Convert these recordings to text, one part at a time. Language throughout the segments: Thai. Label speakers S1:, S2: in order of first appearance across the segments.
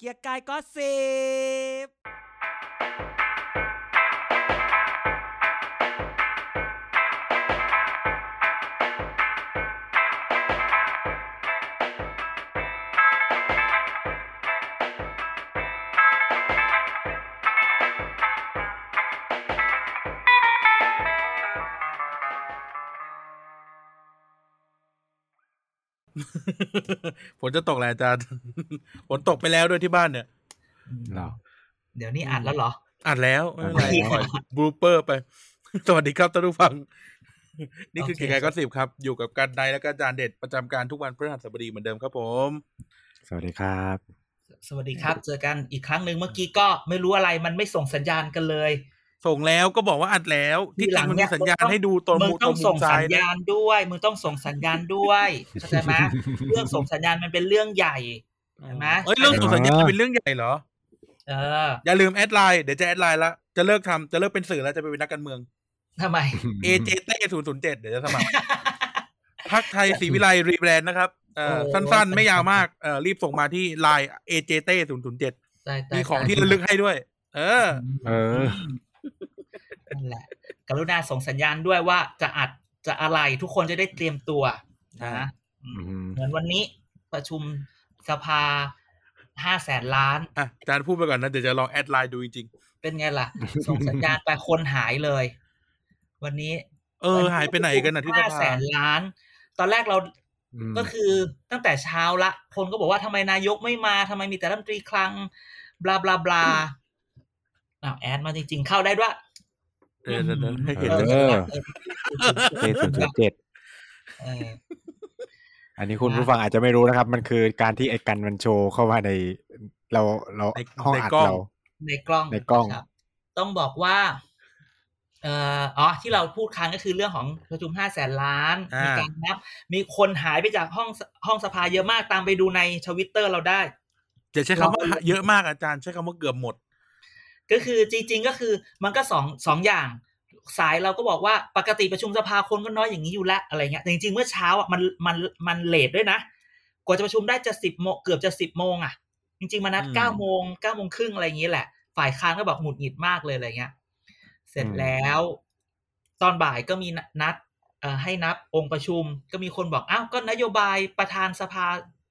S1: กียร์กายก็สิบ
S2: ฝนจะตกแหละอาจารย์ ฝนตกไปแล้วด้วยที่บ้านเนี่ย
S3: เหรอ
S4: เดี๋ยวนี้อัดแล้วเหรอ
S2: อัดแล้วไม่ เป็นไร
S4: อัดแล้
S2: ป
S4: ว
S2: ล่อยบลูเปอ ร์ไป สวัสดีครับท่านผู้ฟัง นี่คือ
S4: โอเค
S2: เกียร์กายก็สิบครับ อยู่กับกันไดและก็อาจารย์เด็ดประจำการทุกวันพฤหัสบดีเหมือนเดิมครับผม
S3: สวัสดีครับ
S4: สวัสดีครับ เจอกันอีกครั้งหนึ่งเมื่อกี้ก็ไม่รู้อะไรมันไม่ส่งสัญญาณกันเลย
S2: ส่งแล้วก็บอกว่าอัดแล้ว ที่จริงมันมีสัญญาณให้ดูตรง
S4: มึง
S2: มุมต
S4: ต้
S2: ร
S4: อง
S2: งมุ
S4: ส่
S2: ม
S4: ง
S2: ซ้า
S4: สั
S2: ย
S4: ญ
S2: นะ
S4: ญาณด้วยมึงต้องส่งสัญญาณ ด้วยเข้าใจไหมเรื่องส่งสัญญาณมันเป็นเรื่องใหญ่ เห็นไหม
S2: เอ้ยเรื่องส่งสัญญาณเป็นเรื่องใหญ่เหรอ
S4: เออ
S2: อย่าลืมแอดไลน์เดี๋ยวจะแอดไลน์ละจะเลิกทำจะเลิกเป็นสื่อแล้วจะไปเป็นนักการเมือง
S4: ทำ ไม
S2: เอเจเต้ศูนย์ศูนย์เจ็ดเดี๋ยวจะสมัคร พักไทยศรีวิไลรีแบรนด์นะครับเอ่อ
S4: โอ้
S2: สั้นๆ ไม่ยาวมากเอ่อรีบส่งมาที่ไลน์เอเจเต้ศูนย์ศูนย์เจ็ด
S4: ตายตาย
S2: มีของ
S4: ตาย
S2: ที่ระลึกให้ด้วย เออ
S3: เออ
S4: นั่นแหละกรุณาส่งสัญญาณด้วยว่าจะอัดจะอะไรทุกคนจะได้เตรียมตัว
S2: อ่า
S4: นะอืม
S3: อืม
S4: เหมือนวันนี้ประชุมสภาห้าแสนล้าน
S2: อ่ะอาจารย์พูดไปก่อนนะ เดี๋ยวจะลองแอดไลน์ดูจริง
S4: เป็นไง ล่ะ ส่งสัญญาณไปคนหายเลย วันนี้
S2: ๆเออ หายไปไหนกันนะที่ส
S4: ห้า
S2: ภา
S4: แสนล้าน ตอนแรกเราก็คือตั้งแต่เช้าละ คนก็บอกว่าทำไมนายกไม่มาทำไมมีแต่รัฐมนตรีคลัง บลาบลาบลาอ้าวแอดมาจริง ๆ เข้าได้ด้วย
S2: เออเดี๋ยวๆให้
S4: เอ
S2: เห็น
S4: อ
S2: เลย
S3: เออ
S4: เอ
S3: เจ็
S4: อ
S3: ดศูนย์ศูนย์เจ็ด
S4: เออ
S3: อันนี้คุณผู้ฟังอาจจะไม่รู้นะครับ มันคือการที่ไอ้กันมันโชว์เข้ามาใน เราเรา
S2: ใน
S3: ห้อง
S2: ใน
S3: อัด
S2: กล้อง
S3: เรา
S4: ในกล้อง
S3: ในกล้อง
S4: ครับต้องบอกว่าเอ่ออ๋อที่เราพูดครั้างก็คือเรื่องของประชุมห้าแสนล้าน
S2: อ่ามี
S4: มีการนับ มีคนหายไปจากห้องห้องสภาเยอะมากตามไปดูในทวิตเตอร์เราได้
S2: อย่าใช้คำว่าเยอะมากอาจารย์ใช้คำว่าเกือบหมด
S4: ก็คือจริง ๆ ก็คือมันก็สองสองอย่าง สายเราก็บอกว่าปกติประชุมสภาคนก็น้อยอย่างนี้อยู่แล้วอะไรเงี้ยแต่จริง ๆ เมื่อเช้าอ่ะมันมันมันเลทด้วยนะ กว่าจะประชุมได้จะสิบโมงเกือบจะสิบโมงอ่ะ จริง ๆ มานัด
S2: อืม
S4: เก้าโมงเก้าโมงครึ่งอะไรอย่างนี้แหละ ฝ่ายค้านก็บอกหงุดหงิดมากเลยอะไรเงี้ย เสร็จแล้ว ตอนบ่ายก็มีนัดเอ่อให้นับองค์ประชุม ก็มีคนบอกอ้าวก็นโยบายประธานสภา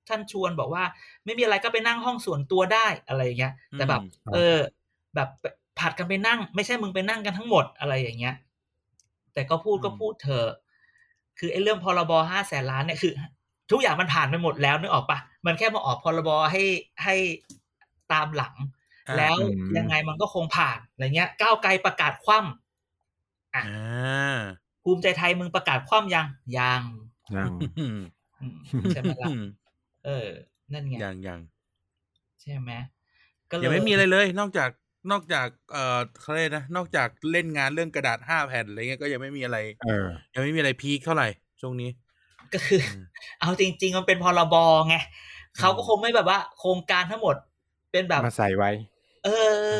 S4: ท่านชวนบอกว่า ไม่มีอะไรก็ไปนั่งห้องส่วนตัวได้อะไรอย่างเงี้ย แต่แบบ
S2: อืม
S4: เออ แบบผัดกันไปนั่ง ไม่ใช่มึงไปนั่งกันทั้งหมดอะไรอย่างเงี้ย แต่ก็พูด
S2: อืม
S4: ก็พูดเถอะคือไอ้เรื่องพรบห้าแสนล้านเนี่ยคือ ทุกอย่างมันผ่านไปหมดแล้วนึกออกปะมันแค่มาออกพรบให้ให้ตามหลัง
S2: อ่ะ
S4: แล้ว
S3: อืม
S4: ยังไงมันก็คงผ่านอะไรเงี้ย ก้าวไกลประกาศคว่
S2: อ่า
S4: ำภูมิใจไทยมึงประกาศคว่ำยังยัง
S3: ยัง
S2: อืม
S4: อืมใช่ไหมล่ะเออ นั่นไง
S2: อย่างอย่าง
S4: ใช่ไหมก็เล
S2: ยังไม่มีอะไรเลย นอกจากนอกจากเอ่อเขาเรียกนะนอกจากเล่นงานเรื่องกระดาษห้าแผ่นอะไรเงี้ยก็ยังไม่มีอะไร
S3: เออ
S2: ยังไม่มีอะไรพีคเท่าไหร่ช่วงนี้
S4: ก็คือ เอาจริง ๆ มันเป็นพรบไงเขาก็คงไม่แบบว่า โครงการทั้งหมดเป็นแบบ
S3: มาใส่ไว้
S4: เอ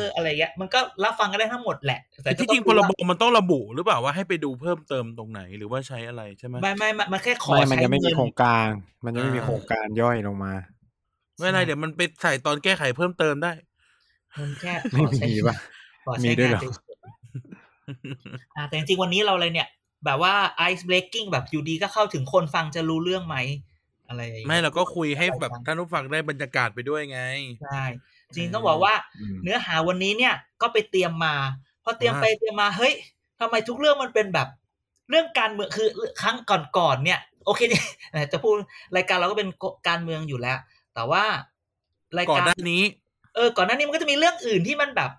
S4: อ อะไรเงี้ยมันก็รับฟังกันได้ทั้งหมดแหละ แต่
S2: แต่ที่จริงพรบมันต้องระบุหรือเปล่าว่าให้ไปดูเพิ่มเติมตรงไหนหรือว่าใช้อะไรใช่ไหม
S4: ไม่ไม่ไม่มันแค่ขอ
S3: ไม่มัน
S4: ใช้
S3: ยังไม่มี
S4: เงิน
S3: โครงการ มันยังไม่มีโครงการย่อยลงมา
S2: ไม่เป็นไร
S4: ใช่
S2: เดี๋ยวมันไปใส่ตอนแก้ไขเพิ่มเติมได้
S4: มันแค่ข
S3: ไม่
S4: อใช้
S3: มีป่ะ
S4: ขอใช้
S3: มีด้วย
S4: งานเฉ
S3: เหรอ
S4: ยๆอ่ะแต่จริงๆวันนี้เราอะไรเนี่ย แบบว่า ice breaking แบบอยู่ดีก็เข้าถึงคนฟังจะรู้เรื่องไหมอะไรอย่างเงี้ย
S2: ไม่เราก็คุยให้แบบท่านผู้ฟังได้บรรยากาศไปด้วยไง
S4: ใช่จริงๆต้องบอกว่า
S3: อืม
S4: เนื้อหาวันนี้เนี่ยก็ไปเตรียมมาพอเตรียม
S2: อ่า
S4: ไปเตรียมมาเฮ้ยทำไมทุกเรื่องมันเป็นแบบ เรื่องการเมืองคือครั้งก่อนๆเนี่ย โอเค เนี่ยจะพูดรายการเราก็เป็นการเมืองอยู่แล้ว แต่ว่าราย
S2: ก่อน
S4: การ
S2: หน้านี้
S4: เออก่อนหน้านี้มันก็จะมีเรื่องอื่นที่มันแบบ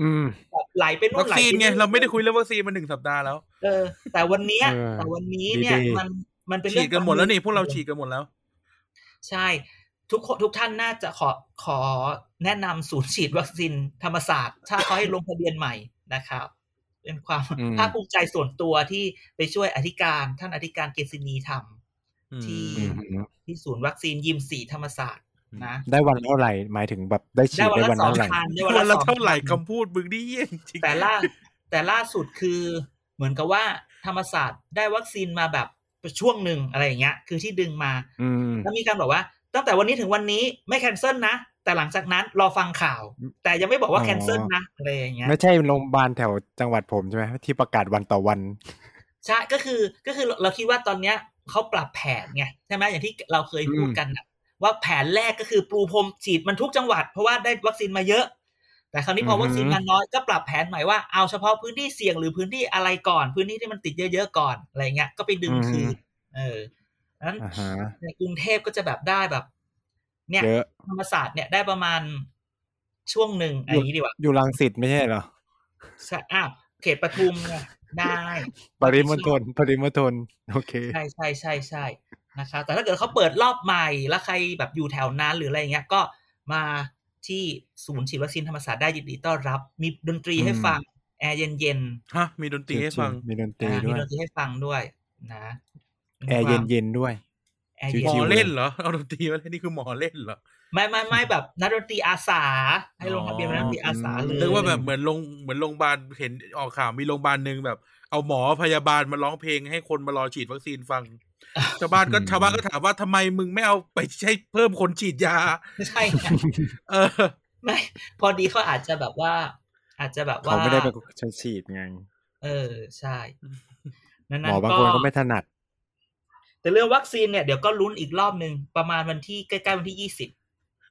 S3: อืม
S4: แบบไหลไปนู่
S2: วัน ค
S4: ไหล
S2: ซีน
S4: ป
S2: ไง
S4: นี่
S2: เราไม่ได้คุยเรื่องวัคซีนมาหนึ่งสัปดาห์แล้ว
S4: เออ แต่วันเนี้ย
S3: เออ
S4: แต่วันนี้เนี่ย
S3: ดีๆ
S4: มันมันเป็นเรื่
S2: ฉีด
S4: อง
S2: กันหมดแล้วนี่พวกเรา
S4: อ
S2: ฉีดกันหมดแล้ว
S4: ใช่ ทุกคนทุกท่านน่าจะขอขอแนะนำศูนย์ฉีดวัคซีนธรรมศาสตร์ ถ้าเขาให้ลงทะเบียนใหม่นะครับ เป็นความ
S3: อืม
S4: ภาคภูมิใจส่วนตัวที่ไปช่วยอธิการท่านอธิการเกษณีท
S2: อืม
S4: ที่
S3: อืมอืม
S4: ำที่ศูนย์วัคซีนยิมสีธรรมศาสตร์นะ
S3: ได้วันเท่าไหร่ หมายถึงแบบได้ฉี
S4: ได้
S3: ด
S4: วันละส
S3: ได้วัน
S4: อง
S3: เท่าไหร่
S4: พันได้
S2: วันละ
S4: สอง
S2: เท่าไหร่
S4: พัน
S2: คำพูดมึงนี่เยี่ยจริง
S4: แต่ล่าแต่ล่าสุดคือเหมือนกับว่าธรรมศาสตร์ได้วัคซีนมาแบบช่วงหนึ่งอะไรอย่างเงี้ย คือที่ดึงมา
S3: อืม
S4: แล้วมีการบอกว่า ตั้งแต่วันนี้ถึงวันนี้ไม่แคนเซิลนะ แต่หลังจากนั้นรอฟังข่าว แต่ยังไม่บอกว่าแคนเซิลนะอะไรอย่างเงี้ย
S3: ไม่ใช่โรงพยาบาลแถวจังหวัดผมใช่ไหมที่ประกาศวันต่อวัน
S4: ใช่ก็คือก็คือเราคิดว่าตอนเนี้ยเขาปรับแผนไงใช่ไหมอย่างที่เราเคยพูดกันน่ะว่าแผนแรกก็คือปูพรมฉีดมันทุกจังหวัด เพราะว่าได้วัคซีนมาเยอะ แต่คราวนี้พอ
S3: อฮึ
S4: วัคซีนมันน้อยก็ปรับแผนใหม่ว่าเอาเฉพาะพื้นที่เสี่ยงหรือพื้นที่อะไรก่อน พื้นที่ที่มันติดเยอะๆก่อนอะไรเงี้ยก็ไปดึงคืนเออนั้น
S3: อ่าฮะ
S4: ในกรุงเทพก็จะแบบได้แบบ เนี่ย
S3: เยอะ
S4: ธรรมศาสตร์เนี่ยได้ประมาณช่วงหนึ่งอะไรอย่างนี้ดีกว่า
S3: อยู่รังสิตไม่ใช่เหรอ
S4: ใช่อ่ะเขตปทุมเนี่ยได้
S3: ปริมณฑลปริมณฑลโอเค
S4: ใช่ใช่ใช่ใช่นะครับแต่ถ้าเกิดเขาเปิดรอบใหม่แล้วใครแบบอยู่แถวนั้นหรืออะไรอย่างเงี้ยก็มาที่ศูนย์ฉีดวัคซีนธรรมศาสตร์ได้ยินดีต้อนรับ มีดนตรีให้ฟัง แอร์เย็น
S2: ฮะ มีดนตรีให้ฟัง
S3: มีดน
S4: ๆ
S3: ตรี
S4: อ่า
S3: ด้
S4: มี
S3: วย
S4: ดนตรีให้ฟังด้วยนะ
S3: แอร์เย็นๆด้วย
S4: แอร์
S2: หม
S4: เย็
S2: อน
S3: ๆ
S2: เล่นเหรอ เอาดนตรีมาเล่นนี่คือหมอเล่นเหรอ
S4: ไม่ไม่ไม่แบบนักดนตรีอาสา ให้ลงทะเบียนเป็นนักดนตรีอาสา
S3: อ๋อ
S4: เลย
S2: นึกว่าแบบเหมือนโรงเหมือนโรงพยาบาลเห็นออกข่าวมีโรงพยาบาลหนึ่งแบบ เอาหมอพยาบาลมาร้องเพลงให้คนมารอฉีดวัคซีนฟัง ชาวบ้านก็
S3: อืม
S2: ชาวบ้านก็ถามว่าทำไมมึงไม่เอาไปใช้เพิ่มคนฉีดยา
S4: ไม่ใช่ไง
S2: เออ
S4: ไม่พอดีเขาอาจจะแบบว่า อาจจะแบบว่า
S3: เขาไม่ได้ไปใช้ฉีดไง
S4: เออใช่ นั้น
S3: ห
S4: ๆ
S3: มอบางคนก็ไม่ถนัด
S4: แต่เรื่องวัคซีนเนี่ยเดี๋ยวก็ลุ้นอีกรอบหนึ่งประมาณวันที่ใกล้ๆวันที่ยี่สิบ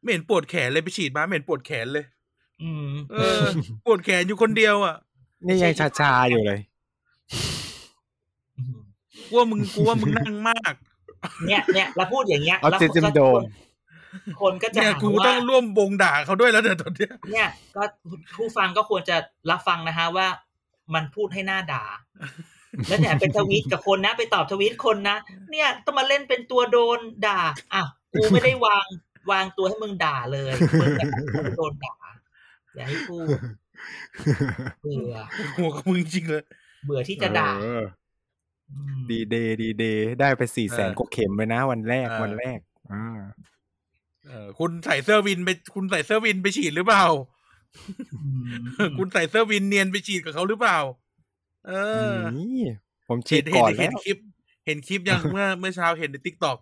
S2: ไม่เห็นปวดแขนเลยไปฉีดมาไม่เห็นปวดแขนเลย
S4: อืม
S2: เออ ปวดแขนอยู่คนเดียวอ่ะ
S3: นี่ยังชาๆอยู่เลย
S2: กลัวมึงกลัวมึงนั่งมาก
S4: เนี่ยเนี่ยเราพูดอย่างเงี้ย
S3: ออฟ
S4: แล้ว
S3: ซิซิมโดม
S4: คนคนก็จะ
S2: เนี่ย
S4: หา
S2: กูต้
S4: ว่า
S2: องร่วมวงด่าเขาด้วยแล้วเนี่ยตอนเนี้ย
S4: เนี่ยก็ผู้ฟังก็ควรจะรับฟังนะฮะว่ามันพูดให้หน้าด่า แล้วเนี่ยไปทวีตกับคนนะ ไปตอบทวีตคนนะเนี่ยต้องมาเล่นเป็นตัวโดนด่าอ่ะกูไม่ได้วางวางตัวให้มึงด่าเลยมึงเนี่ยกูโดนด่าอย่าให้พูดเบื่อ
S2: หัวกับมึงจริงเลย
S4: เบื่อที่จะด่า
S3: เออ
S4: ม
S3: ดีเดย์ดีเดย์ได้ไปสี่แสน
S2: เออก
S3: ว่าเข็มเลยนะ วันแรก
S2: เออ
S3: วันแรกอ่า
S2: เออคุณใส่เสื้อวินไปคุณใส่เสื้อวินไปฉีดหรือเปล่า คุณใส่เสื้อวินเนียนไปฉีดกับเขาหรือเปล่า เออ
S3: นี่ผมฉี
S2: เห็
S3: ด
S2: นเห็
S3: ก่
S2: น
S3: อน
S2: เห็
S3: แล้
S2: น
S3: ว
S2: คลิป เห็นคลิปยัง เมื่อเมื่อเช้าเห็นในทิกตอก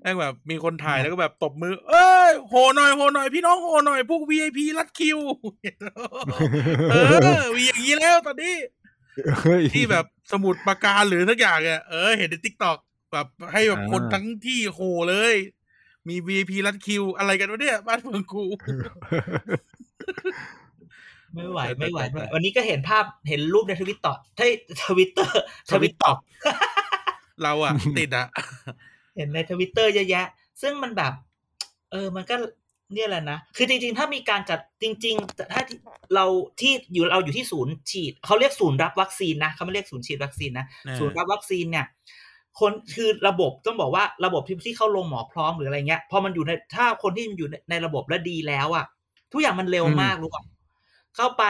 S2: แม่งแบบมีคนถ่ายแล้วก็แบบตบมือ เอ้ยโหหน่อยโหหน่อยพี่น้องโหหน่อยพวก VIP รัดคิว เอ อมีอย่างนี้แล้วตอนนี้
S3: เฮ้ย
S2: ที่แบบสมุดปราการหรือทักอย่างอ่ะเออ เห็นในทิกตอกแบบให้แบบ
S3: อ่า
S2: คนทั้งที่โหเลย มี VIP รัดคิว อะไรกันวะเนี่ยบ้านเมืองกู
S4: ไม่ไหว
S2: เออ
S4: ไม่ไหว
S2: แต่แต่
S4: ไม่ไหววันนี้ก็เห็นภาพเห็นรูปในทวิตตอร์ททวิตเตอร์ทวิตตอก
S2: เราอะติดอะ
S4: เห็นในทวิตเตอร์เยอะแยะ ซึ่งมันแบบ เออมันก็เนี่ยแหละนะ คือจริงๆ ถ้ามีการจัดจริงๆแต่ถ้าที่เราที่อยู่เราอยู่ที่ศูนย์ฉีดเขาเรียกศูนย์รับวัคซีนนะเขาไม่เรียกศูนย์ฉีดวัคซีนนะ
S2: อ่า
S4: ศูนย์รับวัคซีนเนี่ย คนคือระบบต้องบอกว่าระบบที่ที่เข้าลงหมอพร้อมหรืออะไรเงี้ยพอมันอยู่ในถ้าคนที่มันอยู่ในในระบบและดีแล้วอะทุกอย่างมันเร็วมากรู้ป่ะเข้าไป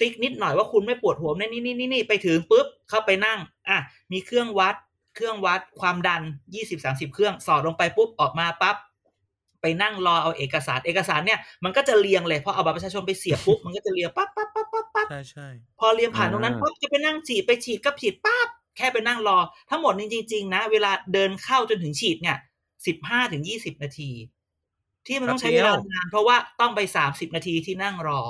S4: ติ๊กนิดหน่อยว่าคุณไม่ปวดหัวเนี่ยนี่นี่นี่นี่ไปถึงปุ๊บเข้าไปนั่ง อ่ะมีเครื่องวัด เครื่องวัดความดันยี่สิบสามสิบเครื่องสอดลงไปปุ๊บออกมาปั๊บไปนั่งรอเอาเอกสารเอกสารเนี่ย มันก็จะเรียงเลยเพราะเอาบัตรประชาชนไปเสียบปุ๊บมันก็จะเรียงปั๊บปั๊บปั๊บปั๊บปั๊บ
S2: ใช่ใช่
S4: พอเรียนผ่านตรงนั้น
S3: อ่า
S4: ปุ๊บจะไปนั่งฉีดไปฉีดก็ฉีดปั๊บแค่ไปนั่งรอ ทั้งหมดนี้จริง ๆ นะ เวลาเดินเข้าจนถึงฉีดเนี่ยสิบห้าถึงยี่สิบนาที ที่มันต้องใช้เวลานานเพราะว่าต้องไปสามสิบนาทีที่นั่งรอ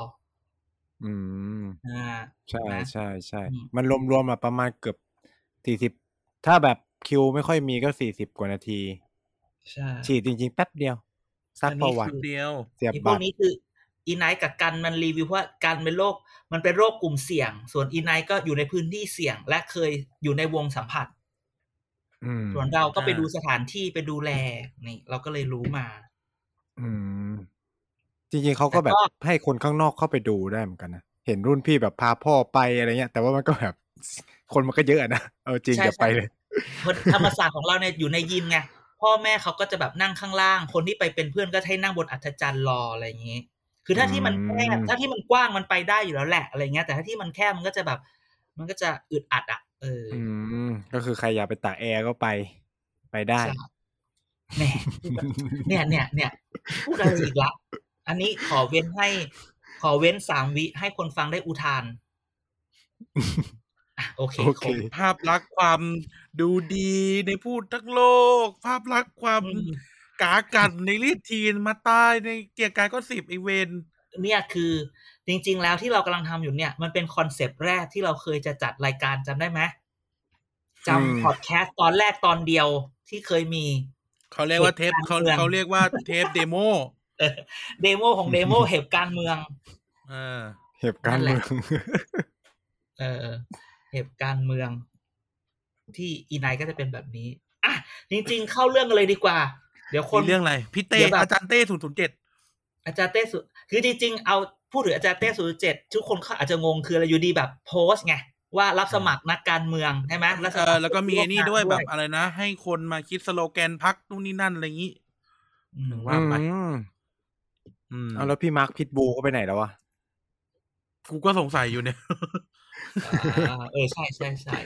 S3: อืม
S4: อ่า
S3: ใช่
S4: นะ
S3: ใช่ใช่
S4: อืม
S3: มันรวมๆมาประมาณเกือบสี่สิบถ้าแบบคิวไม่ค่อยมีก็สี่สิบกว่านาที
S4: ใช่
S3: ฉีดจริงๆ แป๊บเดียวซัก
S4: อันนี้
S3: ประวั
S2: ค
S3: ติ
S2: นเดียว
S3: เสียบ
S4: ไอ้พ
S3: บั
S4: ว
S3: ต
S4: ก
S3: ร
S4: นี้คืออีไนท์กับกันมันรีวิวว่ากันเป็นโรคมันเป็นโรคกลุ่มเสี่ยง ส่วนอีไนท์ก็อยู่ในพื้นที่เสี่ยง และเคยอยู่ในวงสัมผัส
S3: อืม
S4: ส่วนเราก็ไป
S2: อ่า
S4: ดูสถานที่ไปดูแลนี่ เราก็เลยรู้มา
S3: อืม จริงๆเขาก็แบบ
S4: แต่ก็
S3: ให้คนข้างนอกเข้าไปดูได้เหมือนกันนะ เห็นรุ่นพี่แบบพาพ่อไปอะไรเงี้ย แต่ว่ามันก็แบบ คนมันก็เยอะอะนะ เอาจริง
S4: ใช่
S3: อย่าไป
S4: ใช่
S3: เลย
S4: คนธรรมศาสตร์ของเราเนี่ยอยู่ในยิมไงพ่อแม่เขาก็จะแบบนั่งข้างล่าง คนที่ไปเป็นเพื่อนก็ให้นั่งบนอัฐจันทร์รออะไรอย่างนี้ คือถ้าที่มันแคบ
S3: อืม
S4: ถ้าที่มันกว้างมันไปได้อยู่แล้วแหละอะไรเงี้ยแต่ถ้าที่มันแคบมันก็จะแบบ มันก็จะอึดอัดอ่ะเออ
S3: อืม ก็คือใครอยากไปตากแอร์ก็ไป ไปได้
S4: ใช่แหม่เนี่ยเนี่ยเนี่ยพูดอะไรอีกละอันนี้ขอเว้นให้ ขอเว้นสามวิให้คนฟังได้อุทานอ่ะโอเค
S3: โอเค
S4: ขอบ
S2: ภาพลักษณ์ความดูดีในพูดทั้งโลก ภาพลักษณ์ความ
S4: อืม
S2: กากันในรีดทีนมาใต้ในเกียร์กายก็สิบไอเวน
S4: เนี่ยคือจริง ๆ แล้วที่เรากำลังทำอยู่เนี่ย มันเป็นคอนเซปต์แรกที่เราเคยจะจัดรายการจำได้ไหมจ
S3: อืม
S4: ำพอดแคสต์ตอนแรกตอนเดียวที่เคยมี
S2: เขาเรียกว่าเทปเขา
S4: เหตุการณ์
S2: เขาเรียกว่าเทปเดโม
S4: เดโมของเดโม เหตุการณ์เมือง
S2: เออ
S3: เหตุการณ์เมือง
S4: เออเหตุการณ์เมือง ที่อีไนก็จะเป็นแบบนี้อ่ะจริง ๆ เข้าเรื่องกันเลยดีกว่า เดี๋ยวค
S2: คน
S4: น
S2: เรื่องอะไรพี่เต้
S4: เดี๋ยวแบบ
S2: อาจารย์เต้ศูนย์ศูนย์เจ็ด
S4: อาจารย์เต้สุคือจริงๆ เอาพูดถึงอาจารย์เต้สุรเจตทุกคนเขาอาจจะงงคืออะไรอยู่ดีแบบโพสต์ไง ว่ารับสมัครนักการเมืองใช่ไหมรับส
S2: เอ
S4: มัค
S2: อ
S4: ร
S2: แล้วก็มีไอ้นี่ด้วย
S4: ผู้
S2: แบ
S4: ร่ม
S2: บ
S4: งาน
S2: อะไรนะ ให้คนมาคิดสโลแกนพักนู่นนี่นั่นอะไรอย่างนี้
S4: อืม
S2: หนึ่งว่า
S3: อืม
S2: อืม
S3: เอาแล้วพี่มาร์คพิทบูเขาไปไหนแล้ววะ
S2: กูก็สงสัยอยู่เนี่ย
S4: อ่ าเออใช่ใช่ใช่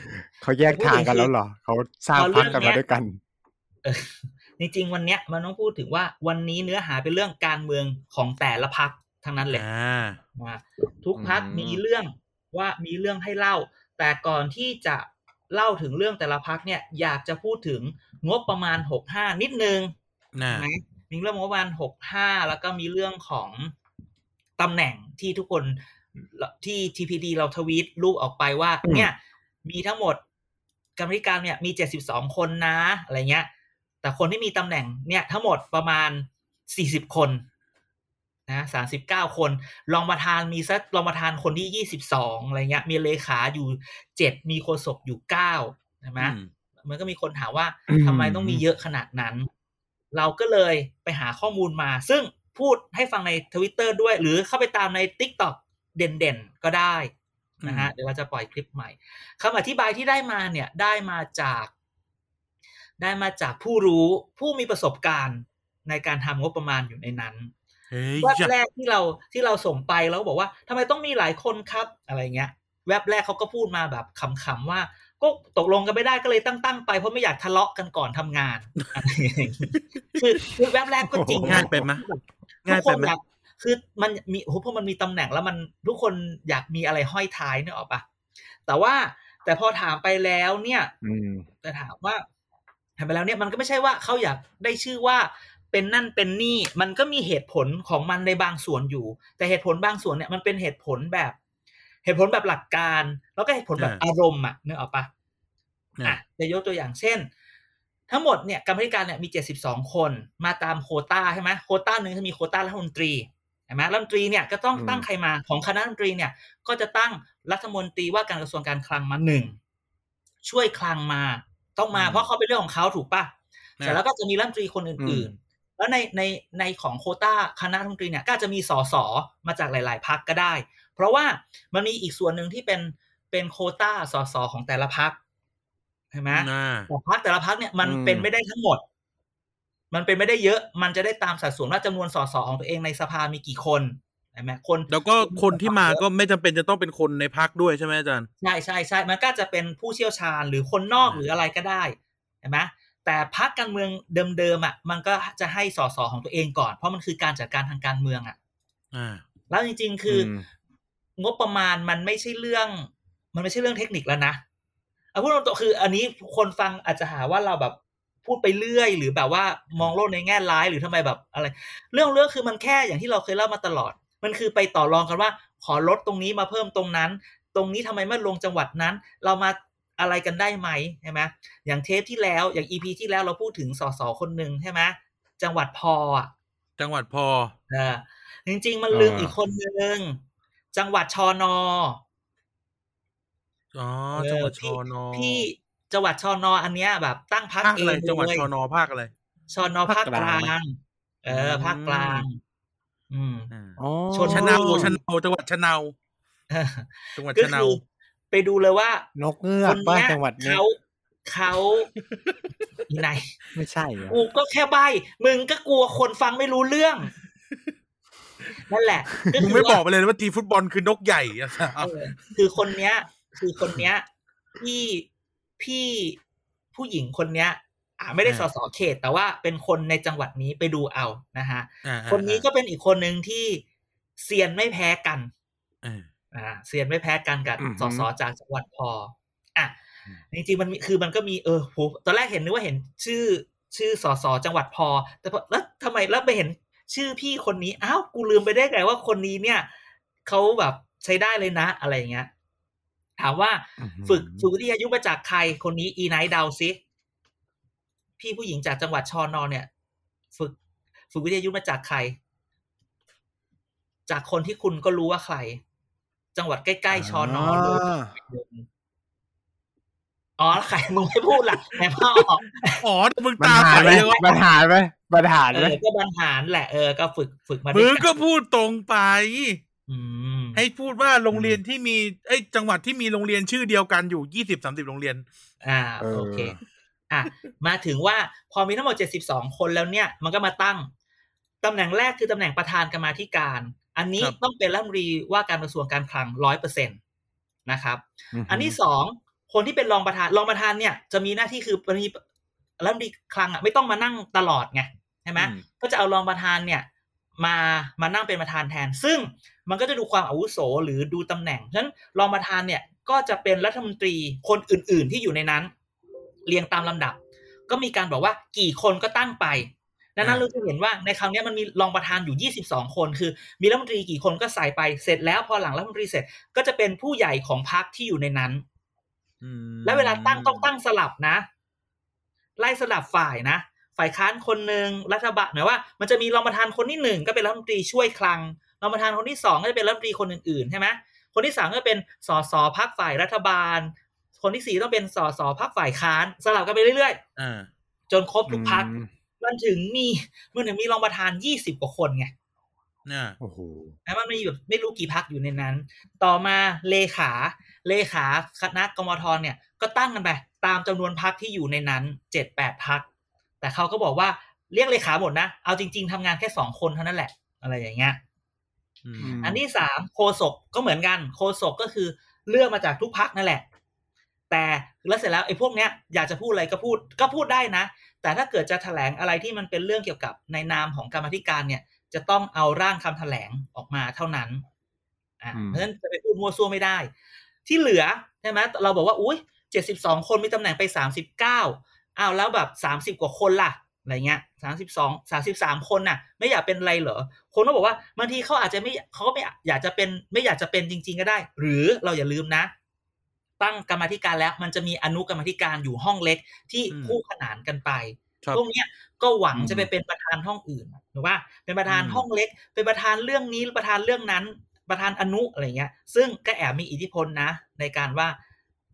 S3: เขาแยกทางกันแล้วเหรอ เขาสร้างพักกันมาด้วยกัน
S4: เออจริงๆวันเนี้ยมันต้องพูดถึงว่าวันนี้เนื้อหาเป็นเรื่องการเมืองของแต่ละพักทั้งนั้นเลย
S2: อ่า
S4: นะทุกพัก
S3: อืม
S4: มีเรื่องว่ามีเรื่องให้เล่า แต่ก่อนที่จะเล่าถึงเรื่องแต่ละพักเนี่ยอยากจะพูดถึงงบประมาณหกห้านิดนึง
S2: น่ะ
S4: นะมีเรื่องงบประมาณหกห้าแล้วก็มีเรื่องของตำแหน่งที่ทุกคนที่ TPD เราทวีตรูปออกไปว่า เนี่ย มีทั้งหมดกรรมธิการเนี่ยมีเจ็ดสิบสองคนนะอะไรเงี้ย แต่คนที่มีตำแหน่งเนี่ยทั้งหมดประมาณสี่สิบคนนะสามสิบเก้าคนรองประธานมีสักรองประธานคนที่ยี่สิบสองอะไรเงี้ย มีเลขาอยู่เจ็ดมีโฆษกอยู่เก้าใช่ไหม
S2: อืม
S4: มันก็มีคนถามว่า
S3: อืม
S4: ทำไมต้องมีเยอะขนาดนั้น เราก็เลยไปหาข้อมูลมา ซึ่งพูดให้ฟังในทวิตเตอร์ด้วย หรือเข้าไปตามใน t ิ k t o k เด่นๆ ก็ได้นะฮะเดี๋ยวเราจะปล่อยคลิปใหม่คำอธิบายที่ได้มาเนี่ยได้มาจาก ได้มาจากผู้รู้ผู้มีประสบการณ์ในการทำงบประมาณอยู่ในนั้น
S2: เฮ้ย
S4: แวบ
S2: จ้ะ
S4: แรกที่เราที่เราส่งไปแล้วบอกว่าทำไมต้องมีหลายคนครับอะไรเงี้ย แวบแรกเขาก็พูดมาแบบขำๆว่า ก็ตกลงกันไม่ได้ก็เลยตั้งตั้งๆไปเพราะไม่อยากทะเลาะกันก่อนทำงานอะไรอย่างงี้คือคือแวบแรกก็จริง นะ
S2: ง่ายไปไหมะ
S4: ทุ
S2: ง่าย
S4: ก
S2: ไป
S4: คน
S2: ไหม
S4: อยากคือมันมีโอ้โหเพราะมันมีตำแหน่งแล้วมันทุกคนอยากมีอะไรห้อยท้ายเนี่ยออกปะแต่ว่าแต่พอถามไปแล้วเนี่ย
S3: อืม
S4: แต่ถามว่าถามไปแล้วเนี่ยมันก็ไม่ใช่ว่าเขาอยากได้ชื่อว่าเป็นนั่นเป็นนี่ มันก็มีเหตุผลของมันในบางส่วนอยู่ แต่เหตุผลบางส่วนเนี่ยมันเป็นเหตุผลแบบ เหตุผลแบบหลักการ แล้วก็เหตุผลแบบ
S2: อ่า
S4: อารมณ์อ่ะเนี่ยออกปะ
S2: เนี่ย
S4: อ่ะจะยกตัวอย่างเช่น ทั้งหมดเนี่ยกรรมาธิการเนี่ยมี 72 คน มาตามโควต้าใช่ไหมโควต้าหนึ่งจะมีโควต้ารัฐมนตรีใช่ไหมรัฐมนตรีเนี่ยก็ต้อง
S3: อืม
S4: ตั้งใครมาของคณะรัฐมนตรีเนี่ยก็จะตั้งรัฐมนตรีว่าการกระทรวงการคลังมาหนึ่งช่วยคลังมาต้องมา เพราะเขาเป็นเรื่องของเขาถูกปะเสร็จแล้วก็จะมีรัฐมนตรีคนอื่น ๆ แล้วในในในของโควต้าคณะรัฐมนตรีเนี่ยก็อาจจะมีสสมาจากหลาย ๆพักก็ได้ เพราะว่ามันมีอีกส่วนหนึ่งที่เป็นเป็นโควต้าสสของแต่ละพักใช่ไหม
S2: น่ะ
S4: แต่พักแต่ละพักเนี่ยมัน
S3: อืม
S4: เป็นไม่ได้ทั้งหมด มันเป็นไม่ได้เยอะ มันจะได้ตามสัดส่วนว่าจำนวนสสของตัวเองในสภามีกี่คนใช่ไหมคน
S2: แล้วก็คนที่มาก็ไม่จำเป็นจะต้องเป็นคนในพักด้วยใช่ไหมอาจารย์
S4: ใช่ใช่ใช่มันก็จะเป็นผู้เชี่ยวชาญหรือคนนอก
S2: อ่า
S4: หรืออะไรก็ได้ใช่ไหมแต่พักการเมืองเดิมๆอ่ะ มันก็จะให้สสของตัวเองก่อน เพราะมันคือการจัดการทางการเมืองอ่ะ
S2: อ่า
S4: แล้วจริง ๆ คืออ
S3: ม
S4: งบประมาณมันไม่ใช่เรื่อง มันไม่ใช่เรื่องเทคนิคแล้วนะเอาพูดตรงๆคือ อันนี้คนฟังอาจจะหาว่าเราแบบพูดไปเรื่อย หรือแบบว่ามองโลกในแง่ร้ายหรือทำไมแบบอะไร เรื่องของเรื่องคือมันแค่อย่างที่เราเคยเล่ามาตลอด มันคือไปต่อรองกันว่า ขอลดตรงนี้มาเพิ่มตรงนั้น ตรงนี้ทำไมไม่ลงจังหวัดนั้น เรามาอะไรกันได้ไหมใช่ไหมอย่างเทปที่แล้วอย่างอีพีที่แล้วเราพูดถึงสสคนหนึ่งใช่ไหมจังหวัดพออะ
S2: จังหวัดพอ
S4: เออจริงๆ มันลืม
S3: อ่า
S4: อีกคนนึง จังหวัดชอนอ
S2: อ๋อ
S4: เออ
S2: จังหวัด
S4: พี่
S2: ชอนอ
S4: พี่จังหวัดชอนอ อันเนี้ยแบบตั้งพัก
S2: ภาค
S4: เอ
S2: อะไร
S4: ง
S2: จังหวัด
S4: เลย
S2: ชอนอภาคอะไร
S4: ชอนอภาคกลาง เออ
S2: อืม
S4: ภาคกลาง อืม
S2: อ่า
S3: อ๋อ
S4: ชน
S2: ชะเนาวชะเนาวจังหวัดชะเนาวจังหวัด
S4: ก็
S2: ชะเนา
S4: คื
S2: ว
S4: อไปดูเลยว่าน
S3: กเงือก
S4: คน
S3: ป้า
S4: เนี้ย
S3: จังหวัดเนี้ย
S4: เขาเขา อีไหน
S3: ไม่ใช่เหรอ
S4: กูก็แค่ใบมึงก็กลัวคนฟังไม่รู้เรื่อง นั่นแหละ
S2: มึง
S4: คื
S2: ไม่
S4: ว่า
S2: บอกไปเลยนะว่าทีมฟุตบอลคือนกใหญ่อะ
S4: เออคือคนเนี้ย คือคนเนี้ยพี่พี่ผู้หญิงคนเนี้ย อ่าไม่ได้สสเขต แต่ว่าเป็นคนในจังหวัดนี้ไปดูเอานะฮะ
S2: อ่าอ่า
S4: คนนี้ก็เป็นอีกคนหนึ่งที่เซียนไม่แพ้กัน
S2: เออ
S4: อ่าเซียนไม่แพ้กันกับสสจากจังหวัดพออ่ะ
S2: อืม
S4: จริงๆมันมีคือมันก็มีเออโหตอนแรกเห็นนึกว่าเห็นชื่อ ชื่อสสจังหวัดพอ แต่พอแล้วทำไมแล้วไปเห็นชื่อพี่คนนี้อ้าวกูลืมไปได้ไงว่าคนนี้เนี่ยเขาแบบใช้ได้เลยนะอะไรอย่างเงี้ย ถามว่าฝึกฝึกวิทยายุทธมาจากใครคนนี้อีไนท์เดาซิพี่ผู้หญิงจากจังหวัดชอนอนเนี่ย ฝึกฝึกวิทยายุทธมาจากใคร จากคนที่คุณก็รู้ว่าใคร จังหวัดใกล้ๆชอนอนเลย อ๋อแล้วใครมึงไม่พูดล่ะแหม่พ่อออก
S2: อ๋อมึง
S3: มัน
S2: ตาม
S3: หา
S2: ใส่
S3: ไหม
S2: เลยว่า
S3: มันหาไหมมันหา
S4: เอ
S3: ไหม
S4: อก็บรรหารแหละเออก็ฝึกฝึกมาด้
S2: มึ
S4: วย
S2: ง
S4: น
S2: ก็พูดตรงไป
S4: อืม
S2: ให้พูดว่าโรงเรียนที่มีเอ้ยจังหวัดที่มีโรงเรียนชื่อเดียวกันอยู่ยี่สิบสามสิบโรงเรียน
S4: อ่าโอเค อ่ะมาถึงว่าพอมีทั้งหมดเจ็ดสิบสองคนแล้วเนี่ย มันก็มาตั้งตำแหน่งแรกคือตำแหน่งประธานกรรมาธิการ อันนี้
S2: ครับ
S4: ต้องเป็นรัฐมนตรีว่าการกระทรวงการคลังร้อยเปอร์เซ็นตนะครับ
S3: ม
S4: อันที่สองคนที่เป็นรองประธานรองประธานเนี่ย จะมีหน้าที่คือมีรัฐมนตรีคลังอ่ะไม่ต้องมานั่งตลอดไงใช่ไหม
S2: อืม
S4: ก็จะเอารองประธานเนี่ย มามานั่งเป็นประธานแทน ซึ่งมันก็จะดูความอาวุโสหรือดูตำแหน่งฉะนั้นรองประธานเนี่ยก็จะเป็นรัฐมนตรีคนอื่น ๆ ที่อยู่ในนั้น เรียงตามลำดับ ก็มีการบอกว่ากี่คนก็ตั้งไปดังนั้
S2: อ่า
S4: นเราจะเห็นว่าในครั้งนี้ยมันมีรองประธานอยู่ 22 คน คือ มีรัฐมนตรีกี่คนก็ใส่ไปเสร็จแล้วพอหลังรัฐมนตรีเสร็จก็จะเป็นผู้ใหญ่ของพรรคที่อยู่ในนั้น
S2: อืม
S4: แล้วเวลาตั้งต้องตั้งสลับนะ ไล่สลับฝ่ายนะ ฝ่ายค้านคนหนึ่งรัฐบาลหมายว่ามันจะมีรองประธานคนที่หนึ่งก็เป็นรัฐมนตรีช่วยคลังรองประธานคนที่สองก็จะเป็นรัฐมนตรีคนอื่นๆใช่ไหมคนที่สามก็เป็นสสพักฝ่ายรัฐบาล คนที่สี่ต้องเป็นสสพักฝ่ายค้าน สลับกันไปเรื่อย
S2: อ่า
S4: ๆ จนครบทุกพัก
S3: อืม
S4: มันถึงมีมันถึงมีรองประธานยี่สิบกว่าคนไง
S2: เนี่ย
S3: โอ้โห
S4: นะมันมีแบบไม่รู้กี่พักอยู่ในนั้น ต่อมาเลขา เลขาคณะกมทเนี่ย ก็ตั้งกันไปตามจำนวนพักที่อยู่ในนั้นเจ็ดแปดพัก แต่เขาก็บอกว่าเรียกเลขาหมดนะ เอาจริง ๆทำงานแค่สองคนเท่านั้นแหละ อะไรอย่างเงี้ย
S2: อืม
S4: อันที่สามโคศกก็เหมือนกันโคศกก็คือเลือกมาจากทุกพักนั่นแหละ แต่แล้วเสร็จแล้วไอ้พวกเนี้ยอยากจะพูดอะไรก็พูดก็พูดได้นะ แต่ถ้าเกิดจะแถลงอะไรที่มันเป็นเรื่องเกี่ยวกับในนามของกรรมาธิการเนี่ย จะต้องเอาร่างคำแถลงออกมาเท่านั้นอ่าเพราะฉะนั้นจะไปพูดมั่วซั่วไม่ได้ ที่เหลือใช่ไหมเราบอกว่าอุ้ยเจ็ดสิบสองคนมีตำแหน่งไปสามสิบเก้าอ้าวแล้วแบบสามสิบ30 กว่าคนล่ะอะไรเงี้ยสามสิบสองสามสิบสามคนน่ะ ไม่อยากเป็นไรเหรอ คนก็บอกว่าบางทีเขาอาจจะไม่เขาก็ไม่อยากจะเป็นไม่อยากจะเป็นจริง ๆ ก็ได้ หรือเราอย่าลืมนะ ตั้งกรรมาธิการแล้วมันจะมีอนุกรรมาธิการอยู่ห้องเล็กที่คู่ขนานกันไป
S2: ครับ
S4: พวกเนี้ยก็หวังจะไปเป็นประธานห้องอื่นหรือว่า เป็นประธาน
S2: อืม
S4: ห้องเล็ก เป็นประธานเรื่องนี้หรือประธานเรื่องนั้น ประธานอนุอะไรเงี้ย ซึ่งก็แอบมีอิทธิพลนะ ในการว่า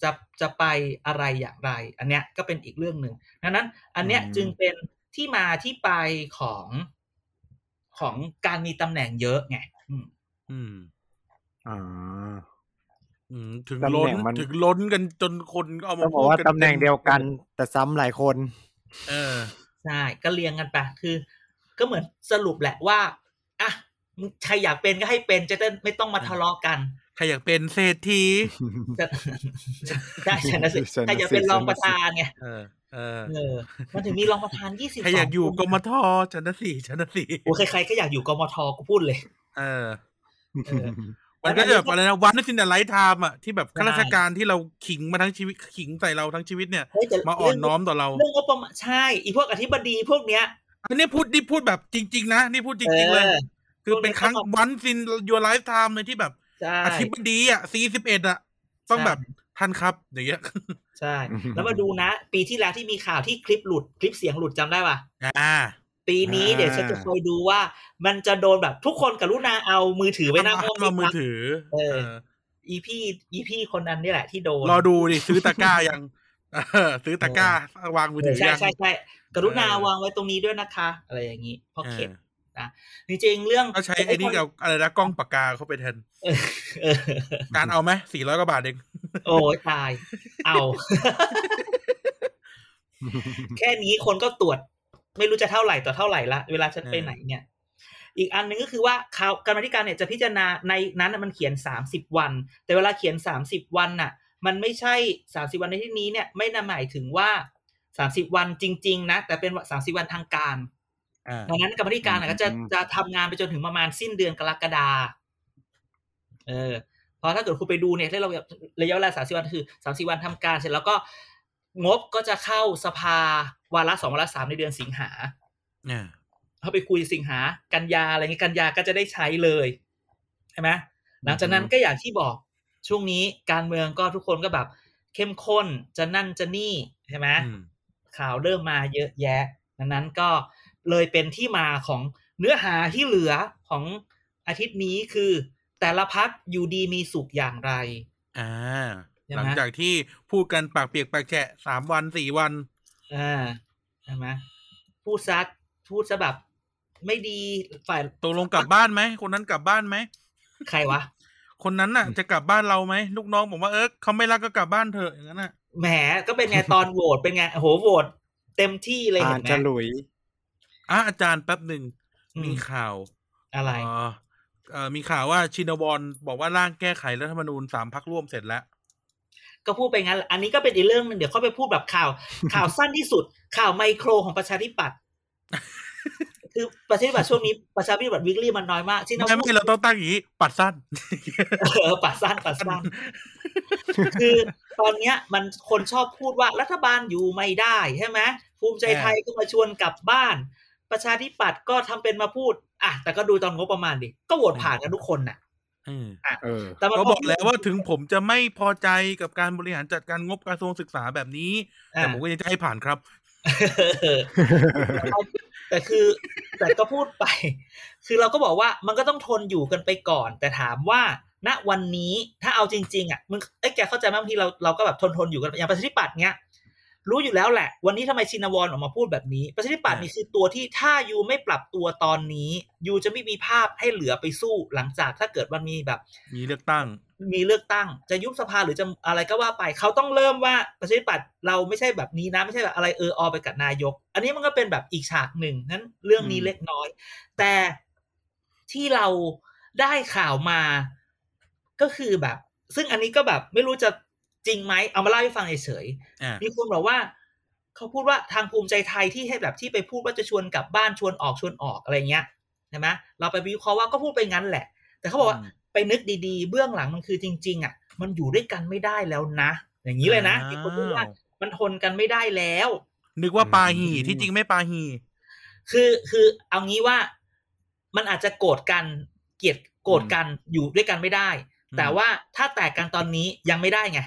S4: จะจะไปอะไรอย่างไร อันเนี้ยก็เป็นอีกเรื่องหนึ่งดังนั้น อันเนี้ย
S3: อืม
S4: จึงเป็นที่มาที่ไปของของการมีตำแหน่งเยอะไงอืม
S2: อืม
S3: อ่า
S2: อืมถึง
S3: ตำแหน่
S2: ล้
S3: ง
S2: น
S3: มัน
S2: ถึงล้นกันจนคนก็เอา
S3: ต้
S2: มา
S3: องบ
S2: พู
S3: อก
S2: ด
S3: ว่า
S2: กั
S3: ตำแหน่งเดียวกัน แต่ซ้ำหลายคน
S2: เออ
S4: ใช่ก็เรียงกันไปคือ ก็เหมือนสรุปแหละว่าอ่ะมึงใครอยากเป็นก็ให้เป็นจะได้ไม่ต้องมาทะเลาะกัน
S2: ใครอยากเป็นเศรษฐี
S4: จะ ได้ชนะสิทธิ์
S3: ชนะสิทธิ์
S4: ใครจะเป็นรองประธานไง
S2: เออ เออ
S4: เออมันถึงมีรองประธานยี่สิบ
S2: ใครอยากอยู่กมทชนะสี่ชนะสี่
S4: โอ้ใครๆก็อยากอยู่กมทกูพูดเลย
S2: เออ
S4: เออ
S2: มันก็จะแบบอะไรนะวันนั้นสินไลท์ไทม์อ่ะที่แบบข้าราชการที่เราขิงมาทั้งชีวิตขิงใส่เราทั้งชีวิตเนี่ย
S4: เฮ้ยแต่
S2: มาอ่อนน้อมต่อเรา
S4: เรื่องงบประมาณใช่อีพวกอธิบดีพวกเนี้ย
S2: อันนี้พูดนี่พูดแบบจริง ๆ นะ นี่พูดจริง ๆ เลย
S4: เออ
S2: คือเป็นครั้งวันซินยูไลฟ์ไทม์เลยที่แบบ
S4: ใช่
S2: อธิบดีอ่ะซีสิบเอ็ดอ่ะ ต้องแบบท่านครับอย่างเงี้ย
S4: ใช่ แล้วมาดูนะ ปีที่แล้วที่มีข่าวที่คลิปหลุดคลิปเสียงหลุดจำได้ป่ะ
S2: อ่า
S4: ปีนี้
S3: อ่า
S4: เดี๋ยวฉันจะคอยดูว่า มันจะโดนแบบทุกคนกรุณาเอามือถือไว้หน้าห้อง
S2: เรามือ
S4: อ
S2: ถือ
S4: เอ
S2: เอ
S4: อ
S2: อ
S4: อีพี่อีพี่คนนั้นนี่แหละที่โดน
S2: รอดูดิ ซื้อตะกร้ายัง เออซื้อตะกร้า วางมือถือ
S4: ใช่
S2: ยัง
S4: ใช่ใช่กรุณาวางไว้ตรงนี้ด้วยนะคะ อะไรอย่างนี้เพราะ
S2: เอ
S4: เข็ด
S2: อ
S4: จริงๆเรื่อง
S2: ก็ใช้ไอ้นี่เอาอะไรนะกล้องปากกาเข้าไปแทน
S4: เออ
S2: การเอาไหมสี่ร้อยกว่าบาทเอง
S4: โอ้ยตาย เอา แค่นี้คนก็ตรวจ ไม่รู้จะเท่าไหร่ต่อเท่าไหร่ละ เวลาฉันไปไหนเนี่ย อีกอันหนึ่งก็คือว่าข่าวกรรมาธิการเนี่ยจะพิจารณาในนั้นน่ะมันเขียนสามสิบวัน แต่เวลาเขียนสามสิบวันน่ะ มันไม่ใช่สามสิบวันในที่นี้เนี่ยไม่นำหมายถึงว่าสามสิบวันจริง ๆ นะ แต่เป็นสามสิบวันทางการ
S2: อ่า
S4: ดังนั้นกรรมาธิการน่ะ
S3: อืม
S4: ก็จะ
S3: อืม
S4: จะทำงานไปจนถึงประมาณสิ้นเดือนกรกฎาเออเพราะถ้าเกิดคุณไปดูเนี่ยที่เราระยะเวลาสามสิบวันคือสามสิบวันทำการเสร็จแล้วก็ งบก็จะเข้าสภาวาระสองวาระสามในเดือนสิงหา
S2: เนี่ย
S4: เขาไปคุยสิงหากันยาอะไรเงี้ยกันยาก็จะได้ใช้เลยใช่ไหมหลังจากนั้นก็อย่างที่บอกช่วงนี้การเมืองก็ทุกคนก็แบบ เข้มข้นจะนั่นจะนี่ใช่ไหม
S2: อืม
S4: ข่าวเริ่มมาเยอะแยะดังนั้นก็เลยเป็นที่มาของเนื้อหาที่เหลือของอาทิตย์นี้คือ แต่ละพักอยู่ดีมีสุขอย่างไร
S2: อ่า
S4: ใช่
S2: ห
S4: ไหม
S2: ลังจากที่พูดกันปากเปียกปากแฉะสามวันสี่วัน
S4: อ่าใช่ไหมพูดซัดพูดซะแบบไม่ดีฝ่าย
S2: ตกลงกลับบ้านไหม คนนั้นกลับบ้านไหม
S4: ใครวะ
S2: คนนั้นน่ะ จะกลับบ้านเราไหมลูกน้องบอกว่าเออเขาไม่รักก็กลับบ้านเถอะอย่างนั้นน่ะ
S4: แหมก็เป็นไงตอนโหวตเป็นไงโอ้โหโหวตเต็มที่เลย
S3: อ่า
S4: เห็น
S3: น
S4: ไหม
S3: จะหลุย
S2: อ่ะอาจารย์แป๊บหนึ่ง
S4: อื
S2: มี
S4: ม
S2: ข่าว
S4: อะไร
S2: เอ่อเอ่อมีข่าวว่าชินบอลบอกว่าร่างแก้ไขรัฐธรรมนูญสามพักร่วมเสร็จแล้ว
S4: ก็พูดไปงั้นแหละอันนี้ก็เป็นอีกเรื่องหนึงเดี๋ยวเขาไปพูดแบบข่าว ข่าวสั้นที่สุด ข่าวไมโครของประชาธิปัตย์คือประชาธิปัตย์ช่วงนี้ประชาธิปัตย์วิกฤตมันน้อยมากที่เรา
S2: ไม่
S4: พู
S2: ไม่
S4: ด
S2: เราต้องตั้งอย่างนี้ ปัดสั้น
S4: เออปัดสั้นปัดสั้นคือตอนเนี้ย มันคนชอบพูดว่ารัฐบาลอยู่ไม่ได้ใช่ไหมภูมิใจไทยก็มาชวนกลับบ้าน ประชาธิปัตย์ก็ทำเป็นมาพูดอ่ะแต่ก็ดูตอนงบประมาณดิก็โหวตผ่านกันทุกคนน่ะ
S2: อืม
S3: เออ
S4: แต่มัน
S2: ก็บอกแล้วว่าถึงผมจะไม่พอใจกับการบริหารจัดการงบกระทรวงศึกษาแบบนี้
S4: อ่ะ
S2: แต่ผมก็ยังจะให้ผ่านครับ
S4: แต่คือแต่ก็พูดไป คือเราก็บอกว่ามันก็ต้องทนอยู่กันไปก่อน แต่ถามว่า ณวันนี้ถ้าเอาจริง ๆ อ่ะมึงไอ้ยแกเข้าใจไหมบางทีเราเราก็แบบทนทนอยู่กันอย่างประชาธิปัตย์เนี้ยรู้อยู่แล้วแหละ วันนี้ทำไมชินวรออกมาพูดแบบนี้ ประชาธิปัตย์นี่คือตัวที่ถ้ายูไม่ปรับตัวตอนนี้ยูจะไม่มีภาพให้เหลือไปสู้หลังจากถ้าเกิดวันมีแบบ
S2: มีเลือกตั้ง
S4: มีเลือกตั้งจะยุบสภาหรือจะอะไรก็ว่าไป เขาต้องเริ่มว่าประชาธิปัตย์เราไม่ใช่แบบนี้นะ ไม่ใช่แบบอะไรเออออไปกับนายก อันนี้มันก็เป็นแบบอีกฉากหนึ่งนั้นเรื่องนี้
S2: อืม
S4: เล็กน้อย แต่ที่เราได้ข่าวมาก็คือแบบ ซึ่งอันนี้ก็แบบไม่รู้จะจริงไหมเอามาเล่าให้ฟังเฉย
S2: อ่า
S4: ๆมีคนบอกว่า เขาพูดว่าทางภูมิใจไทยที่ให้แบบที่ไปพูดว่าจะชวนกลับบ้านชวนออกชวนออกอะไรเงี้ยใช่ไหมเราไปวิเคราะห์ว่าก็พูดไปงั้นแหละ แต่เขาบอกว่า ไปนึกดีๆ เบื้องหลังมันคือจริง ๆ อ่ะ มันอยู่ด้วยกันไม่ได้แล้วนะ อย่างนี้เลยนะที่คนพูดว่า
S2: อ้าว
S4: มันทนกันไม่ได้แล้ว
S2: นึกว่าปาหี
S3: อืม
S2: ที่จริงไม่ปาหี
S4: คือคือเอางี้ว่ามันอาจจะโกรธกันเกลียดโกรธกันอยู่ด้วยกันไม่ได้
S2: อืม
S4: แต่ว่าถ้าแตกกันตอนนี้ยังไม่ได้ไง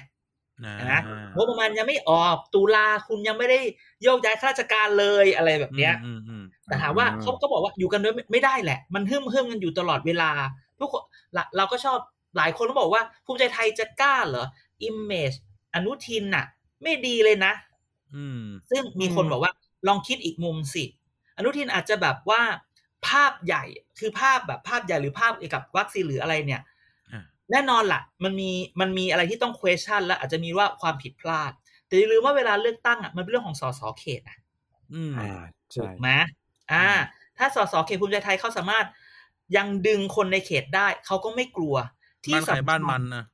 S2: นะ
S4: นะงบประมาณยังไม่ออกตุลาคุณยังไม่ได้โยกย้ายข้าราชการเลยอะไรแบบเนี้ย
S2: อืมอืม
S4: แต่ถามว่า
S3: อ่า
S4: เขาก็บอกว่าอยู่กันด้วยไม่ไม่ได้แหละ มันฮึ่มฮึ่มกันอยู่ตลอดเวลา ทุกคนละเราก็ชอบหลายคนก็บอกว่า ภูมิใจไทยจะกล้าเหรออิมเมจอนุทินน่ะ ไม่ดีเลยนะ
S2: อืม
S4: ซึ่งมีคนบอกว่า ลองคิดอีกมุมสิ อนุทินอาจจะแบบว่า ภาพใหญ่คือภาพแบบภาพใหญ่หรือภาพเกี่ยวกับวัคซีนหรืออะไรเนี่ย
S2: อ่ะ
S4: แน่นอนล่ะ มันมีมันมีอะไรที่ต้อง question และอาจจะมีว่าความผิดพลาด แต่อย่าลืมว่าเวลาเลือกตั้งอ่ะมันเป็นเรื่องของสสเขตนะ
S2: อืม
S3: อ่าใช่
S4: ไหมอ่า
S2: อืม
S4: ถ้าสสเขตภูมิใจไทยเขาสามารถยังดึงคนในเขตได้ เขาก็ไม่กลัว ที่
S2: บ้านใคร
S4: สำคัญ
S2: บ้านมันนะ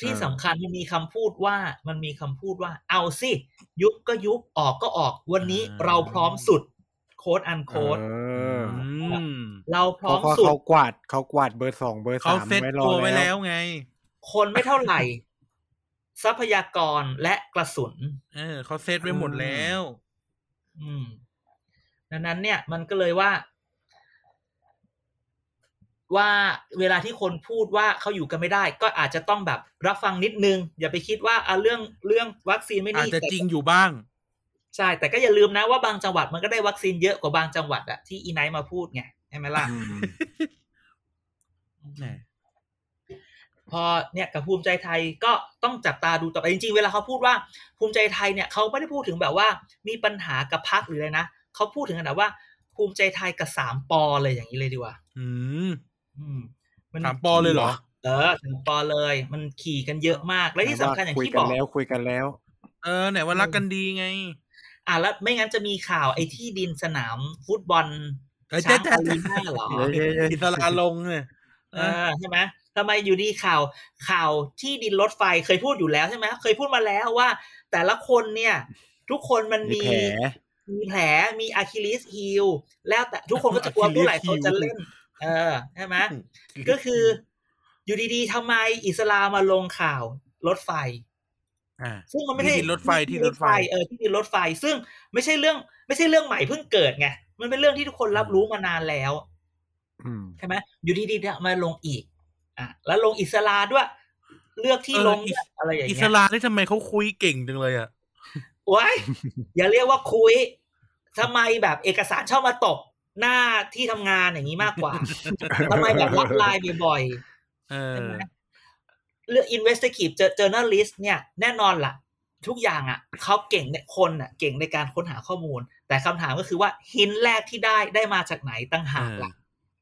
S4: ที่สำคัญมันมีคำพูดว่า มันมีคำพูดว่า เอาสิ ยุบก็ยุบ ออกก็ออก วันนี้เราพร้อมสุด โค้ดอันโค้ด
S3: เออ
S2: อืม
S4: เราพ
S3: เพ
S4: ร้อ
S3: ราะ
S4: ม
S3: ว่า
S4: สุด
S3: เขากวาดเขากวาดเบอร์สองเบอร์
S2: เขา
S3: สาม
S2: เซ็ต
S3: ไว้รอ
S2: ตัวไว้
S3: แล้
S2: แล้ว วไง
S4: คนไม่เท่าไหร่ ทรัพยากรและกระสุน
S2: เออเขาเซ็ตไว้หมดแล้ว
S4: อืม ดังนั้นเนี่ยมันก็เลยว่า ว่าเวลาที่คนพูดว่าเขาอยู่กันไม่ได้ ก็อาจจะต้องแบบรับฟังนิดนึง อย่าไปคิดว่าอ่ะเรื่องเรื่องวัคซีนไม่
S2: อาจจะ
S4: นี่แต่
S2: จริงอยู่บ้าง
S4: ใช่ แต่ก็อย่าลืมนะว่าบางจังหวัดมันก็ได้วัคซีนเยอะกว่าบางจังหวัดอะที่อีไนท์มาพูดไงใช่ไหมล่ะ
S2: แหม
S4: พอเนี่ยกับภูมิใจไทยก็ต้องจับตาดูต่อไปจริงๆ เวลาเขาพูดว่าภูมิใจไทยเนี่ยเขาไม่ได้พูดถึงแบบว่า มีปัญหากับพักหรืออะไรนะเขาพูดถึงขนาดว่า ภูมิใจไทยกับสามปอเลยอย่างนี้เลยดีกว่า
S2: อืม
S4: อืมมัน
S2: ถามปอเลยเหรอ
S4: เออถึงปอเลย มันขี่กันเยอะมาก และที่สำคัญอย่าง
S3: คุย
S4: ที่
S3: กับ น
S4: อก
S3: แล้วคุยกันแล้ว
S2: เออไหนว่ารักกันดีไง
S4: อ่ะแล้วไม่งั้นจะมีข่าวไอ้ที่ดินสนามฟุตบอล
S2: เออ
S4: ช้า
S2: แจ๊ะแจ๊ะ
S4: งอารีน่าเหรอ
S3: เย้เย้เย้
S2: อิสระลงเนี่ย
S4: เออใช่ไหมทำไมอยู่ดีข่าวข่าวที่ดินรถไฟเคยพูดอยู่แล้วใช่ไหมเคยพูดมาแล้วว่า แต่ละคนเนี่ย ทุกคนมัน
S3: มี
S4: มีมี
S3: แผล
S4: แผลมีอะคิลิสฮิลแล้วแต่ทุกคนก็จะกลัวเมื่อไหร่เขาจะเล่น เออใช่ไหม ก็คืออยู่ดีๆทำไมอิสลามมาลงข่าวรถไฟ
S2: อ่า
S4: ซึ่งมันไม่ใช่
S2: ที่ดินรถไฟที่ดินรถไฟ
S4: เออที่ดินรถไฟ ซึ่งไม่ใช่เรื่อง ไม่ใช่เรื่องใหม่เพิ่งเกิดไงมันเป็นเรื่องที่ทุกคนรับรู้มานานแล้ว
S3: อืม
S4: ใช่ไหมอยู่ดีๆเนี่ยมาลงอีก อ่ะแล้วลงอิสลาด้วย เลือกที่
S2: เออ
S4: ลง
S2: อิส
S4: ด้วยอะไรอย่าง
S2: อิส
S4: เงี้ย
S2: ลาได้ทำไมเขาคุยเก่งจังเลยอ่ะ
S4: ว้ายอย่าเรียกว่าคุยทำไมแบบเอกสารชอบมาตกหน้าที่ทำงานอย่างนี้มากกว่าทำไมแบบรับไลน์บ่อย
S2: เอ
S4: ๆใช่
S2: อ
S4: ไหมเรื่อง investigative journalist เนี่ยแน่นอนล่ะ ทุกอย่างอ่ะเขาเก่งในคนอ่ะ เก่งในการค้นหาข้อมูล แต่คำถามก็คือว่าหินแรกที่ได้ได้มาจากไหนตั้งหากล่ะ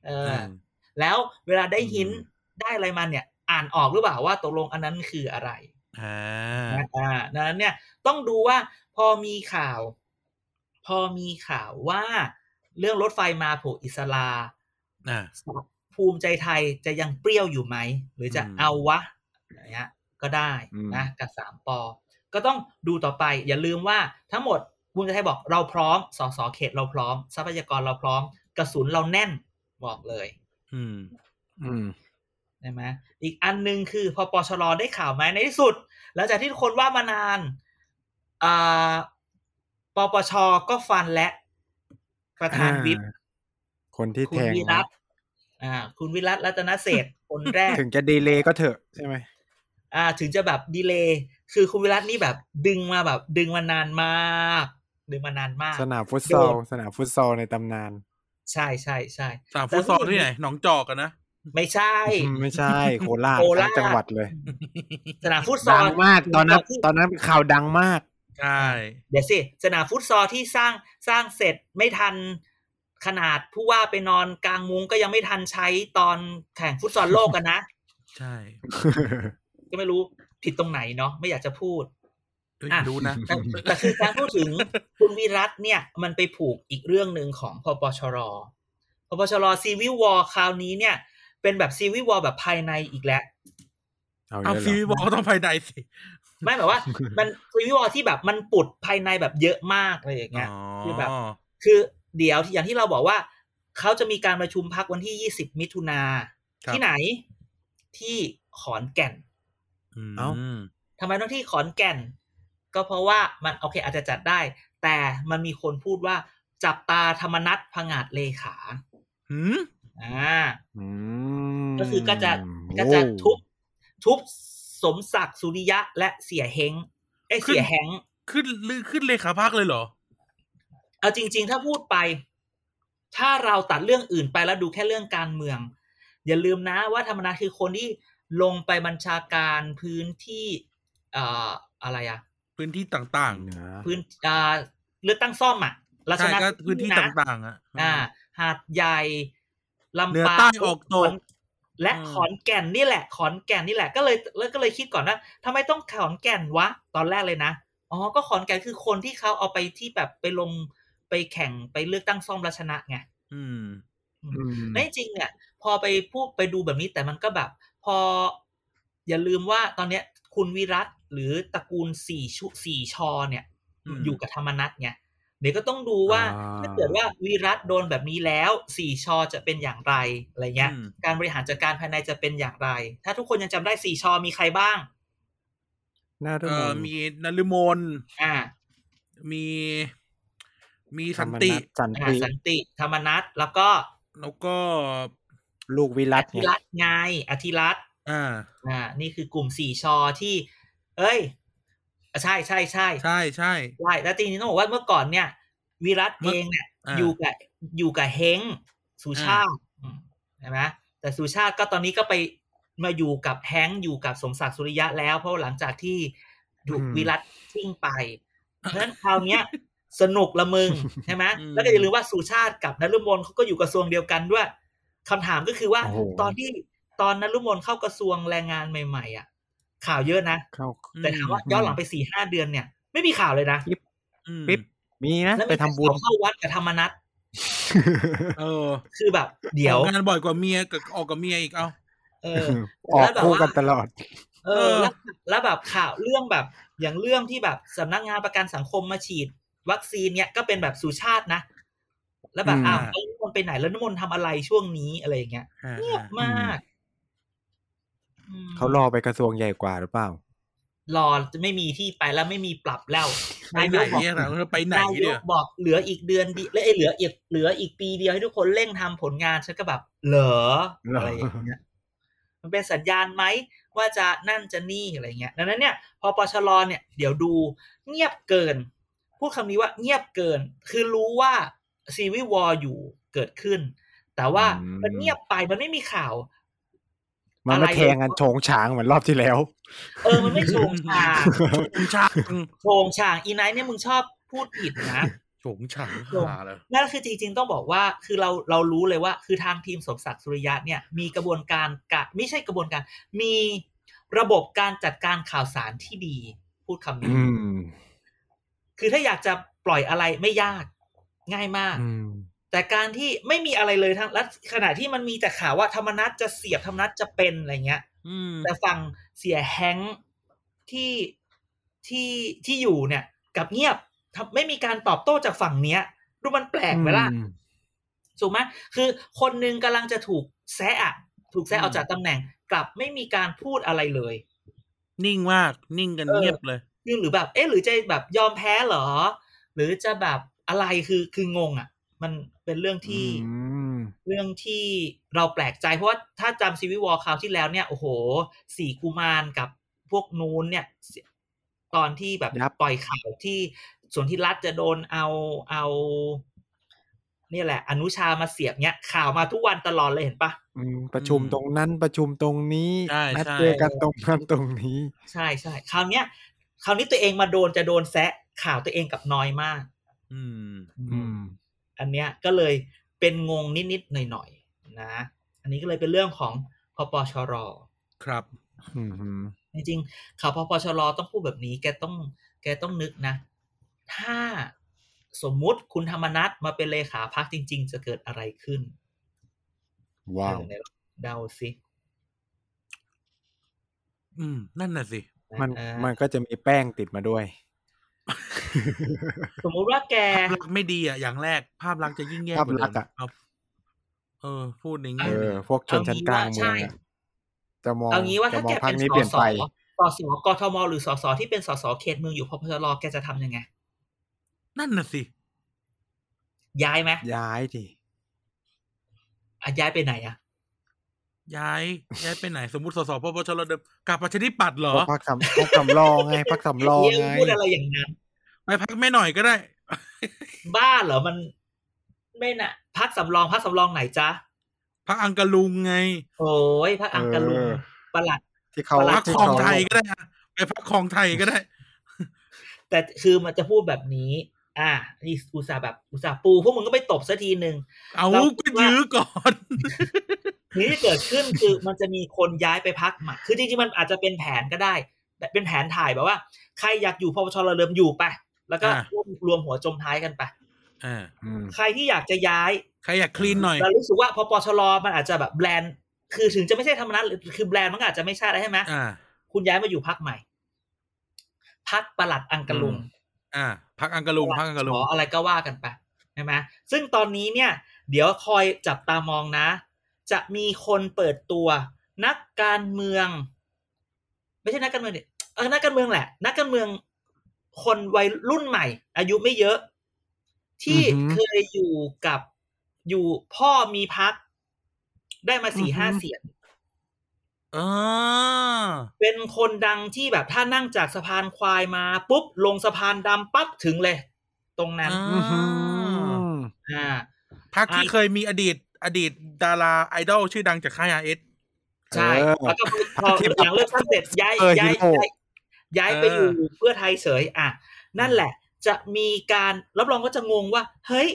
S4: เอ
S2: เอ
S4: อ
S2: อ
S4: แล้วเวลาได้หิน
S2: อืม
S4: ได้อะไรมาเนี่ย อ่านออกหรือเปล่าว่าตกลงอันนั้นคืออะไร
S2: อ่า
S4: นะอ่าดังนั้นเนี่ยต้องดูว่าพอมีข่าว พอมีข่าวว่าเรื่องรถไฟมาโผล่อิสลา
S2: อ่า
S4: ภูมิใจไทยจะยังเปรี้ยวอยู่ไหม หรือจะ
S2: อืม
S4: เอาวะอะไรเงี้ยก็ได้นะกับสามปอ ก็ต้องดูต่อไป อย่าลืมว่าทั้งหมดภูมิใจไทยบอกเราพร้อมสสเขตเราพร้อม ทรัพยากรเราพร้อม กระสุนเราแน่นบอกเลย
S2: อืม
S3: อืม
S4: ใช่ไหมอีกอันหนึ่งคือพอปชรได้ข่าวไหมในที่สุด หลังจากที่คนว่ามานานอ่าปปชก็ฟันและประธานวิป
S3: อ่า คนที่
S4: คุ
S3: แท
S4: ณ
S3: ง
S4: วิรัตอ่า คุณวิรัตรัตนเศร ษฐ์คนแรก
S3: ถึงจะดีเลยก็เถอะใช่ไหม
S4: อ่า ถึงจะแบบดีเลย์คือคุณวิรัตนี่แบบดึงมาแบบ ดึงมานานมาก ดึงมานานมาก
S3: สนามฟุตซอล สนามฟุตซอลในตำนาน
S4: ใช่ใช่ใช่
S2: สามฟุตซอลที่ไหนหนองจอกอะนะ
S4: ไม่ใช่
S3: ไม่ใช่โคราช
S4: โคราช
S3: ทั้งจังหวัดเลย
S4: สนามฟุตซอ
S3: ดั
S4: ล
S3: งมากตอนนั้น ตอนนั้นข่าวดังมาก
S2: ใช่
S4: เดี๋ยวสิสนามฟุตซอลที่สร้างสร้างเสร็จไม่ทันขนาดผู้ว่าไปนอนกลางมุ้งก็ยังไม่ทันใช้ตอนแข่งฟุตซอลโลกกันนะ
S2: ใช่
S4: ก็ไม่รู้ผิดตรงไหนเนาะไม่อยากจะพูด
S2: เอ้ย
S4: อ่ะ
S2: รู้นะ
S4: แต่แต่คือการพูดถึง คุณวิรัตเนี่ย มันไปผูกอีกเรื่องหนึ่งของพปชรพปชรซีวิวอคราวนี้เนี่ย เป็นแบบซีวิวอแบบภายในอีกแล้ว
S3: เอา
S2: เอา
S3: เยอะ
S2: ซี
S3: เล
S2: วี
S3: ย
S2: บอกก็ต้องภายในสิ
S4: ไม่แบบว่า มันซีวิวอที่แบบมันปุดภายในแบบเยอะมากอะไรอย่าง
S2: อ๋
S4: เงี้ย
S2: อ
S4: คือแบบ คือเดี๋ยวที่อย่างที่เราบอกว่า เขาจะมีการประชุมพักวันที่ 20 มิถุนา
S2: ครับ
S4: ที่ไหนที่ขอนแก่น
S2: ม
S3: เอ้า
S4: ทำไมต้องที่ขอนแก่น ก็เพราะว่ามันโอเคอาจจะจัดได้ แต่มันมีคนพูดว่าจับตาธรรมนัตพงาดเลขา
S2: หืม
S4: อ่า
S3: อืม
S4: ก็คือก็จะ
S3: โอ้
S4: ก็จะทุบทุบสมศักดิ์สุริยะและเสียเฮงเอ้ยเสียแฮง
S2: ขึ้นลือขึ้นเลขาพักเลยเหรอ
S4: เอาจริง ๆ ถ้าพูดไป ถ้าเราตัดเรื่องอื่นไปแล้วดูแค่เรื่องการเมือง อย่าลืมนะว่าธรรมนัฐคือคนที่ลงไปบัญชาการพื้นที่เอ่ออะไรอะ
S2: พื้นที่ต่าง
S3: นะ
S4: พื้นอ่าเลือกตั้งซ่อมอะ
S2: ๆ
S4: เราช
S2: ใช่
S4: นะ
S2: ก็พื้นที่ต่างๆ อ่ะ
S4: อ่า หาดใหญ่
S2: เหนื
S4: ลำ
S2: อ
S4: ปาง
S2: ใต้ออกตก
S4: และ
S2: อืม
S4: ขอนแก่นนี่แหละ ขอนแก่นนี่แหละ ก็เลยแล้วก็เลยคิดก่อนว่าทำไมต้องขอนแก่นวะ ตอนแรกเลยนะอ๋อก็ขอนแก่นคือคนที่เขาเอาไปที่แบบไปลงไปแข่งไปเลือกตั้งซ่อมราชนะไง
S2: อืม
S4: ในจริงเนี่ยพอไปพูดไปดูแบบนี้แต่มันก็แบบ พออย่าลืมว่าตอนเนี้ย คุณวิรัตหรือตระกูลสี่ชุสี่ชอเนี่ย
S2: อืม
S4: อยู่กับธรรมนัตไงเดี๋ยวก็ต้องดูว่า
S3: อ่า
S4: ถ้าเกิดว่าวิรัตโดนแบบนี้แล้วสี่ชอจะเป็นอย่างไรอะไรเงี้ย
S2: อืม
S4: การบริหารจัดการภายในจะเป็นอย่างไร ถ้าทุกคนยังจำได้สี่ชอมีใครบ้าง
S3: หน้าทุก
S2: เอ่
S3: ค
S2: อน มีนลมน
S4: อ่า
S2: มี มีสันติ
S3: ธรรมนัสสัน
S4: อ่า
S3: ติ
S4: สันติธรรมนัตแล้วก็
S2: แล้วก็
S3: ลูกวิรัต
S4: ธิ
S3: ไง
S4: รัตน์ไงอธิรัตน์
S2: อ่า
S4: อ่า นี่คือกลุ่มสี่ชอที่ เอ้ย ใช่ใช่ใช่ใช่
S2: ใช่ใช่
S4: แล้วจริงๆต้องบอกว่าเมื่อก่อนเนี่ย วิรัตเองเนี่ย
S2: า
S4: อยู่กับอยู่กับเฮงสุชาติอืมใช่ไหมแต่สุชาติก็ตอนนี้ก็ไปมาอยู่กับแฮงค์อยู่กับสมศักดิ์สุริยะแล้ว เพราะหลังจากที่ถูกวิรัตทิ้งไป เพราะฉะนั้นคราวเนี้ย สนุกละมึง ใช่ไหม
S2: อืม
S4: แล้วก็ อย่าลืมว่าสุชาติกับนรุมนเขาก็อยู่กระทรวงเดียวกันด้วยคำถามก็คือว่า
S3: โอ้โห
S4: ตอนที่ตอนนรุมนเข้ากระทรวงแรงงานใหม่ๆอ่ะ ข่าวเยอะนะ
S3: เข้า
S4: แต่ถามว่าย้อนหลังไปสี่ห้าเดือนเนี่ย ไม่มีข่าวเลยนะ
S2: อืม
S3: ปิ๊บ มีนะ
S4: แล้ว
S3: ไป
S4: มี
S3: ทำ
S4: แต่
S3: บุญ
S4: ข่าวเข้าวัดกับธรรมนัต
S2: เออ
S4: คือแบบ เดี๋ยว
S2: ออกงานบ่อยกว่าเมียกับออกกับเมียอีกเอ้า
S4: เออ
S3: ออกคู่กันตลอด
S4: เอ
S2: เอ
S4: อ
S2: อ
S4: แล้วแล้วแบบข่าวเรื่องแบบ อย่างเรื่องที่แบบสำนักงานประกันสังคมมาฉีด วัคซีนเนี่ยก็เป็นแบบสุชาตินะ แล้วแบบ
S3: อืม
S4: อ้าวแล้วน้ำมนต์ไปไหนแล้วน้ำมนต์ทำอะไรช่วงนี้อะไรอย่างเงี้ย
S2: อ่า
S4: เงียบมากอืม
S3: เขารอไปกระทรวงใหญ่กว่าหรือเปล่า
S4: รอจะไม่มีที่ไปแล้วไม่มีปรับแล้ว
S2: ไปไหนเนี่ยนะไปไหน
S4: นาย
S2: เนี่
S4: ก
S2: ย
S4: บอกเหลืออีกเดือนเดีและไอ้เหลืออีกเหลืออีกปีเดียวให้ทุกคนเร่งทำผลงานฉันก็แบบเหรออะไรอย่างเงี้ยมันเป็นสัญญาณไหมว่าจะนั่นจะนี่อะไรเงี้ยดังนั้นเนี่ยพอปชรเนี่ยเดี๋ยวดูเงียบเกิน พูดคำนี้ว่าเงียบเกิน คือรู้ว่าซีวิวออยู่เกิดขึ้น แต่ว่า
S3: อืม
S4: มันเงียบไปมันไม่มีข่าว
S3: มันไม่
S4: อะไร
S3: แทงกันโฉงฉางเหมือนรอบที่แล้ว
S4: เออมันไม่โฉงฉาง
S2: ชงช่าง
S4: โฉงฉางอีไนท์เนี่ยมึงชอบพูดผิดนะ
S2: ชงช่างหาเลย
S4: นั่นคือจริงๆต้องบอกว่าคือเราเรารู้เลยว่า คือทางทีมสมศักดิ์สุริยะเนี่ยมีกระบวนการกะไม่ใช่กระบวนการ มีระบบการจัดการข่าวสารที่ดี พูดคำนี้
S3: อืม
S4: คือถ้าอยากจะปล่อยอะไรไม่ยากง่ายมาก
S3: อืม
S4: แต่การที่ไม่มีอะไรเลยทั้งและขณะที่มันมีแต่ข่าวว่าธรรมนัตจะเสียบธรรมนัตจะเป็นอะไรเงี้ย
S2: อืม
S4: แต่ฝั่งเสียแฮงค์ที่ที่ที่อยู่เนี่ยกลับเงียบทำไม่มีการตอบโต้จากฝั่งเนี้ย ดูมันแปลกไหมล่ะ
S3: อืม
S4: ถูกไหมคือคนหนึ่งกำลังจะถูกแซะอะถูกแซะออกจากตำแหน่ง กลับไม่มีการพูดอะไรเลย
S2: นิ่งมากนิ่งกันเงียบเลย
S4: ยิ่งหรือแบบ เอ๊ะ หรือจะแบบยอมแพ้เหรอ หรือจะแบบอะไรคือคืองงอ่ะ มันเป็นเรื่องที่
S3: อืม
S4: เรื่องที่เราแปลกใจเพราะว่าถ้าจำซีวิวอลคราวที่แล้วเนี่ยโอ้โห สี่กุมารกับพวกนูนเนี่ย ตอนที่แบบ
S3: ยับ
S4: ปล่อยข่าวที่ส่วนที่รัฐจะโดนเอาเอาเนี่ยแหละ อนุชามาเสียบเนี่ยข่าวมาทุกวันตลอดเลยเห็นปะ
S3: อืมประชุมตรงนั้นประชุมตรงนี้
S2: ใช่
S3: นัด
S2: ใช่
S3: เจอกันตรงนั้นตรงนี้
S4: ใช่ใช่คราวเนี้ยคราวนี้ตัวเองมาโดนจะโดนแซะข่าวตัวเองกลับน้อยมาก
S2: อืม
S3: อืม
S4: อันเนี้ยก็เลยเป็นงงนิดๆหน่อยๆนะ อันนี้ก็เลยเป็นเรื่องของพปชร
S2: ครับ
S3: อืมอืม
S4: จริงๆข่าวพปชรต้องพูดแบบนี้ แกต้อง แกต้องนึกนะ ถ้าสมมุติคุณธรรมนัฐมาเป็นเลขาพักจริง ๆ จะเกิดอะไรขึ้น
S3: ว้าว
S4: เออเดาสิ
S2: อืม นั่นน่ะสิ
S4: ะ
S3: มัน
S4: เออ
S3: มันก็จะมีแป้งติดมาด้วย
S4: สมมุติว่าแก
S2: ภาพลักษณ์ไม่ดีอ่ะ อย่างแรก ภาพลักษณ์จะยิ่งแย่
S3: ภาพลักษณ์
S2: ว่า
S3: อะ
S2: เดิมครับเออ พูดใน
S3: เอ
S2: แง่
S3: อ พวกชนชั้นกลางเมืองอะจะมอง
S4: เอางี้ว่า
S3: จะ
S4: ถ้าม
S3: อ
S4: แก
S3: งพั
S4: เป็น
S3: ก
S4: ส
S3: นี้เปลี่ยน
S4: ส
S3: ไป
S4: สสกทมหรือสสที่เป็นสสเขตเมืองอยู่พปชรแกจะทำยังไง
S2: นั่นน่ะสิ
S4: ย้ายไหม
S3: ย้ายดิ
S4: อ่ะย้ายไปไหนอ่ะ
S2: ย้าย ย้ายไปไหน สมมติสสปปชรเดิมกลับประชาธิปัตย์เหรอ
S3: พวกพักสำพวกสำรองไงพักสำรอง
S4: เยี่ยม
S3: ไง
S4: พูดอะไรอย่างนั้น
S2: ไปพักไม่หน่อยก็ได้
S4: บ้าเหรอมันไม่น่ะพักสำรองพักสำรองไหนจ๊ะ
S2: พักอังกะลุงไง
S4: โอ้ยพระอังกะลุง
S3: เออ
S4: ประหลัด
S3: ที่เขา
S2: พัก
S3: ที่
S2: คลอง
S3: เขา
S2: ไทยก็ได้อะไปพักคลองไทยก็ได้
S4: แต่คือมันจะพูดแบบนี้ อ่ะนี่อุตส่าห์แบบอุตส่าห์ปูพวกมึงก็ไปตบสักทีหนึ่ง
S2: เอา
S4: เรา
S2: ก็
S4: ว่ายื้
S2: ยื้อก่อน
S4: นี่ที่เกิดขึ้นคือมันจะมีคนย้ายไปพักใหม่คือจริงๆมันอาจจะเป็นแผนก็ได้ แต่เป็นแผนถ่ายแบบว่า ใครอยากอยู่พปชรเริ่มอยู่ไป แล้วก็
S2: อ่ะ
S4: ร่วมรวมหัวจมท้ายกันไป
S2: อ่า
S3: อืม
S4: ใครที่อยากจะย้าย
S2: ใครอยากคลีนหน่อย
S4: เรารู้สึกว่าพปชรมันอาจจะแบบแบรนด์ คือถึงจะไม่ใช่ธรรมนัตหรือคือแบรนด์มันก็อาจจะไม่ใช่แล้วใช่ไหม
S2: อ่า
S4: คุณย้ายมาอยู่พักใหม่พักประหลัดอังกะลุง
S3: อืม
S2: อ่า พักอังกะลุงพักอังกะลุ
S4: ห
S2: ง
S4: มออะไรก็ว่ากันไปใช่ไหมซึ่งตอนนี้เนี่ย เดี๋ยวคอยจับตามองนะ จะมีคนเปิดตัว นักการเมือง ไม่ใช่นักการเมืองดิเออนักการเมืองแหละ นักการเมืองคนวัยรุ่นใหม่ อายุไม่เยอะ ที่
S3: อือหือ
S4: เคยอยู่กับอยู่พ่อมีพัก ได้มาสี่
S3: อือหือ
S4: ห้าเสียง
S2: เออ
S4: เป็นคนดังที่แบบถ้านั่งจากสะพานควายมาปุ๊บลงสะพานดำปั๊บถึงเลย ตรงนั้น
S2: อ่า
S3: อืม
S4: อ่า
S2: พักที่เคยมีอดีต อดีตดาราไอดอลชื่อดังจากค่ายอาเอส
S4: ใช่
S3: เออ
S4: แล้วก็พอ
S3: ที่แบบ
S4: หลังเลือกตั้งเสร็จย้าย
S3: เออ
S4: ย้าย
S3: hero
S4: ย้ายย้ายไป
S2: เอ
S4: อ
S2: อ
S4: ยู่เพื่อไทยเฉยอ่ะ นั่นแหละ จะมีการรับรองก็จะงงว่า เฮ้ย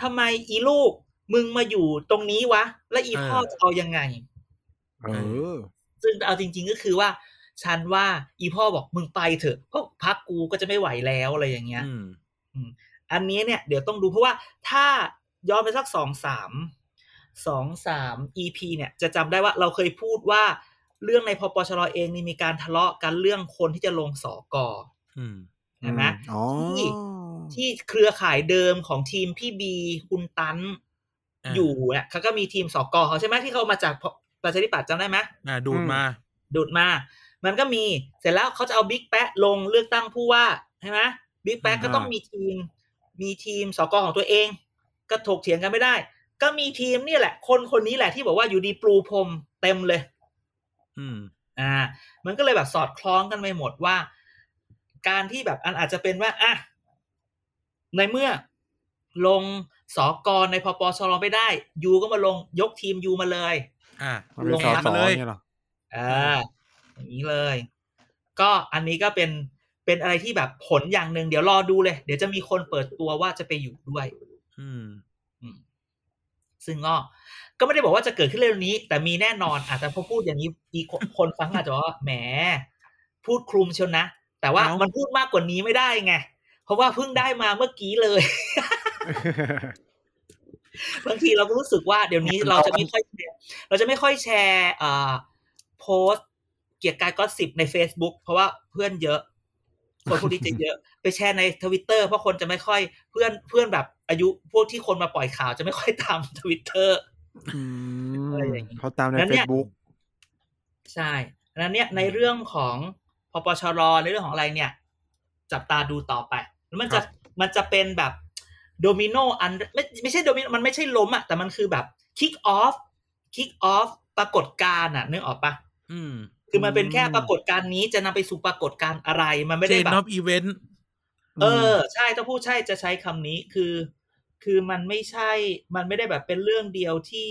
S4: ทำไมอีลูกมึงมาอยู่ตรงนี้วะ และอีพ่อจะเอายังไง
S3: เออ
S4: ซึ่งเอาจริง ๆก็คือว่า ฉันว่าอีพ่อบอกมึงไปเถอะเพราะพักกูก็จะไม่ไหวแล้วอะไรอย่างเงี้ย
S2: อืม
S4: อันนี้เนี่ยเดี๋ยวต้องดูเพราะว่าถ้าย้อนไปสักสองสามสองสาม EP เนี่ยจะจำได้ว่าเราเคยพูดว่า เรื่องในพปชรเองนี่มีการทะเลาะกันเรื่องคนที่จะลงสอกอ
S2: อืม
S4: ใช่ไหม
S3: อ๋อ
S4: ที่ ที่เครือข่ายเดิมของทีมพี่บีคุณตัน
S2: อ่า
S4: อยู่เนี่ยเขาก็มีทีมสอกอเขาใช่ไหมที่เขามาจากประชาธิปัตย์จำได้ไหม
S2: อ่าดูดมา
S4: ดูดมา มันก็มีเสร็จแล้วเขาจะเอาบิ๊กแปะลงเลือกตั้งผู้ว่าใช่ไหมบิ๊กแปะก็
S3: อ่า
S4: ต้องมีทีม มีทีมสกของตัวเอง ก็ถกเถียงกันไม่ได้ ก็มีทีมเนี่ยแหละ คนคนนี้แหละที่บอกว่าอยู่ดีปลูพรมเต็มเลย
S2: อืม
S4: อ่า มันก็เลยแบบสอดคล้องกันไปหมดว่า การที่แบบอันอาจจะเป็นว่าอ่ะในเมื่อลงสอกรในพปชรไม่ได้ยูก็มาลงยกทีมยูมาเลย
S2: อ่า
S3: มันเป็น
S4: ลง
S3: สอ
S4: รัก
S3: สอ
S2: มาเลย
S3: เนี่ยเหรอ
S4: อ่าอย่างนี้เลย ก็อันนี้ก็เป็นเป็นอะไรที่แบบผลอย่างหนึ่งเดี๋ยวรอดูเลย เดี๋ยวจะมีคนเปิดตัวว่าจะไปอยู่ด้วย
S2: อืม
S4: ซึ่งก็ก็ไม่ได้บอกว่าจะเกิดขึ้นเร็วนี้ แต่มีแน่นอนอาจจะพอพูดอย่างนี้อีกคนคนฟังอาจจะบอกว่าแหมพูดคลุมเชียวนะ แต่ว่า
S2: เอ้ามั
S4: มันพูดมากกว่านี้ไม่ได้ไง เพราะว่าเพิ่งได้มาเมื่อกี้เลย บางทีเราก็รู้สึกว่าเดี๋ยวนี้เราจะไม่ค่อยแชร์เราจะไม่ค่อยแชร์เอ่อโพสต์เกี่ยวกับการก็สิบใน Facebook เพราะว่าเพื่อนเยอะคนพวกนี้จะเยอะ ไปแชร์ในทวิตเตอร์เพราะคนจะไม่ค่อยเพื่อนเพื่อนแบบอายุพวกที่คนมาปล่อยข่าวจะไม่ค่อยตาม ทวิตเตอร์
S3: อืม
S4: อะไรอย่างงี้
S3: เขาตามใน
S4: งั้น
S3: เฟ
S4: เนี่
S3: ซ
S4: ย
S3: บุ๊ก
S4: ใช่ดังนั้นเนี่ยในเรื่องของพปชรในเรื่องของอะไรเนี่ย จับตาดูต่อไป แล้วมันจะมันจะเป็นแบบโดมิโนอันไม่ไม่ใช่โดมิโนมันไม่ใช่ล้มอะแต่มันคือแบบคิกออฟคิกออฟปรากฏการณ์อะนึกออกปะ
S2: อืม
S4: คือมันเป็นแค่ปรากฏการณ์นี้จะนำไปสู่ปรากฏการณ์อะไร มันไม่
S2: เจ
S4: ได้
S2: น
S4: แบ
S2: นอบ บอีเวนต์
S4: เออ ใช่ถ้าพูดใช่จะใช้คำนี้คือ คือมันไม่ใช่ มันไม่ได้แบบเป็นเรื่องเดียวที่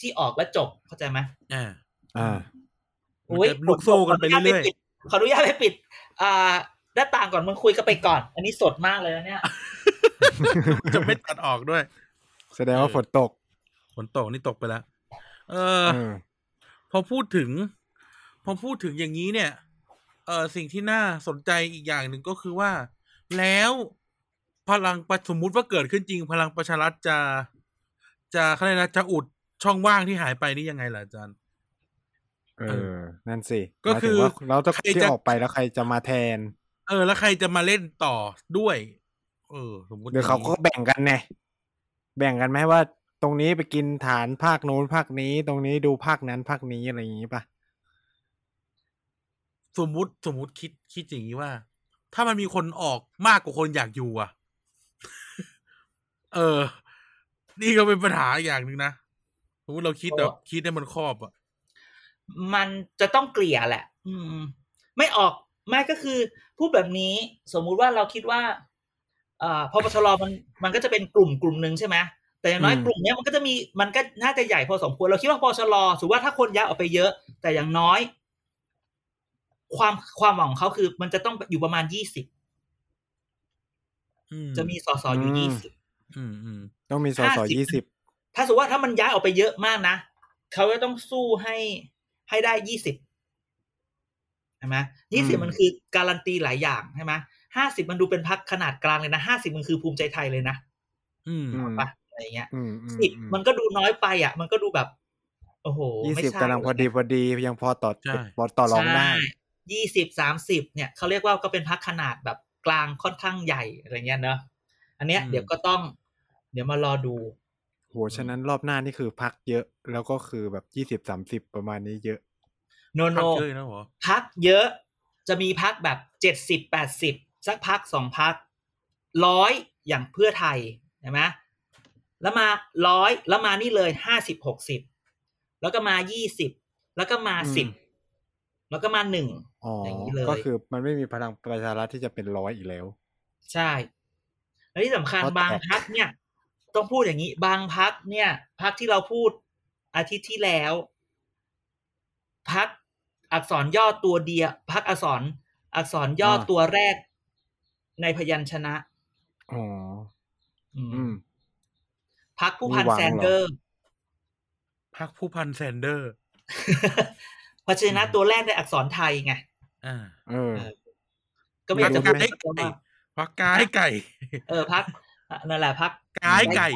S4: ที่ออกแล้วจบเข้าใจไหม
S2: อ่า
S3: อ่า
S2: มันจะลูกโซ่กันไปเรื่อยๆ
S4: ๆขออนุญาตไปปิด อ่า หน้าต่างก่อนมึงคุยกันไปก่อน อันนี้สดมากเลยนะเนี่ย
S2: จะไม่ตัดออกด้วย
S3: แสดงว่าฝนตก
S2: ฝนตกนี่ตกไปแล้วเออ
S3: เออ
S2: พอพูดถึง พอพูดถึงอย่างนี้เนี่ย เออสิ่งที่น่าสนใจอีกอย่างหนึ่งก็คือว่า แล้วพลังประสมมุติว่าเกิดขึ้นจริง พลังประชารัฐจะ จะเขาเรียกนะจะอุดช่องว่างที่หายไปนี่ยังไงล่ะอาจารย์
S3: เออ นั่นสิ
S2: ก็คือ
S3: หมายถึงว่าเราจะ
S2: ใคร
S3: ที่
S2: จะ
S3: ออกไปแล้วใครจะมาแทน
S2: เออ แล้วใครจะมาเล่นต่อด้วย เออ สมมติ
S3: เดี๋ยวเขาก็แบ่งกันไงแบ่งกันไหมว่า ตรงนี้ไปกินฐานภาคโน้นภาคนี้ ตรงนี้ดูภาคนั้นภาคนี้อะไรอย่างนี้ป่ะ
S2: สมมุติสมมุติคิดคิดอย่างนี้ว่า ถ้ามันมีคนออกมากกว่าคนอยากอยู่อ่ะ เออ นี่ก็เป็นปัญหาอย่างหนึ่งนะสมมติเราคิดแบบคิดได้มันครอบอ่ะ
S4: มันจะต้องเกลี่ยแหละ อืม ไม่ออก ไม่ก็คือ พูดแบบนี้ สมมุติว่าเราคิดว่า เอ่อพปชรมัน มันก็จะเป็นกลุ่มกลุ่มหนึ่งใช่ไหมแต่อย่างน้อย
S3: อืม
S4: กลุ่มเนี้ยมันก็จะมี มันก็น่าจะใหญ่พอสมควร เราคิดว่าพปชรถือว่าถ้าคนย้ายออกไปเยอะ แต่อย่างน้อย ความความหวังของเขาคือ มันจะต้องอยู่ประมาณยี่สิบ
S2: อื
S4: จะมีสสอยู่
S3: อืม
S4: ยี่สิบ
S2: อืมอืม
S3: ต้องมีสอสอ
S4: 50
S3: ยี่สิบ
S4: ถ้าสมมติว่าถ้ามันย้ายออกไปเยอะมากนะเขาก็ต้องสู้ให้ให้ได้ยี่สิบใช่ไหมยี่สิบมันคือการันตีหลายอย่างใช่ไหมห้าสิบมันดูเป็นพักขนาดกลางเลยนะห้าสิบมันคือภูมิใจไทยเลยนะ
S2: อืม
S4: ปะอะไรเงี้ย
S3: อืมอืม
S4: สิบมันก็ดูน้อยไปอ่ะ มันก็ดูแบบ โอ้โห
S3: ยี่
S4: ไม่
S3: สิบ
S4: ใช่
S3: กำลังพอดีพอดียังพอต่อ
S2: ใช่
S3: พอต่อรองได้
S4: ยี่สิบสามสิบเนี่ยเขาเรียกว่าก็เป็นพักขนาดแบบกลางค่อนข้างใหญ่อะไรเงี้ยเนอะอันเนี้ย
S2: อืม
S4: เดี๋ยวก็ต้อง เดี๋ยวมารอดู
S3: โหฉะนั้นรอบหน้านี่คือพักเยอะ แล้วก็คือแบบยี่สิบสามสิบประมาณนี้เยอะ
S4: โนโน
S2: พักเยอะนะหรอ
S4: พักเยอะจะมีพักแบบเจ็ดสิบแปดสิบสักพักสองพักร้อยอย่างเพื่อไทยใช่ไหมแล้วมาร้อยแล้วมานี่เลยห้าสิบหกสิบแล้วก็มายี่สิบแล้วก็มา
S3: อืม
S4: สิบแล้วก็มาหนึ่ง
S3: อ๋ออย่าง
S4: นี้เลย
S3: ก็คือมันไม่มีพลังประชารัฐที่จะเป็นร้อยอีกแล้ว
S4: ใช่ และที่สำคัญ
S3: เพราะ
S4: บาง
S3: แตก
S4: พักเนี่ย ต้องพูดอย่างนี้ บางพักเนี่ยพักที่เราพูดอาทิตย์ที่แล้วพักอักษรย่อตัวเดียวพักอักษรอักษรย่อตัวแรกในพยัญชนะ
S3: อ๋อ
S4: อืม
S3: อืม
S4: พักผู้พัน
S3: มีหวัง
S4: แซ
S3: เหรอ
S4: นเดอร์
S2: พักผู้พันแซนเดอร์
S4: พยัญชนะตัวแรกในอักษรไทยไง
S2: อ่า
S3: เออ
S4: ก็ไม่อยากจะ
S2: พั
S4: พู
S2: ก
S4: ด
S2: ไก่พักกายไก่
S4: เออพักนั่นแหละพัก
S2: กายไก่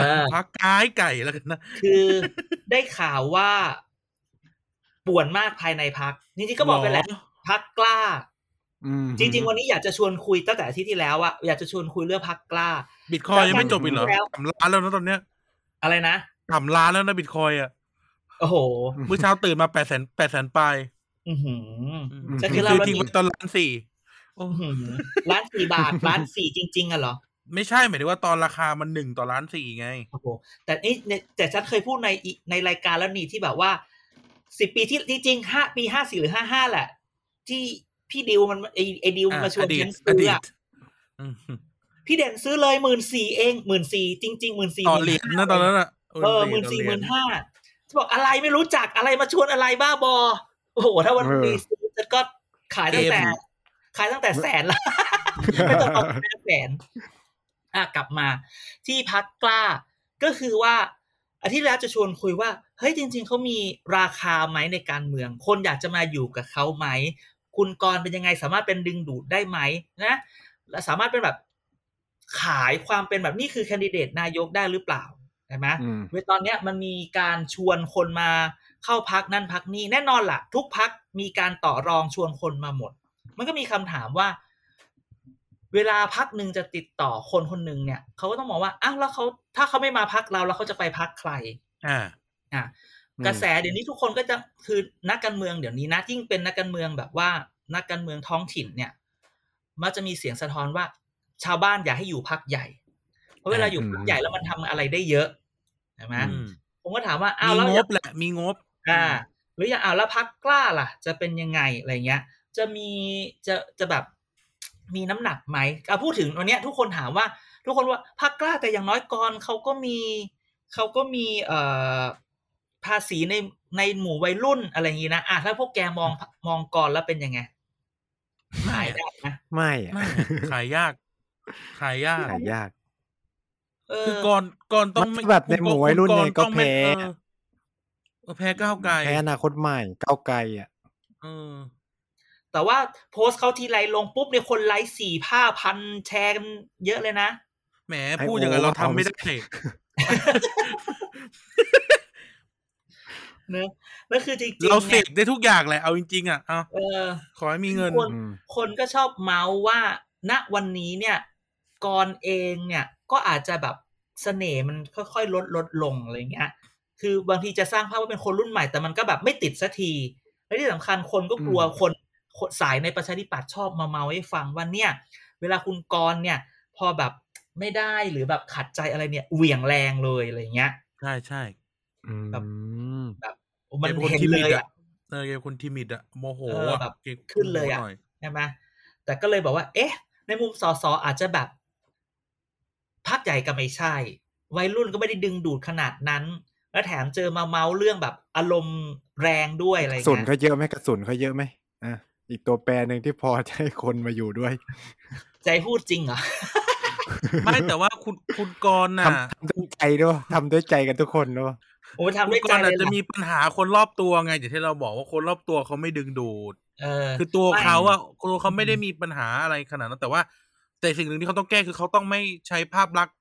S4: เออ
S2: พักกายไก่แล้วกันนะ
S4: คือได้ข่าวว่าป่วนมากภายในพักจริงๆก็บอกไปแล้ว
S2: หรอ
S4: พักกล้า
S3: อืม
S4: จริง ๆ วันนี้อยากจะชวนคุยตั้งแต่อาที่ที่แล้วอะอยากจะชวนคุยเรื่องพักกล้า
S2: บิตคอยยังไม่จบอีกเหรอ
S4: แล้ว
S2: ทำล้านแล้วนะตอนเนี้ย
S4: อะไรนะ
S2: ทำล้านแล้วนะบิตคอยอ่ะ
S4: โอ้โห
S2: เมื่อเช้าตื่นมาแปดแสนแปดแสนปลาย
S4: อือหือ
S3: อืม
S4: ก็คื
S2: คือ อ
S4: เรา
S2: ทิ้งไว้ตอนล้านสี่
S4: อื้อหือร้านสี่บาท ร้านสี่จริง ๆอะเหรอ
S2: ไม่ใช่หมายถึงว่าตอนราคามันหนึ่งต่อล้านสี่ไง
S4: โอ้โหแต่นี่ในแต่ฉันเคยพูดในอีในรายการแล้วนี่ที่แบบว่าสิบปีที่ที่จริงห้าปีห้าสี่หรือห้าห้าแหละ ที่พี่ดิวมันไอไอดิวมันมาชวน
S2: อ่ะอดี
S4: เลี้
S2: ตอ
S4: ยงซื้อ
S2: ดีต
S4: อะ
S2: อืม
S4: พี่เด่นซื้อเลยหมื่นสี่เองหมื่นสี่จริงๆหมื่นสี่
S2: ต่อเหรียญนะตอนนั้นอ่ะ
S4: เออหมื่นสี่หมื่นห้าบอกอะไรไม่รู้จักอะไรมาชวนอะไรบ้าบอ โอ้โห ถ้าวัน
S3: เออ
S4: ปีซื้อฉันก็ขายตั้งแต่ ขายตั้งแต่แสนละ ไม่ต้องเอาแม่แสนอ่ะกลับมา ที่พักกล้า ก็คือว่าอาทิตย์แล้วจะชวนคุยว่า เฮ้ยจริง ๆเขามีราคาไหมในการเมือง คนอยากจะมาอยู่กับเขาไหม คุณกรณ์เป็นยังไงสามารถเป็นดึงดูดได้ไหมนะ และสามารถเป็นแบบขายความเป็นแบบนี่คือแคนดิเดตนายกได้หรือเปล่าใช่ไหม
S3: อืม
S4: เว้ยตอนเนี้ยมันมีการชวนคนมาเข้าพักนั่นพักนี่แน่นอนละ่ะ ทุกพักมีการต่อรองชวนคนมาหมด มันก็มีคำถามว่า เวลาพักหนึ่งจะติดต่อคนคนหนึ่งเนี่ยเขาก็ต้องมองว่าอ้าวแล้วเขาถ้าเขาไม่มาพักเราแล้วเขาจะไปพักใคร
S2: อ่า
S4: อ่ะ
S3: อืม
S4: กระแสเดี๋ยวนี้ทุกคนก็จะคือนักการเมืองเดี๋ยวนี้นะยิ่งเป็นนักการเมืองแบบว่า นักการเมืองท้องถิ่นเนี่ย มันจะมีเสียงสะท้อนว่า ชาวบ้านอยากให้อยู่พักใหญ่ เพราะเวลาอยู่พักใหญ่แล้วมันทำอะไรได้เยอะใช่ไหม
S2: อืม
S4: ผมก็ถามว่าอ้าว
S2: มี
S4: แล้ว
S2: ง
S4: อย่า
S2: บแหละ มีงบ
S4: อ่า หรืออย่างอ้าวแล้วพักกล้าล่ะ จะเป็นยังไงอะไรเงี้ย จะมีจะจะแบบมีน้ำหนักไหมอ่ะพูดถึงวันเนี้ย ทุกคนถามว่า ทุกคนว่าพักกล้าแต่อย่างน้อยก่อนเขาก็มีเขาก็มีเอ่อภาษีในในหมู่วัยรุ่นอะไรอย่างนี้นะอ่ะถ้าพวกแกมองมองก่อนแล้วเป็นยังไง
S2: ไม่
S4: ขายได้นะ
S3: ไม่อะ
S2: ไม่ขายยาก ขายยาก
S3: หายาก
S4: เอ
S2: คือ
S4: อ
S2: ก่อนก่อนต้อง
S3: มันแบบในหมู่วัยรุ่นเนี่ยก็แพ้
S2: เออเออแพ้ก้าวไกล
S3: แพ้อนาคตใหม่ก้าวไกลอ่ะ
S2: เออ
S4: แต่ว่าโพสต์เขาทีไรลงปุ๊บเนี่ยคนไลค์สี่ห้าพันแชร์กันเยอะเลยนะ
S2: แหม
S3: ไอ้
S2: พูดอย่างนั้น
S3: โอ้
S2: เราทำไม่ได้
S3: เอาไม่
S4: เนอะแล้วคือจริงๆ
S2: เราเส
S4: นี่ย
S2: กได้ทุกอย่างแหละเอาจริงๆอ่ะเอา
S4: เออ
S2: ขอให้มีเงิน
S4: ควร
S3: อืม
S4: คนก็ชอบเมาส์ว่า ณวันนี้เนี่ยกรเองเนี่ยก็อาจจะแบบเสน่ห์มันค่อยๆ ลดลดลงอะไรเงี้ย คือบางทีจะสร้างภาพว่าเป็นคนรุ่นใหม่แต่มันก็แบบไม่ติดสักที และที่สำคัญคนก็กลัว
S3: อืม
S4: คนคนสายในประชาธิปัตย์ชอบมาเมาให้ฟังว่าเนี่ย เวลาคุณกรเนี่ย พอแบบไม่ได้หรือแบบขัดใจอะไรเนี่ยเหวี่ยงแรงเลยอะไรเงี้ย
S2: ใช่ใช่
S3: อืม
S4: แบบ มั
S2: มันนคน
S4: เห็น
S2: ที
S4: เล
S2: มิด
S4: ย
S2: อ่ะ
S4: อะ
S2: เออแกเป็นคนทีมิดอ่ะโมโห
S4: เออ
S2: อ่ะ
S4: แบบ
S2: แก
S4: ขึ้นเลยอะ
S2: โมโหห
S4: ใช่ไหมแต่ก็เลยบอกว่า เอ๊ะ ในมุมสสอาจจะแบบพักใหญ่ก็ไม่ใช่ วัยรุ่นก็ไม่ได้ดึงดูดขนาดนั้น แล้วแถมเจอมาเมาส์เรื่องแบบอารมณ์แรงด้วยอะไร
S3: กระ
S4: เงี้
S3: สุน
S4: ย
S3: เขาเยอะไหมกระสุนเขาเยอะไหมอ่ะอีกตัวแปรหนึ่งที่พอจะให้คนมาอยู่ด้วย
S4: ใจพูดจริงเหรอ
S2: ไม่แต่ว่าคุณคุณกรณ์น่ะ
S3: ทำทำด้วยใจด้วยทำด้วยใจกันทุกคนด้วย
S4: โอ้ยทำ
S2: คุณ
S4: ด้วย
S2: ก
S4: ใจ
S2: รณ์
S4: เล
S2: อาจ
S4: ยเหร
S2: จะ
S4: อ
S2: มีปัญหาคนรอบตัวไงอย่างที่เราบอกว่าคนรอบตัวเขาไม่ดึงดูด
S4: เออ
S2: คือตัว
S4: ไม่
S2: เขาอะตัวเขาไม่ได้มีปัญหาอะไรขนาดนั้น แต่ว่า แต่สิ่งหนึ่งที่เขาต้องแก้คือเขาต้องไม่ใช้ภาพลักษณ์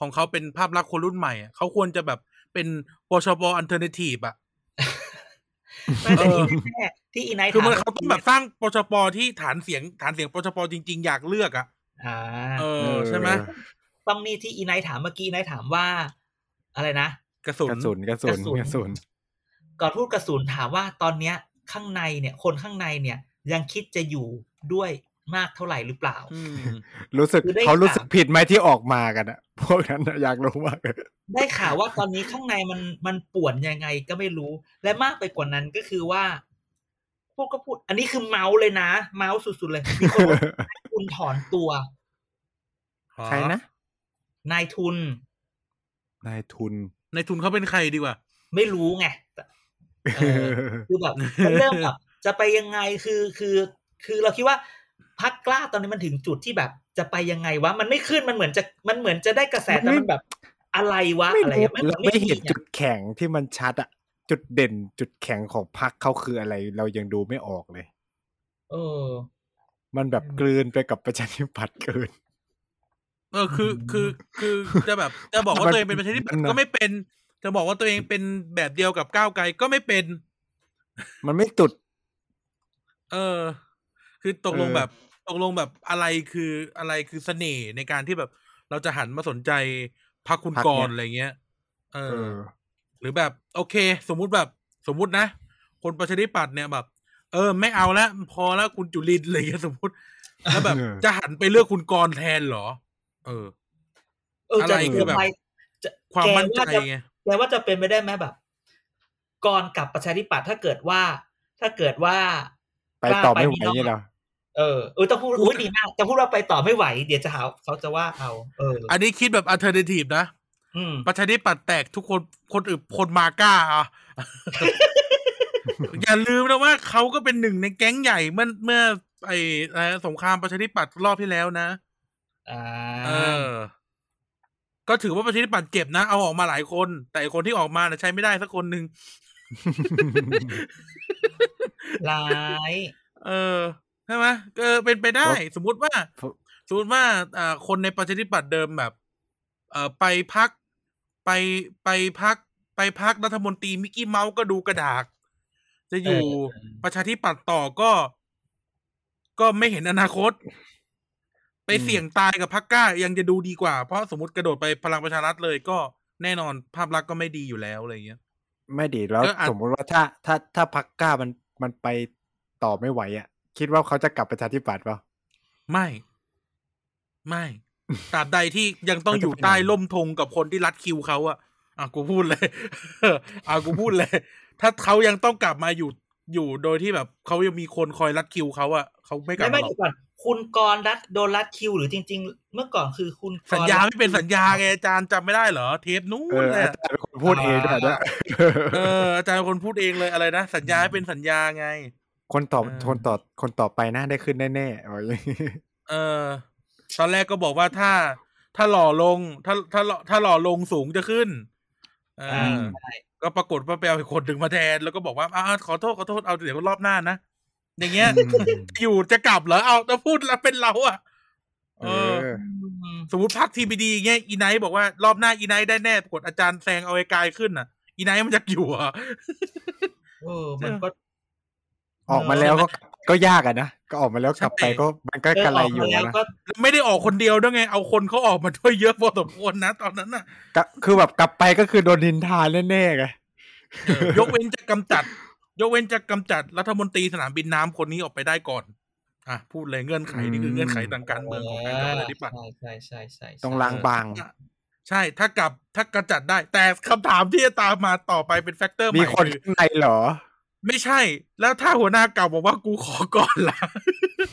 S2: ของเขาเป็นภาพลักษณ์คนรุ่นใหม่อะเขาควรจะแบบเป็นปชปอันเทอร์เนทีฟอะ
S4: ไม่แต่
S2: เอ
S4: ที่
S2: อ
S4: แน่ๆที่อีไนท์
S2: คือมัน
S4: ถ
S2: เขาต้องแบบสร้างปชปที่ฐานเสียงฐานเสียงปชปจริง ๆ อยากเลือกอะ
S4: อ่า
S2: เออใช่ไหม
S4: ต้องนี่ที่อีไนท์ถามเมื่อกี้อีไนท์ถามว่า อะไรนะ
S2: กระสุน
S3: กระสุนกระสุนก
S4: ก
S3: ระ
S4: ระสุ
S3: สุน
S4: น ก่อนพูดกระสุนถามว่าตอนเนี้ย ข้างในเนี่ย คนข้างในเนี่ย ยังคิดจะอยู่ด้วยมากเท่าไหร่หรือเปล่า
S2: อืม
S3: รู้สึก
S4: คือได้
S3: เขารู้สึกผิดไหมที่ออกมากันอะ พวกนั้นน่ะอยากรู้มากเลย
S4: ได้ข่าวว่าตอนนี้ข้างในมันมันป่วนยังไงก็ไม่รู้ และมากไปกว่านั้นก็คือว่า พวกก็พูด อันนี้คือเมาส์เลยนะ เมาส์สุดๆเลยมีคนบอกนายทุนถอนตัว
S3: ใครนะ
S4: นายทุน
S3: นายทุน
S2: ในทุนเขาเป็นใครดีกว่า
S4: ไม่รู้ไงแต่เออ คือแบบมันเริ่มแบบ จะไปยังไงคือคือ คือเราคิดว่าพักกล้าตอนนี้มันถึงจุดที่แบบ จะไปยังไงวะมันไม่ขึ้นมันเหมือนจะมันเหมือนจะได้กระแสแต่มันแบบอะไรวะ
S3: ไม่
S4: อะไร
S3: รู้
S4: อะน
S3: เราไม่เห็น
S4: อะ
S3: จุดแข็งที่มันชัดอะจุดเด่นจุดแข็งของพรรคเขาคืออะไร เรายังดูไม่ออกเลย
S4: เออ
S3: มันแบบกลืนไปกับประชาธิปัตย์เกิน
S2: เออคือคือคือจะแบบจะบอกว่าตัวเองเป็นประชาธิปัตย์ก็ไม่เป็น จะบอกว่าตัวเองเป็นแบบเดียวกับก้าวไกลก็ไม่เป็น
S3: มันไม่ตุด
S2: เออ คือตกลง
S3: เออ
S2: แบบตกลงแบบอะไรคืออะไรคือเสน่ห์ในการที่แบบเราจะหันมาสนใจพรรคคุณกรณ์อะไรเงี้ย เอ
S3: เอ
S2: อ
S3: อ
S2: หรือแบบ โอเค สมมุติแบบสมมุตินะ คนประชาธิปัตย์เนี่ยแบบ เออ ไม่เอาแล้วพอแล้วคุณจุลินอะไรอย่างเงี้ยสมมติ แล้วแบบ
S3: เออ
S2: จะหันไปเลือกคุณกรณ์แทนเหรอ เออ
S4: เออจะ
S2: อะไรคื
S4: เกิ
S2: อ
S4: ด
S2: แบบ
S4: ไป
S2: ความมั่นใจไง
S4: แกว่าจะเป็นไปได้ไหมแบบ ก่อนกลับประชาธิปัตย์ถ้าเกิดว่า ถ้าเกิดว่า
S3: ไปต่อไม่
S4: กล้า
S3: ไหวเนี่ยเหรอ
S4: เออเออจะพูดอุ้ยดีมากจะพูดว่าไปต่อไม่ไหว เดี๋ยวจะหาเขาจะว่าเอา เออ
S2: อันนี้คิดแบบอัลเทอร์เนทีฟนะ
S4: อืม
S2: ประชาธิปัตย์แตกทุกคนคนอื่นคนมาก้าอ่ะ อย่าลืมนะว่าเขาก็เป็นหนึ่งในแก๊งใหญ่เมื่อเมื่อ ไอ้อะไรสงครามประชาธิปัตย์รอบที่แล้วนะ
S4: อ่า
S2: เออ ก็ถือว่าประชาธิปัตย์เจ็บนะ เอาออกมาหลายคน แต่ไอ้คนที่ออกมาน่ะใช้ไม่ได้สักคนหนึ่ง
S4: ร้าย
S2: เออใช่ไหมเออเป็นไปได้ สมมุติว่า
S3: ผม
S2: สมมติว่าอ่าคนในประชาธิปัตย์เดิมแบบ เอ่อไปพักไปไปพัก ไปพักรัฐมนตรีมิกกี้เมาส์ก็ดูกระดาก จะอยู่ ประชาธิปัตย์ต่อก็ ก็ไม่เห็นอนาคต ไป
S3: อืม
S2: เสี่ยงตายกับพักกล้ายังจะดูดีกว่า เพราะสมมติกระโดดไปพลังประชารัฐเลยก็แน่นอนภาพลักษณ์ก็ไม่ดีอยู่แล้วอะไรอย่างเงี้ย
S3: ไม่ดีแล้ว
S2: ก็อาจ
S3: สมมุติว่าถ้าถ้าถ้าพักกล้ามันมันไปต่อไม่ไหวอ่ะ คิดว่าเขาจะกลับประชาธิปัตย์เปล่า
S2: ไม่ ไม่ตราบใดที่ยังต้อง
S3: แล้ว
S2: อ
S3: จะ
S2: ยู่
S3: ไปไหน
S2: ใต้ล่มธงกับคนที่รัดคิวเขาอะอ่ะกูพูดเลย อ่ะกูพูดเลย ถ้าเขายังต้องกลับมาอยู่อยู่โดยที่แบบเขายังมีคนคอยรัดคิวเขาอะเขาไม่กลั
S4: ไม่
S2: บมาหร
S4: ไม่
S2: อ
S4: เดี๋
S2: ก
S4: ยวก่อนคุณกรณ์รัดโดนรัดคิว หรือจริง ๆ เมื่อก่อนคือคุณกรณ์
S2: สัญญาไม่เป็นสัญญาไงอาจารย์จำไม่ได้เหรอ เทปนู้
S3: เอน อ
S2: เล
S3: อาย จารย์เป็นคนพูดเองด้วย นะ
S2: เอออาจารย์เป็นคนพูดเองเลยอะไรนะ สัญญาให้เป็นสัญญาไง
S3: คนต่อ
S2: เออ
S3: คนต่อคนต่อไปน่าได้ขึ้นแน่ๆเอาอย่างงี้
S2: เออ ตอนแรกก็บอกว่าถ้า ถ้าหล่อลง ถ้าถ้าหล่อถ้าหล่อลงสูงจะขึ้น เอ
S4: อ่า
S2: อ
S4: ใช่
S2: ก็ปรากฏว่าไปเอาอีกคนหนึ่งมาแทน แล้วก็บอกว่าอ่าขอโทษขอโทษเอาเดี๋ยวรอบหน้านะอย่างเงี้ย อยู่จะกลับเหรอเอาจะพูดแล้วเป็นเราอ่ะเอ
S3: เอ
S2: อ
S3: อ
S4: อืม
S2: สมมติพักทีบีดีเงี้ยอีไนท์บอกว่ารอบหน้าอีไนท์ได้แน่ปรากฏอาจารย์แซงเอาไอ้กายขึ้นอ่ะ อีไนท์มันจะอยู่อ่ะ
S4: เออมันก็
S3: ออกมาแล้วก็ก็ยากอะนะ ก็ออกมาแล้ว
S2: ใช่
S3: กลับไปก็มันก็
S4: เออก
S3: ระไร
S4: ออก
S3: อยู่
S4: มาแล้ว
S3: นะ
S4: ก็
S2: แล้วไม่ได้ออกคนเดียวด้วยไง เอาคนเขาออกมาด้วยเยอะพอสมควรนะ ตอนนั้นน่ะ
S3: ก็คือแบบกลับไปก็คือโดนนินทาแน่ๆไง
S2: ยกเว้นจะกำจัด ยกเว้นจะกำจัดรัฐมนตรีสนามบินน้ำคนนี้ออกไปได้ก่อน อ่ะพูดเลยเงื่อนไขนี่คือ
S3: ม
S2: เงื่อนไขทางการเมืองของการทำประชาธิปัตย์
S4: ใช่ใช่ใช่ใช่
S3: ต้องล้างบาง
S2: ใช่ถ้ากลับถ้ากำจัดได้ แต่คำถามที่จะตามมาต่อไปเป็นแฟกเตอร์ให
S3: มี
S2: ม่
S3: คน
S2: คือ
S3: ข้างในเหรอ
S2: ไม่ใช่ แล้วถ้าหัวหน้าเก่าบอกว่ากูขอก่อนละ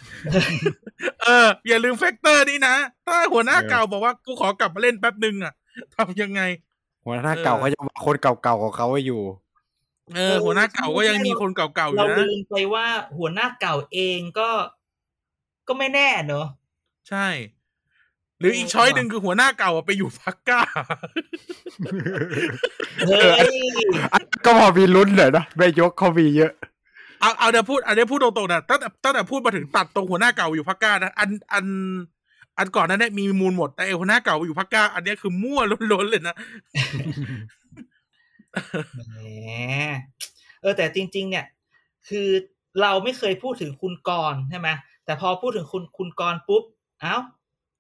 S2: เออ อย่าลืมแฟกเตอร์นี้นะถ้าหัวหน้าเก่าบอกว่ากูขอกลับมาเล่นแป๊บหนึ่งอ่ะทำยังไง
S3: หัวหน้าเก่าเขายังว่าคนเก่าๆของเขาอยู่
S2: เออหัวหน้าเก่าก็ยังมีคนเก่าๆอยู่
S4: เรา
S2: นะ
S4: ลืมไปว่าหัวหน้าเก่าเองก็ ก็ไม่แน่เนอะ
S2: ใช่ หรืออีกช้อยหนึ่งคือหัวหน้าเก่าอะไปอยู่พักก้า
S4: เฮ้ย
S3: ก็พอมีลุ้นเลยนะแม่ยกเขามีเยอะ
S2: เอาเอาเดี๋ยวพูดอันนี้พูดตรงๆนะตั้งแต่ตั้งแต่พูดมาถึงตัดตรงหัวหน้าเก่าอยู่พักก้านะอันอัน อันก่อนนั้นเนี่ยมีมูลหมดแต่ไอ้หัวหน้าเก่าอยู่พักก้า อันเนี้ยคือมั่วล้วนๆเลยนะ
S4: แหมเออแต่จริง ๆ เนี่ย คือเราไม่เคยพูดถึงคุณกรณ์ใช่ไหมแต่พอพูดถึงคุณคุณกรณ์ปุ๊บ เอ้า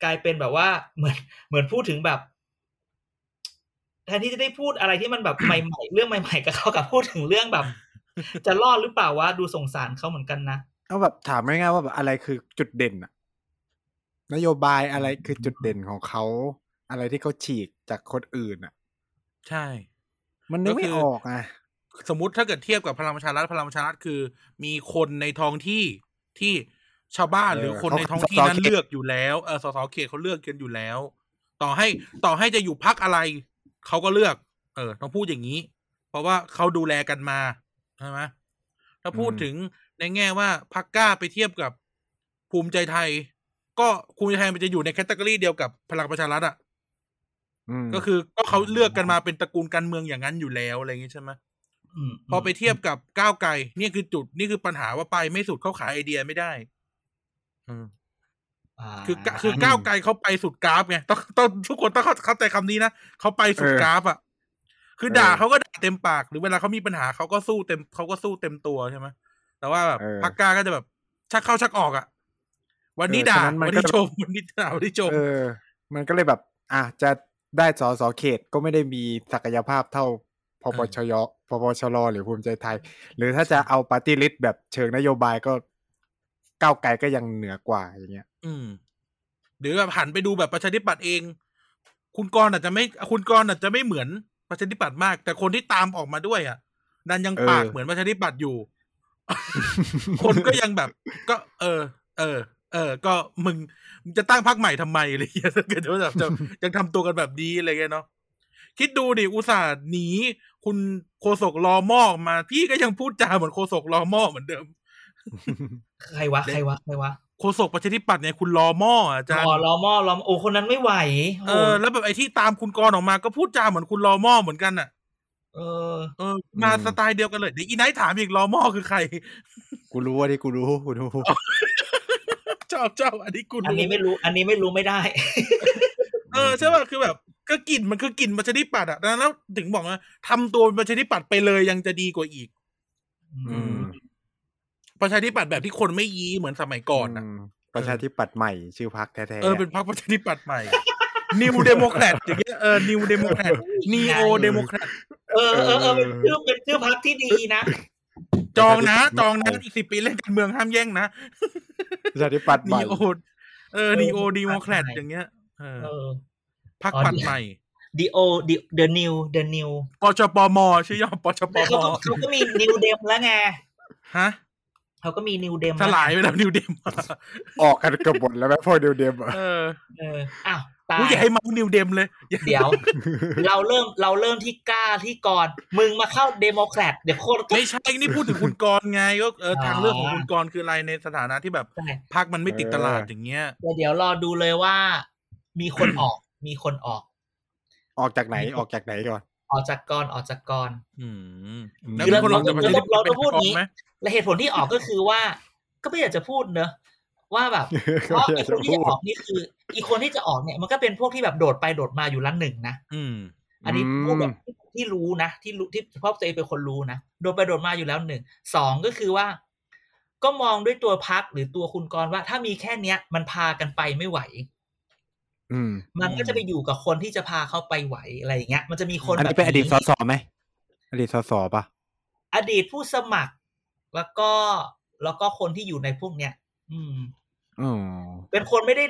S4: กลายเป็นแบบว่าเหมือน เหมือนพูดถึงแบบแทนที่จะได้พูดอะไรที่มันแบบ ใหม่ๆเรื่องใหม่ ๆ กับเขากับพูดถึงเรื่องแบบ จะรอดหรือเปล่าวะดูสงสารเขาเหมือนกันนะ
S3: ก็แบบถามง่ายๆว่าแบบอะไรคือจุดเด่นอะนโยบายอะไรคือจุดเด่นของเขา อะไรที่เขาฉีกจากคนอื่นอะ
S2: ใช่
S3: มันนึก
S2: ก็
S3: ไม่
S2: คือ อ
S3: อกอะ
S2: สมมติถ้าเกิดเทียบกับพลังประชารัฐพลังประชารัฐคือ มีคนในท้องที่ที่ชาวบ้านหรือคนในท้องที่นั้นเลือกอยู่แล้วเออสสเขตเขาเลือกกันอยู่แล้ว ต่อให้ต่อให้จะอยู่พักอะไร เขาก็เลือก เออ ต้องพูดอย่างนี้ เพราะว่าเขาดูแลกันมาใช่ไหมถ้าพูดถึงในแง่ว่าพักกล้าไปเทียบกับภูมิใจไทย ก็ภูมิใจไทยมันจะอยู่ในแคตตากรีเดียวกับพลังประชารัฐอ่ะ
S3: ม
S2: ก็คือก็เขาเลือกกันมาเป็นตระกูลการเมืองอย่างนั้นอยู่แล้วอะไรอย่างงี้ใช่ไหม
S4: ม
S2: พอไปเทียบกับก้าวไกลเนี่ยคือจุดนี่คือปัญหาว่าไปไม่สุดเขาขายไอเดียไม่ได้
S4: า
S2: คือคือก้าวไกลเขาไปสุดกราฟไงต้องต้องทุกคนต้องเข้าเข้าใจคำนี้นะเขาไปสุดกราฟอ่ะคือด่าเขาก็ด่าเต็มปากหรือเวลาเขามีปัญหาเขาก็สู้เต็มเขาก็สู้เต็มตัวใช่ไหมแต่ว่าแบบพักกล้าก็จะแบบ ชักเข้าชักออกอ่ะ วันนี้ด่าวันนี้ชมวันนี้ด่าวันนี้ชม
S3: เออ มันก็เลยแบบ อ่ะจะได้สอสอเขตก็ไม่ได้มีศักยภาพเท่า พปชยพปชรหรือภูมิใจไทย หรือถ้าจะเอาปาร์ตี้ลิสต์แบบเชิงนโยบายก็ก้าวไกลก็ยังเหนือกว่าอย่างเงี้ย
S2: อืมหรือแบบหันไปดูแบบประชาธิปัตย์เอง คุณกรณ์อาจจะไม่คุณกรณ์อาจจะไม่เหมือนประชาธิปัตย์มาก แต่คนที่ตามออกมาด้วยอ่ะดันยังปาก
S3: เออ
S2: เหมือนประชาธิปัตย์อยู่ คนก็ยังแบบ ก็ เออ เออ เออ ก็มึงมึงจะตั้งพักใหม่ทำไมอะไรอย่างเงี้ย ถ้าเกิดว่าแบบจะยังทำตัวกันแบบนี้อะไรเงี้ยเนาะคิดดูดิอุตส่าห์หนีคุณโคศกรอมอออกมา พี่ก็ยังพูดจาเหมือนโคศกรอมอเหมือนเดิม
S4: ใครวะใครวะใครวะ
S2: โคศกประชาธิปัตย์เนี่ยคุณรอมออาจารย์
S4: อ๋อล้อมอล้อมอโอ้คนนั้นไม่ไหว
S2: เอ
S4: โอ้
S2: อแล้วแบบไอ้ที่ตามคุณกรณ์ออกมาก็พูดจาเหมือนคุณลอมอเหมือนกันน่ะ
S4: เออ
S2: เออมา
S3: อืม
S2: สไตล์เดียวกันเลยเดี๋ยวอีไนท์ถามอีกลอมอคือใคร
S3: กูรู้ว่าที่กูรู้กูรู้
S2: ชอบชอบอันนี้คุณ
S4: อันนี้ไม่รู้ อันนี้ไม่รู้ไม่ได้
S2: เออใช่ป่ะคือแบบ ก็กลิ่นมันคือกลิ่นประชาธิปัตย์อ่ะแล้วแล้วถึงบอกว่าทำตัวเป็นประชาธิปัตย์ไปเลยยังจะดีกว่าอีก
S3: อืม
S2: ประชาธิปัตย์แบบที่คนไม่ยี้เหมือนสมัยก่อนนะ
S3: มประชาธิปัตย์ใหม่ชื่อพักแท้ๆ
S2: เออเป็นพรรคประชาธิปัตย์ใหม่ นิวเดโมแครตอย่างเงี้ยเออนิวเดโมแครตนีโอเดโมแครต
S4: เออเออเออเป็นชื่อเป็นชื่อพักที่ดีนะ
S2: จองนะ จองนะอีกสิบปีเล่นการเมืองห้ามแย่งนะ
S3: ประชาธิปัตย์ให
S2: นี
S3: ม่
S2: โอเออนีโอเดโมแครตอย่างเงี้ยเออ
S4: เออ
S2: พัก
S4: อ๋อ
S2: ปัดใหม่
S4: ดีโอดีเดอะนิวเดอะนิว
S2: ปชปมชื่อย่อปชป
S4: เขา
S2: ม
S4: ก็เขาก็มีนิวเดมแล้วไง
S2: ฮะ
S4: เขาก็มีนิวเดม
S2: สลายไปแล้วนิวเดม
S3: ออกกันเกระบดแล้วแม่พ่อเดียวเดียมอะ
S2: เออ
S4: เอออ้าวตาย
S2: กูอยากให้เมาส์นิวเดมเลยอย่า
S4: เดี๋ยว เราเริ่มเราเริ่มที่กล้าที่ก่อน มึงมาเข้าเดโมแครตเดี๋ยวโคตรก็
S2: ไม่ใช่นี่พูดถึงคุณกรณ์ไงก็เออ
S4: อ๋อ
S2: ทางเลือกของคุณกรณ์คืออะไรในสถานะที่แบบ
S4: ได้
S2: พักมันไม่ติดตลาดอย่างเงี้ย
S4: แต่เดี๋ยวรอดูเลยว่า มีคนออก มีคนออก
S3: ออกจากไหนออกจากไหนก่อน
S4: ออกจากกรออกจากกร
S2: อืม
S3: อืม
S2: แล้วมีคนลองจะมา
S4: เราเราต้องพูดอย่างงี้
S2: ไหม
S4: และเหตุผลที่ออกก็คือว่า ก็ไม่อยากจะพูดเนอะว่าแบบ เพ
S3: ก็
S4: ราะ
S3: ไม่อ
S4: ไอีคนที่จะ
S3: ยากจะพูด
S4: ออกนี่คือ อีกคนที่จะออกเนี่ย มันก็เป็นพวกที่แบบโดดไปโดดมาอยู่ร้านหนึ่งนะ
S2: อืม
S4: อันนี้พูดแบบที่รู้นะที่รู้ที่เพราะตัวเองเป็นคนรู้นะโดดไปโดดมาอยู่แล้วหนึ่งสองก็คือว่า ก็มองด้วยตัวพักหรือตัวคุณกรณ์ว่า ถ้ามีแค่เนี้ย มันพากันไปไม่ไหว
S3: อืม
S4: มันก็
S2: อืม
S4: จะไปอยู่กับคนที่จะพาเขาไปไหวอะไรอย่างเงี้ย มันจะมีคน
S3: อัน
S4: แบ
S3: นี้
S4: บ
S3: เป็นอดีตสสไหมอดีตสสปะ
S4: อดีตผู้สมัคร แล้วก็แล้วก็คนที่อยู่ในพวกเนี้ยอืม
S3: อ๋อ
S4: เป็นคนไม่ได้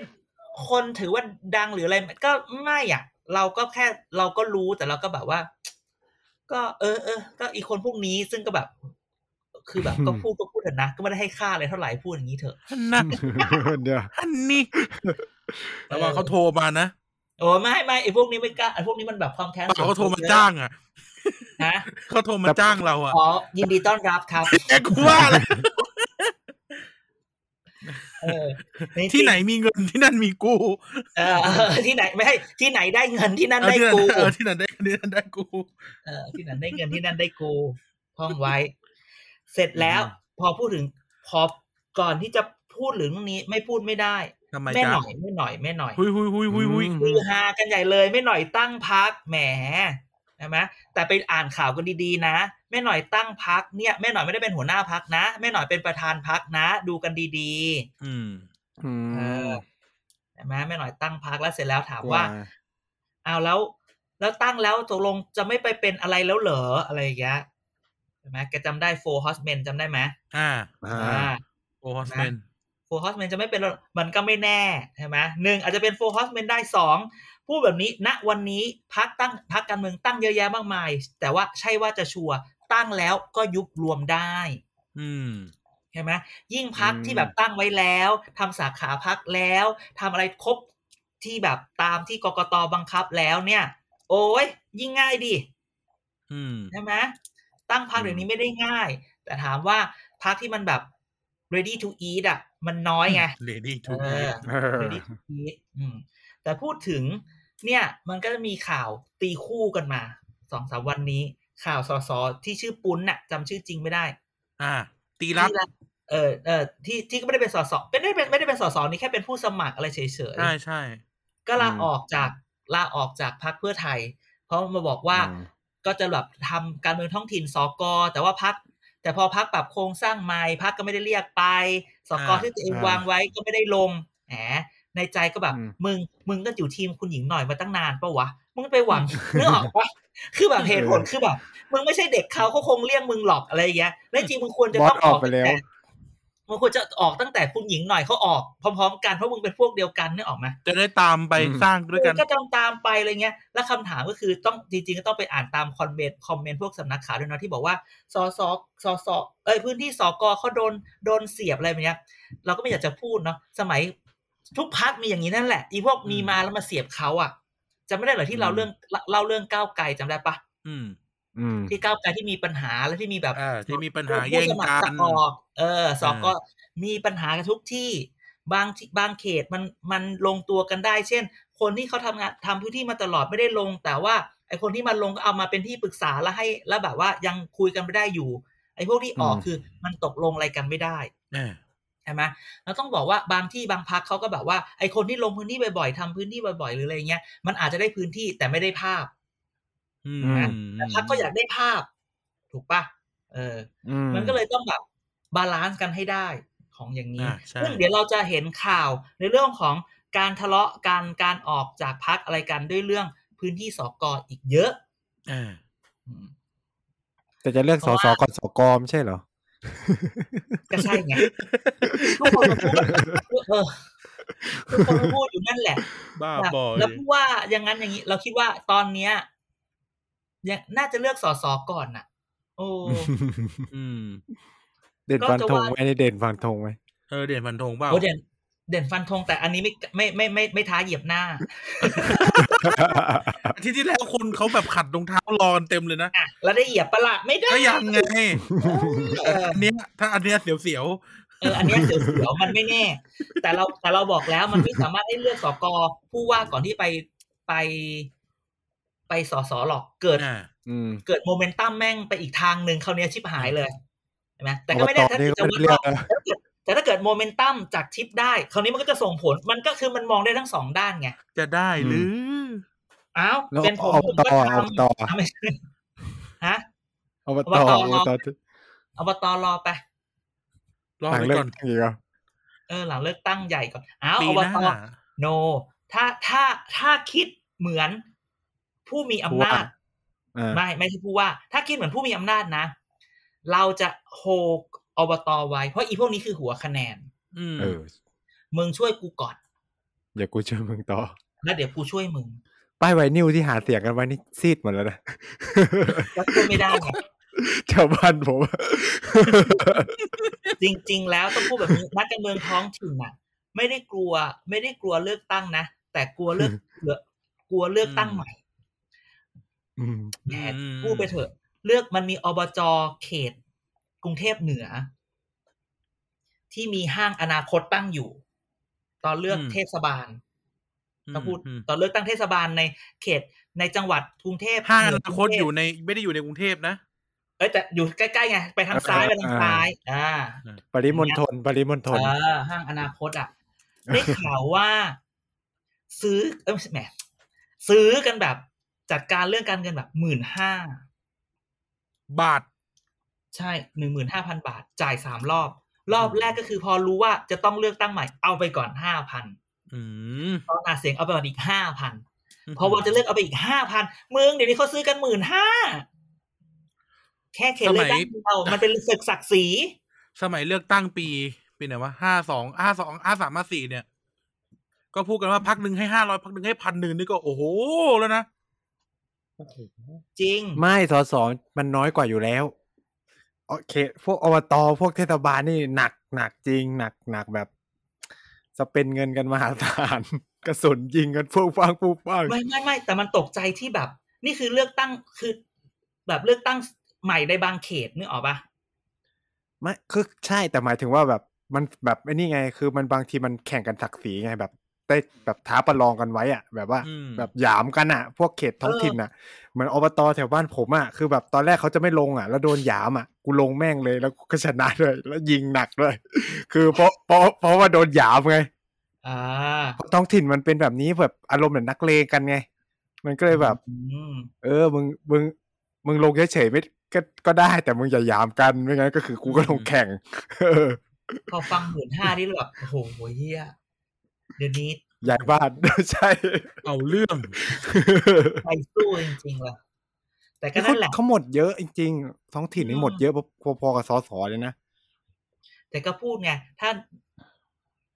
S4: คนถือว่าดังหรืออะไรก็ไม่อ่ะ เราก็แค่เราก็รู้แต่เราก็แบบว่า ก็เออเออก็อีกคนพวกนี้ซึ่งก็แบบ คือ แบบก็พูดก็พูดเถอะนะก็ไม่ได้ให้ค่าอะไรเท่าไหร่พูดอย่างนี้เถอะ
S2: อันนะ
S3: เดี๋ยว
S2: อันนี้
S4: เออ
S2: ระวังเขาโทรมานะ
S4: โอ้ไม่ไม่ไอ้พวกนี้ไม่กล้าไอ้พวกนี้มันแบบความแค้ น
S2: เปล่า
S4: ส่วน
S2: เขาโทร
S4: ตัว
S2: มา
S4: เยอะ
S2: จ้างอ่ะ
S4: นะ
S2: เขาโทรมาจ้างเราอ่ะ
S4: ขอยินดีต้อนรับ ครับ
S2: แกกูว่าแหละ
S4: เออจริงๆ
S2: ที่ไหนมีเงินที่นั่นมีกู
S4: เออเอ อที่ไหนไม่ให้ที่ไหนได้เงินที่นั่น
S2: เออ
S4: ได้
S2: ที่นั่นเออ
S4: กู
S2: ที่นั่นได้ที่นั่นได้กู
S4: เออที่นั่นได้เงินที่นั่นได้กูท่องไว้ เสร็จแล้วพอพูดถึงพอก่อนที่จะพูดถึงเรื่องนี้ ไม่พูดไม่ได้
S2: ทำไม
S4: แม่
S2: จ๊ะ
S4: หน่อยแม่หน่อยแม่หน่อย
S2: หุยหุยหุยหุยหุย
S4: คือฮากันใหญ่เลยแม่หน่อยตั้งพักแหมใช่ไหมแต่ไปอ่านข่าวกันดีๆนะแม่หน่อยตั้งพักเนี่ยแม่หน่อยไม่ได้เป็นหัวหน้าพักนะแม่หน่อยเป็นประธานพักนะ ดูกันดี
S2: อืม
S3: อื
S4: ๆเออ
S3: ม
S4: ใช่ไหมแม่หน่อยตั้งพักแล้วเสร็จแล้วถาม
S3: กลั
S4: ว่า เอาวแล้ว แล้วตั้งแล้วตกลงจะไม่ไปเป็นอะไรแล้วเหรออะไรอย่างเงี้ยใช่ไหมแกจำได้ Four Horsemen จำได้ไหม
S2: อ่า
S3: อ่า
S2: โอฮอสแมน
S4: Four Horsemen จะไม่เป็นแล้วมันก็ไม่แน่ใช่ไหมหนึ่งอาจจะเป็น Four Horsemen ได้สองพูดแบบนี้ณวันนี้พักตั้งพักการเมืองตั้งเยอะแยะมากมาย แต่ว่าใช่ว่าจะชัวร์ตั้งแล้วก็ยุบรวมได้
S2: อืม
S4: ใช่ไหมยิ่งพัก
S3: อืม
S4: ที่แบบตั้งไว้แล้วทำสาขาพักแล้วทำอะไรครบที่แบบตามที่กกตบังคับแล้วเนี่ย โอ้ยยิ่งง่ายดิ
S2: อืม
S4: ใช่ไหมตั้งพักเดี๋ยวนี้ไม่ได้ง่าย แต่ถามว่าพักที่มันแบบ ready to eat อ่ะ มันน้อยไง
S2: Lady
S4: เอ
S2: to
S4: อ
S3: เออ
S4: ready to eat อืมแต่พูดถึง เนี่ย มันก็จะมีข่าวตีคู่กันมาสองสามวันนี้ ข่าวสอสอที่ชื่อปุ้นน่ะจำชื่อจริงไม่ได้
S2: อ่า ตีรับ
S4: ที่ละเออเออที่ที่ก็ไม่ได้เป็นสอสอไม่ได้เป็นไม่ได้เป็นสอสอนี่แค่เป็นผู้สมัครอะไรเฉย
S2: ใช่ใช่
S4: ๆก็ลา
S3: อืม
S4: ออกจากลาออกจากพักเพื่อไทย เพราะมาบอกว่า ก็จะแบบทำการเมืองท้องถิ่นสกแต่ว่าพัก แต่พอพักปรับโครงสร้างใหม่พักก็ไม่ได้เรียกไปสกที่ตัวเองวางไว้ก็ไม่ได้ลงแหมในใจก็แบบ
S3: อืม
S4: มึงมึงก็อยู่ทีมคุณหญิงหน่อยมาตั้งนานปะวะมึงไปหวังเนื้อออกปะ คือแบบเหตุผลคือแบบมึงไม่ใช่เด็กเขาเขาคงเรียกมึงหรอกอะไรอย่างเงี้ยและจริงมึงควรจะ
S3: บอ
S4: ต้อ
S3: ส
S4: ง
S3: ออกไปแล้ว
S4: ตั้งต่มึงควรจะออกตั้งแต่คุณหญิงหน่อยเขาออกพร้อมๆกันเพราะมึงเป็นพวกเดียวกันเนี่ยออกไหม
S2: จะได้ตามไป
S3: อืม
S2: สร้างด้วยกัน
S4: ก็ตามตามๆไปอะไรเงี้ย แล้วคำถามก็คือต้องจริงๆก็ต้องไปอ่านตามคอมเมนต์คอมเมนต์พวกสำนักข่าวด้วยเนาะที่บอกว่าสอสอสอสอเอ้ยพื้นที่สอกอเขาโดนโดนเสียบอะไรแบบเนี้ย เราก็ไม่อยากจะพูดเนาะสมัยทุกพักมีอย่างนี้นั่นแหละอีพวกมีมาแล้วมาเสียบเขาอ่ะจำไม่ได้เหรอที่เราเรื่องเล่าเรื่องก้าวไกลจำได้ปะ
S2: อืม
S3: อืม
S4: ที่ก้าวไกลที่มีปัญหาแล้วที่มีแบบ
S2: อ่าที่มีปัญหาแย่ง
S4: ผู้สมัค
S2: กั
S4: ร
S2: น
S4: จะออกเออสอก
S2: อ่า
S4: ก็มีปัญหากันทุกที่บางที่บางเขตมันมันลงตัวกันได้ เช่น คนที่เขาทำงานทำพื้นที่มาตลอดไม่ได้ลง แต่ว่าไอคนที่มาลงก็เอามาเป็นที่ปรึกษาแล้วให้ แล้วแบบว่ายังคุยกันไม่ได้อยู่ ไอพวกที่ออก
S3: อืม
S4: คือมันตกลงอะไรกันไม่ได้
S2: เออ
S4: ใช่ไหมเราต้องบอกว่าบางที่บางพักเขาก็แบบว่าไอคนที่ลงพื้นที่บ่อยๆทำพื้นที่บ่อยๆหรืออะไรเงี้ยมันอาจจะได้พื้นที่แต่ไม่ได้ภาพ
S2: อืม
S3: อืม
S4: แต่พักก็อยากได้ภาพ ถูกปะเออ
S3: อืม
S4: มันก็เลยต้องแบบบาลานซ์กันให้ได้ของอย่างนี้
S2: อ่าใช่
S4: ซึ่งเดี๋ยวเราจะเห็นข่าวในเรื่องของการทะเลาะกันการออกจากพักอะไรกันด้วยเรื่องพื้นที่สอกออีกเยอะ
S2: เออ
S4: อืม
S3: แต่จะเลือก
S4: เพ
S3: ส
S4: ราะ
S3: ส
S4: ว่า
S3: ก่อนสกไม่ใช่เหรอ
S4: ก็ใช่ไงทุกคนมันพูดเออทุกคนมันพูดอยู่นั่นแหละ
S2: บ้า
S4: แบบ
S2: บอ
S4: แล้ว
S2: ย
S4: พูดว่าอย่างนั้นอย่างนี้ เราคิดว่าตอนเนี้ยยังน่าจะเลือกสอสอก่อนน่ะ โอ้
S2: อืม
S3: เด่นฟันธง
S4: ก็จะว่า
S3: ไหมอันนี้เด่นฟันธงไหม
S2: เออเด่นพันธงเปล่า
S4: โอ้เด่น เด่นฟันธงแต่อันนี้ไม่ไม่ไม่ไม่ไม่ท้าเหยียบหน้า
S2: อาที่ที่แล้วคนเขาแบบขัดรองเท้ารอกันเต็มเลยนะ
S4: อ่ะแล้วได้เหยียบปะละไม่ได้
S2: ก็ยังไง
S4: เออ
S2: อันเนี้ยถ้าอันเนี้ยเสียวเสียว
S4: เอออันเนี้ยเสียวๆมันไม่แน่ แต่เราแต่เราบอกแล้วมันไม่สามารถให้เลือกสกผู้ว่าก่อนที่ไปไป ไปสสหรอกเกิด
S2: ๆอ่า
S3: อืม
S4: เกิดโมเมนตัมแม่งไปอีกทางหนึ่งคราวเนี้ยชิบหายเลยใช่ไหมแต่ก็ไม่ได้
S3: อบต
S4: ถ้า
S3: นี่
S4: เกิด
S3: ก็
S4: จะวัด
S3: ไม่เลื
S4: ร
S3: อ
S4: อก บแต่ถ้าเกิดแต่ถ้าเกิดโมเมนตัมจากชิปได้คราวนี้มันก็จะส่งผลมันก็คือมันมองได้ทั้งสองด้านไง
S2: จะได้หรือ
S4: อ้าว
S3: แล้ว
S4: เป็นผม
S3: อบ
S4: ผม
S3: ต
S4: ก็
S3: อบ
S4: ทำ
S3: ต
S4: อ้าวไม่ใช่ฮะ
S3: อบ
S4: อบ
S3: ต
S4: ต
S3: อบต
S4: อบตรอไป
S2: รอ
S3: หลัง
S2: ไป
S3: เลิก
S2: ก่อน
S3: ตั้งอีกเหรอ
S4: เออหลังเลือกตั้งใหญ่ก่อนอ้าว
S2: ปี
S4: อบ
S2: หน้า
S4: ต โน ถ้าถ้าถ้าคิดเหมือนผู้มีอำนาจ
S3: อ่า
S4: ไม่ไม่ใช่ผู้ว่า ถ้าคิดเหมือนผู้มีอำนาจนะ เราจะโฮอบตไว้ เพราะอีพวกนี้คือหัวคะแนน
S2: อืม
S3: เออ
S4: มึงช่วยกูก่อน
S3: เดี๋ยวกูช่วยมึงต่อ
S4: แล้วเดี๋ยวกูช่วยมึง
S3: ป้ายไวนิวที่หาเสียงกันไว้นี่ซีดหมดแล้วนะ
S4: ก็ช่วยไม่ได้ไง
S3: ชาวบ้านผม
S4: จริง ๆ แล้วต้องพูดแบบนี้นักการเมืองท้องถิ่นอ่ะ ไม่ได้กลัว ไม่ได้กลัวเลือกตั้งนะ แต่กลัวเลือกกลัวเลือกตั้งใหม่
S3: อืม
S4: แหมพูดไปเถอะ เลือกมันมีอบจเขต กรุงเทพเหนือ ที่มีห้างอนาคตตั้งอยู่ ตอนเลือกเทศบาลต้องพูด
S2: อืม
S4: ตอนเลือกตั้งเทศบาลในเขตในจังหวัดกรุงเทพ
S2: ห้างอ
S4: เห
S2: นาค
S4: กรุ
S2: ต
S4: งเทพ
S2: อยู่ในไม่ได้อยู่ในกรุงเทพนะ
S4: เอ้ยแต่อยู่ใกล้ๆไงไปทาง
S3: เออ
S4: ซ้ายไปทาง
S3: อ่า
S4: ซ้าย อ่า
S3: ปริมณ ฑลปริมณฑล
S4: เออห้างอนาคตอ่ะ ได้ข่าวว่า ซื้อเออแหมซื้อกันแบบจัดการเรื่องการเงินแบบหมื่นห้า
S2: บาท
S4: ใช่หนึ่งหมื่นห้าพันบาท จ่ายสามรอบ รอบแรกก็คือพอรู้ว่าจะต้องเลือกตั้งใหม่ เอาไปก่อนห้าพัน
S2: อืม
S4: ตอนอาเสียงเอาไปก่อนอีกห้าพันพอวันจะเลือกเอาไปอีกห้าพันเมืองเดี๋ยวนี้เขาซื้อกันหมื่นห้าแค่เขตเลือกตั้งเดียวมันเป็นศึกศักดิ์ศรี
S2: สมัยเลือกตั้งปีปีไหนวะห้าสองห้าสองห้าสามห้าสี่เนี่ย ก็พูดกันว่าพักหนึ่งให้ห้าร้อยพักหนึ่งให้พันหนึ่งนี่ก็โอ้โหแล้วนะโอ้โห
S4: จริง
S3: ไม่สอสอมันน้อยกว่าอยู่แล้วโอเค พวกอบตพวกเทศบาลนี่หนักหนักจริง หนักหนักแบบ จะเป็นเงินกันมหาศาล กระสุนยิงกันฟูฟังฟูฟัง
S4: ไม่ไม่ไม่แต่มันตกใจที่แบบ นี่คือเลือกตั้งคือ แบบเลือกตั้งใหม่ในบางเขตนึกออกปะ
S3: ไม่คือใช่แต่หมายถึงว่าแบบมันแบบไอ้นี่ไง คือมันบางทีมันแข่งกันศักดิ์ศรีไงแบบ ได้แบบท้าประลองกันไว้อะแบบว่า
S2: อืม
S3: แบบหยามกันอ่ะ พวกเขตท้องถิ่นอ่ะเหมือนอบตแถวบ้านผมอ่ะคือแบบตอนแรกเขาจะไม่ลงอ่ะ แล้วโดนหยามอ่ะกูลงแม่งเลยแล้วกูก็ชนะด้วยแล้วยิงหนักด้วย คือเพราะเพราะเพราะว่าโดนหยามไง
S4: อ่า
S3: เพราะท้องถิ่นมันเป็นแบบนี้แบบอารมณ์เหมือนนักเลงกันไง มันก็เลยแบบ
S4: อืม
S3: เออมึงมึงมึงลงเฉยๆไม่ก็ก็ได้แต่มึงอย่าหยามกันไม่งั้นก็คือกูก็ลงแข่งเออ
S4: พอฟังหมื่นห้านี่แบบโอ้โหเฮียเดี๋ยวนี้
S3: ใหญ่บ้าน ใช่
S2: เอาเรื่อง
S4: ไปสู้จริงๆเลย แต่ก็นั่นแหละ
S3: เขาหมดเยอะจริงๆท้องถิ่นนี่หมดเยอะพอๆกับสสเลยนะ
S4: แต่ก็พูดไงถ้า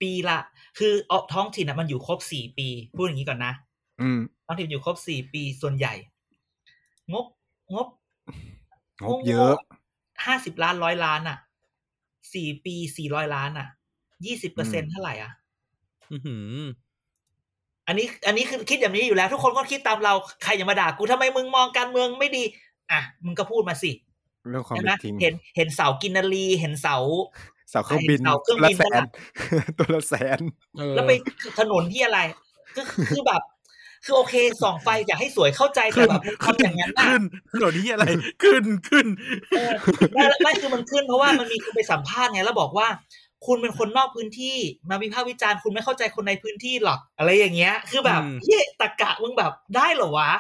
S4: ปีละคือเอาท้องถิ่นอะมันอยู่ครบสี่ปี พูดอย่างนี้ก่อนนะ
S3: อืม
S4: ท้องถิ่นอยู่ครบสี่ปีส่วนใหญ่ งบงบ
S3: งบเยอะ
S4: ห้าสิบล้านร้อยล้านอ่ะสี่ปีสี่ร้อยล้านอ่ะยี่สิบเปอร์เซ็น
S3: ม
S4: เท่าไหร่อ่ะ
S2: อื้อหือ
S4: อันนี้ อันนี้คือคิดอย่างนี้อยู่แล้ว ทุกคนก็คิดตามเราใครอย่ามาด่ากูทำไมมึงมองการเมืองไม่ดี อ่ะมึงก็พูดมาสิ
S3: เรื่องความ
S4: ใช่
S3: เป็
S4: ไหม
S3: นจริง
S4: เห็นเห็นเสากินนารีเห็นเสา
S3: เสาเครื่องบิน
S4: เสาเครื่อง
S3: ละ
S4: บิน
S3: แส
S4: นั่
S3: น
S4: น
S3: ตัวละแสน
S2: เออ
S4: แล้วไปถนนที่อะไรก็คือแบบ คือโอเคส่องไฟอยากให้สวยเข้าใจแต่
S2: ขึ้น
S4: แบบมัน
S2: ขึ้น
S4: ทำอย่างนั้นน่ะ
S2: ขึ้นเดี๋ยวนี้อะไร ขึ้นขึ้น
S4: เออไม่ไม่คือมันขึ้นเพราะว่ามันมีคนไปสัมภาษณ์ไงแล้วบอกว่า คุณเป็นคนนอกพื้นที่มาวิพากษ์วิจารณ์คุณไม่เข้าใจคนในพื้นที่หรอก อะไรอย่างเงี้ย คือแบบ
S2: อืม
S4: เย้ตะกะมึงแบบได้เหรอวะ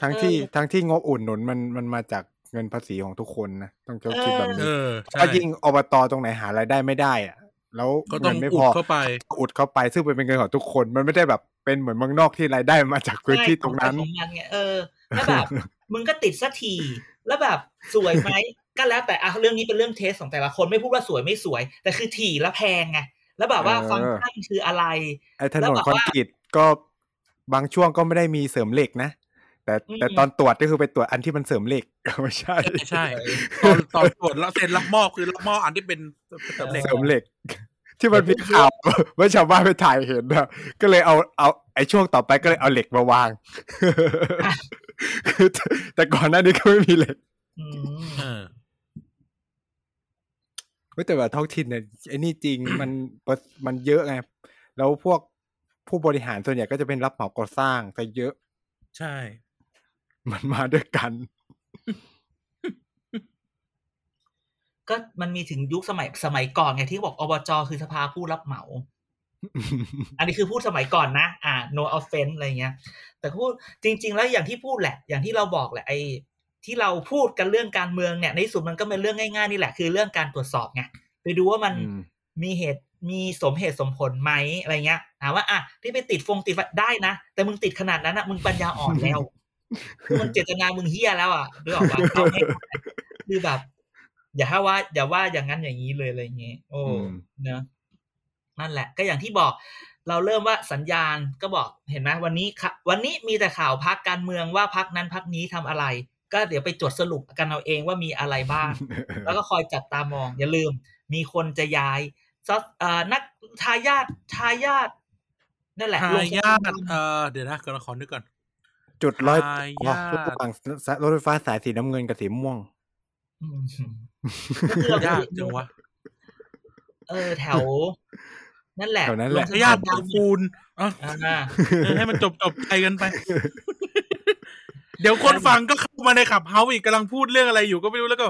S3: ทั้งที่
S4: เออ
S3: ทั้งที่งบอุดหนุนมันมันมาจากเงินภาษีของทุกคนนะต้องเจ้าคิดแบบ
S2: เอ
S3: นี้
S2: อ
S3: ก็
S2: ใช่
S3: ยิ่งอบตตรงไหนหารายได้ไม่ได้อะแล้ว
S2: ก็ต้
S3: เงิ
S2: อง
S3: นไม่
S2: อุ
S3: พ
S2: ด
S3: อ
S2: เข้าไป
S3: อุดเข้าไปซึ่งมันเป็นเงินของทุกคนมันไม่ได้แบบเป็นเหมือนเมืองนอกที่รายได้มาจากพื้นที่ตรงนั้น
S4: ใช่ของใคของมัไงเออแล้วแบบ มึงก็ติดสักทีแล้วแบบสวยไหม ก็แล้วแต่อะเรื่องนี้เป็นเรื่องเทสของแต่ละคนไม่พูดว่าสวยไม่สวย แต่คือถี่และแพงไงแล้วแบบว่า
S3: เออ
S4: ฟังก์ชันคืออะไร
S3: ไอ้ถ
S4: แล้ว
S3: น
S4: แบ
S3: น
S4: บ
S3: คอน
S4: ว่าก
S3: รีตก็บางช่วงก็ไม่ได้มีเสริมเหล็กนะแต่
S4: อืม
S3: แต่ตอนตรวจก็คือไปตรวจอันที่มันเสริมเหล็ก ไม่ใช่
S2: ใช่ ตอนตอนตรวจแล้วเซ็นรับมอบคือรับมอบอันที่เป็นเสริมเหล็ก
S3: เสริมเหล็ก ที่มันมีข่าว ว่าชาวบ้านไปถ่ายเห็นนะก็เลยเอาเอาไอ้ช่วงต่อไปก็เลยเอาเหล็กมาวาง คือแต่ก่อนหน้านี้ก็ไม่มีเหล็ก
S4: อืม
S2: เออ
S3: เว้ยแต่ว่าท้องถิ่นเนี่ยไอ้นี่จริง มันมันเยอะไงแล้วพวกผู้บริหารส่วนใหญ่ก็จะเป็นรับเหมาก่อสร้างแต่เยอะ
S2: ใช่
S3: มันมาด้วยกัน
S4: ก็มันมีถึงยุคสมัยสมัยก่อนไงที่บอกอบจคือสภาผู้รับเหมา อันนี้คือพูดสมัยก่อนนะ อ่า no offense อะไรเงี้ย แต่พูดจริง ๆ แล้วอย่างที่พูดแหละ อย่างที่เราบอกแหละไอ้ที่เราพูดกันเรื่องการเมืองเนี่ย ในที่สุดมันก็เป็นเรื่องง่ายๆนี่แหละคือเรื่องการตรวจสอบไงไปดูว่า มัน มีเหตุมีสมเหตุสมผลไหมอะไรเงี้ยถามว่าอ่ะที่ไปติดฟงติดไฟได้นะ แต่มึงติดขนาดนั้นอ่ะมึงปัญญาอ่อนแล้ว คือมึงเจตนามึงเฮี้ยแล้วอ่ะหรือออกว่าเอาให้ได้คือแบบ อย่าให้ว่า อย่าว่าอย่างนั้นอย่างนี้เลยอะไรเงี้ยโอ้
S3: อืม
S4: เนอะนั่นแหละ ก็อย่างที่บอก เราเริ่มว่าสัญญาณก็บอกเห็นไหมวันนี้ค่ะวันนี้มีแต่ข่าวพักการเมืองว่าพักนั้นพักนี้ทำอะไร ก็เดี๋ยวไปจดสรุปกันเอาเองว่ามีอะไรบ้าง แล้วก็คอยจับตามอง อย่าลืม มีคนจะย้ายซอสเอ่อนักทายาททายาทนั่นแหละ
S2: ทา
S4: ลงส
S2: ยา
S4: มัค
S2: ท
S4: ร
S2: เออเดี๋ยวนะกำลังขอนึกก่อน
S3: จุดร้อย
S2: ทาย
S3: อ๋อรถ
S2: าท
S3: ระหว่างรถไฟฟ้าสายสีน้ำเงินกับสีม่วง
S4: อืมก็คือเรา
S2: ยากจังวะ
S4: เออแถว นั่นแหละ
S3: แถวนั้นแหละ
S4: งส
S2: ทายาท
S4: มั
S2: ต
S4: คร
S2: ระกูลอ่ะ
S4: อ่า
S2: เออให้มันจบจบไปกันไป เดี๋ยวคนฟังก็เข้ามาในขับเฮาอีกกำลังพูดเรื่องอะไรอยู่ก็ไม่รู้แล้วก็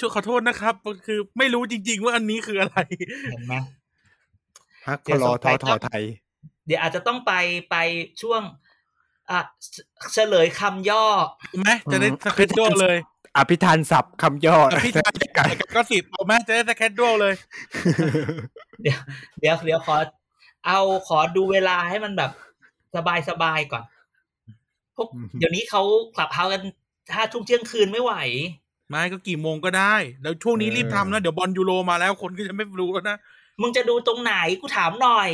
S2: ช่วยขอโทษนะครับคือ ไม่รู้จริง ๆ ว่าอันนี้คืออะไร
S4: เห็นไหม
S3: ฮัก
S4: เดี๋
S3: พ
S4: ยว
S3: ล
S4: ส่
S3: อง ท
S4: ไป
S3: อ
S4: ก็
S3: ทอไทย
S4: เดี๋ยวอาจจะต้องไปไปช่วงอ่ะเฉเฉลยคำย่อ
S2: ไหมจะได้
S3: อืม
S2: สเก็ตดวเลย
S3: อภิธานศัพท์คำย่อ
S2: อภิชาติ
S3: ไกล
S2: ก็สิบเอาไหมจะได้สเก็ตดวเลย
S4: เดี๋ยวเดี๋ยวขอ เอาขอดูเวลาให้มันแบบสบายสบายก่อนพวกเดี๋ยวนี้เขากลับเฮากันห้าทุ่มเที่ยงคืนไม่ไหว
S2: ไม่ก็กี่โมงก็ได้ แล้วช่วงนี้รีบทำนะเดี๋ยวบอลยูโรมาแล้วคนก็จะไม่รู้แล้วนะ
S4: มึงจะดูตรงไหนกูถามหน่ อย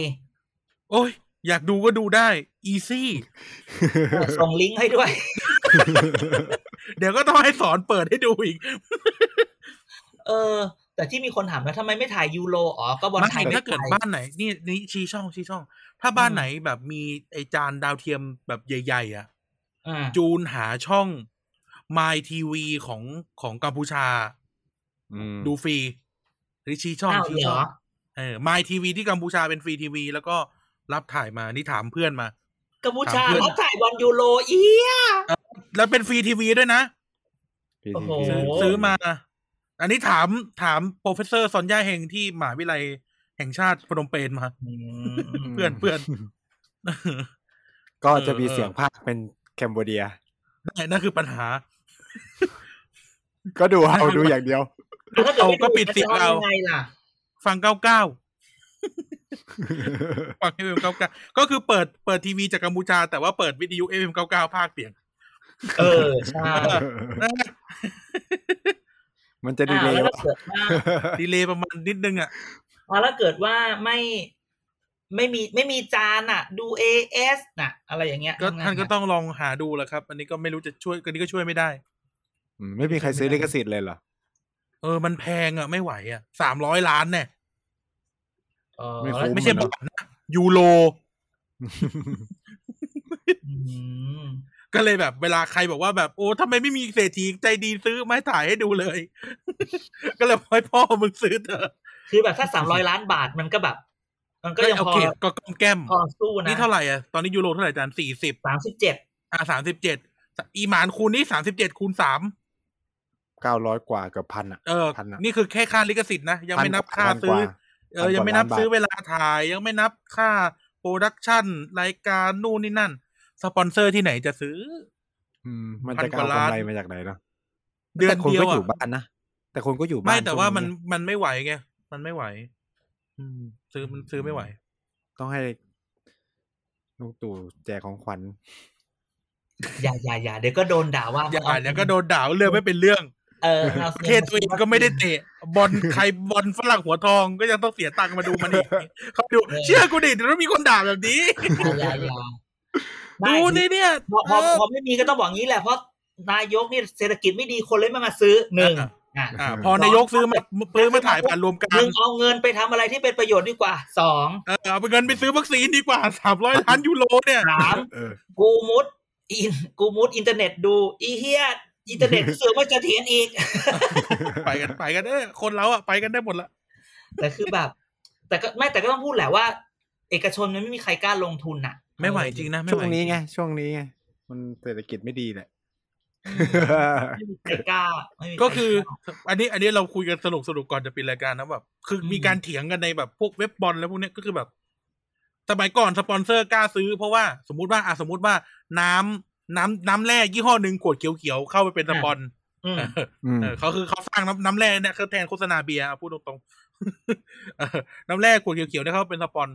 S2: โอ้ย อยากดูก็ดูได้ อีซี่
S4: เออส่งลิงก์ให้ด้วย
S2: เดี๋ยวก็ต้องให้สอนเปิดให้ดูอีก
S4: เออ แต่ที่มีคนถามว่าทำไมไม่ถ่ายยูโรอ๋อก็บอล
S2: ไม่
S4: ไทย
S2: ถ้าเกิด
S4: ไม่ไป
S2: บ้านไหน นี่นี่ชี้ช่องชี้ช่อง ถ้าบ้าน
S4: อืม
S2: ไหนแบบมีไอจานดาวเทียมแบบใหญ่ ๆ อ่ะ
S4: อ่า
S2: จูนหาช่อง My TV ของของกัมพูชา ดูฟรีหรือชี้ช่อง
S4: อ้าว
S2: ชี้
S4: เหร
S2: ช่อ
S4: อง
S2: เออ My TV ที่กัมพูชาเป็นฟรีทีวี แล้วก็รับถ่ายมานี่ถามเพื่อนมา
S4: กัมพูชา
S2: ถามเพื่อน
S4: เขาถ่ายบอลยูโรเอีย
S2: แล้วเป็นฟรีทีวีด้วยนะ
S4: โอ้โห
S2: ซื้อซื้อมา อันนี้ถามถามโปรเฟสเซอร์ซอนย่าเฮงที่มหาวิทยาลัยแห่งชาติพนมเปญมา เพื่อนเพื่อน
S3: ก็จะมีเสียงภาคเป็นแคมโบเดีย
S2: ได้ นั่นคือปัญหา
S3: ก็ดูเอาดูอย่างเดียว
S4: แล้วถ้าเกิดไม่
S2: เอาก็ปิดเสียง
S4: จะทำ
S2: เรา
S4: ยังไงล่ะ
S2: ฟังเก้าเก้าฟังเอฟเอ็มเก้าเก้าก็คือเปิดเปิดทีวีจากกัมพูชา แต่ว่าเปิดวิทยุเอฟเอ็มเก้าเก้าภาคเสียง
S4: เออใช่
S3: มันจะดีเล
S4: อ่ายแล้ว
S3: วะ
S4: ถ้าเกิดว่า
S2: ดีเลย์ประมาณนิดนึงอ่ะ
S4: อ่ะแล้วเกิดว่าไม่ไม่มีไม่มีจานอ่ะ ดูเอเอสน่ะ อะไรอย่างเงี้ย
S2: ก็
S4: ทำไ
S2: ท่านก็ต้องลองหาดูแหละครับ อันนี้ก็ไม่รู้จะช่วยอันนี้ก็ช่วยไม่ได้
S3: อืมไม่มีใครซื้อลิขสิทธิ์เลยเหรอ
S2: เออ มันแพงอ่ะ ไม่ไหวอ่ะสามร้อยล้านแน่
S4: เออ
S3: ไม่คุ้
S4: แล้ว
S3: ม
S2: ไม่ใช่บาทนะยูโร
S4: อืม
S2: ก็เลยแบบเวลาใครบอกว่าแบบโอ้ทำไมไม่มีเศรษฐีใจดีซื้อไมาให้ถ่ายให้ดูเลย ก็เลยบอกให้พ่อมึงซื้อเถอะ
S4: คือแบบถ้าสามร้อยล้านบาทมันก็แบบ มันก็ยัง
S2: โอ
S4: พอ
S2: เคก็กำแก้ม
S4: พอสู้นะ
S2: นี่เท่าไหร่อ่ะ ตอนนี้ยูโรเท่าไหร่จานสี่สิบ
S4: สามสิบเจ็ด
S2: อ่ะสามสิบเจ็ดอีหมานคูณนี่สามสิบเจ็ดคูณสาม
S3: เก้าร้อยกว่าเกือบพันอ่ะ
S2: เออ
S3: พันอะ
S2: นี่คือแค่ค่าลิขสิทธิ์นะ ยังไม่นับค่า
S3: พันก
S2: ซื้
S3: ว่
S2: อ
S3: พันกว่
S2: เออ
S3: พันกว่า
S2: ยังไม่นับ
S3: ล้านบาท
S2: ซื้อเวลาถ่าย ยังไม่นับค่าโปรดักชันรายการนู่นนี่นั่น สปอนเซอร์ที่ไหนจะซื้อ
S3: อืมมัน
S2: พั
S3: จะ
S2: นกว่าก
S3: ำ
S2: ล้าน
S3: ไรมาจากไหนเนาะ
S2: เดือน
S3: แต่คน
S2: เดีย
S3: ก็
S2: ว
S3: อ
S2: อ่ะ
S3: ยู่บ้านนะแต่คนก็อยู่บ้าน
S2: ไม่แต่ว่ามัน
S3: ช่ง
S2: มันไม่ไหวไงมันไม่ไหว
S3: อืม
S2: ซื้อมันซื้อไม่ไหว
S3: ต้องให้ลุงตู่แจกของขวัญ
S4: อย่าอย่าอย่าเดี๋ยวก็โดนด่าว่า
S2: อย่าเดี๋ยวก็โดนด่าว่าเรื่องไม่เป็นเรื่อง
S4: เอออา
S2: ประเทศตัวเองก็ไม่ได้เตะ บอลใครบอลฝรั่งหัวทองก็ยังต้องเสียตังค์มาดูมันอีกเขาดู เชื่อกูดิเดี๋ยวต้องมีคนด่าแบบนี้
S4: อย่าอย่าไม่
S2: ดูนี่เนี่ย
S4: พอพอ
S2: เออ
S4: พอไม่มีก็ต้องบอกงี้แหละเพราะนายกนี่เศรษฐกิจไม่ดีคนเลยไม่มาซื้อหนึ่งอ่ะ
S2: อ่ะพอนายกซื้อมาซื้อมาถ่ายผ่านรวมกลา
S4: ห
S2: ง
S4: นึ่งเอาเงินไปทำอะไรที่เป็นประโยชน์ดีกว่าสอง
S2: เออเอาไปเงินไปซื้อวัคซีนดีกว่าสามร้อยล้านยูโรเนี่ย
S4: สาม
S3: เออ
S4: กูมุดอินกูมุดอินเทอร์เน็ตดูอีเฮียอิน เทอร์เน็ตเสือว่าจะเถียนอีก
S2: ไปกันไปกันเออคนเราอ่ะไปกันได้หมดละ
S4: แต่คือแบบ แต่ก็ไม่แต่ก็ต้องพูดแหละว่า เอกชนมันไม่มีใครกล้าลงทุนน่ะ
S2: ไม่ไหวจริงนะไม่
S3: ช่
S2: ไห
S3: ว
S2: ว
S3: งนี้ไงช่วงนี้ไงมันเศรษฐกิจไม่ดีแหละ
S4: ไม่มีใครกล้าไม่มีใรล้า
S2: ก็คือ อันนี้อันนี้เราคุยกันสนุกสนุกก่อนจะปิดรายการนะแบบคือ
S4: อืม
S2: มีการเถียงกันในแบบพวกเว็บบอลแล้วพวกเนี้ยก็คือแบบ สมัยก่อนสปอนเซอร์กล้าซื้อ เพราะว่าสมมติว่าอ่ะสมมติว่าน้ำน้ำน้ำแร่ยี่ห้อหนึ่งขวดเขียวๆเข้าไปเป็นสปอน
S4: อืม
S2: เออ
S3: อืม
S2: เออเขาคือเขาสร้างน้ำน้ำแร่เนี่ยคือแทนโฆษณาเบียร์อ่ะพูดตรงๆเออน้ำแร่ขวดเขียวๆเนี่ยเขาเป็นสปอน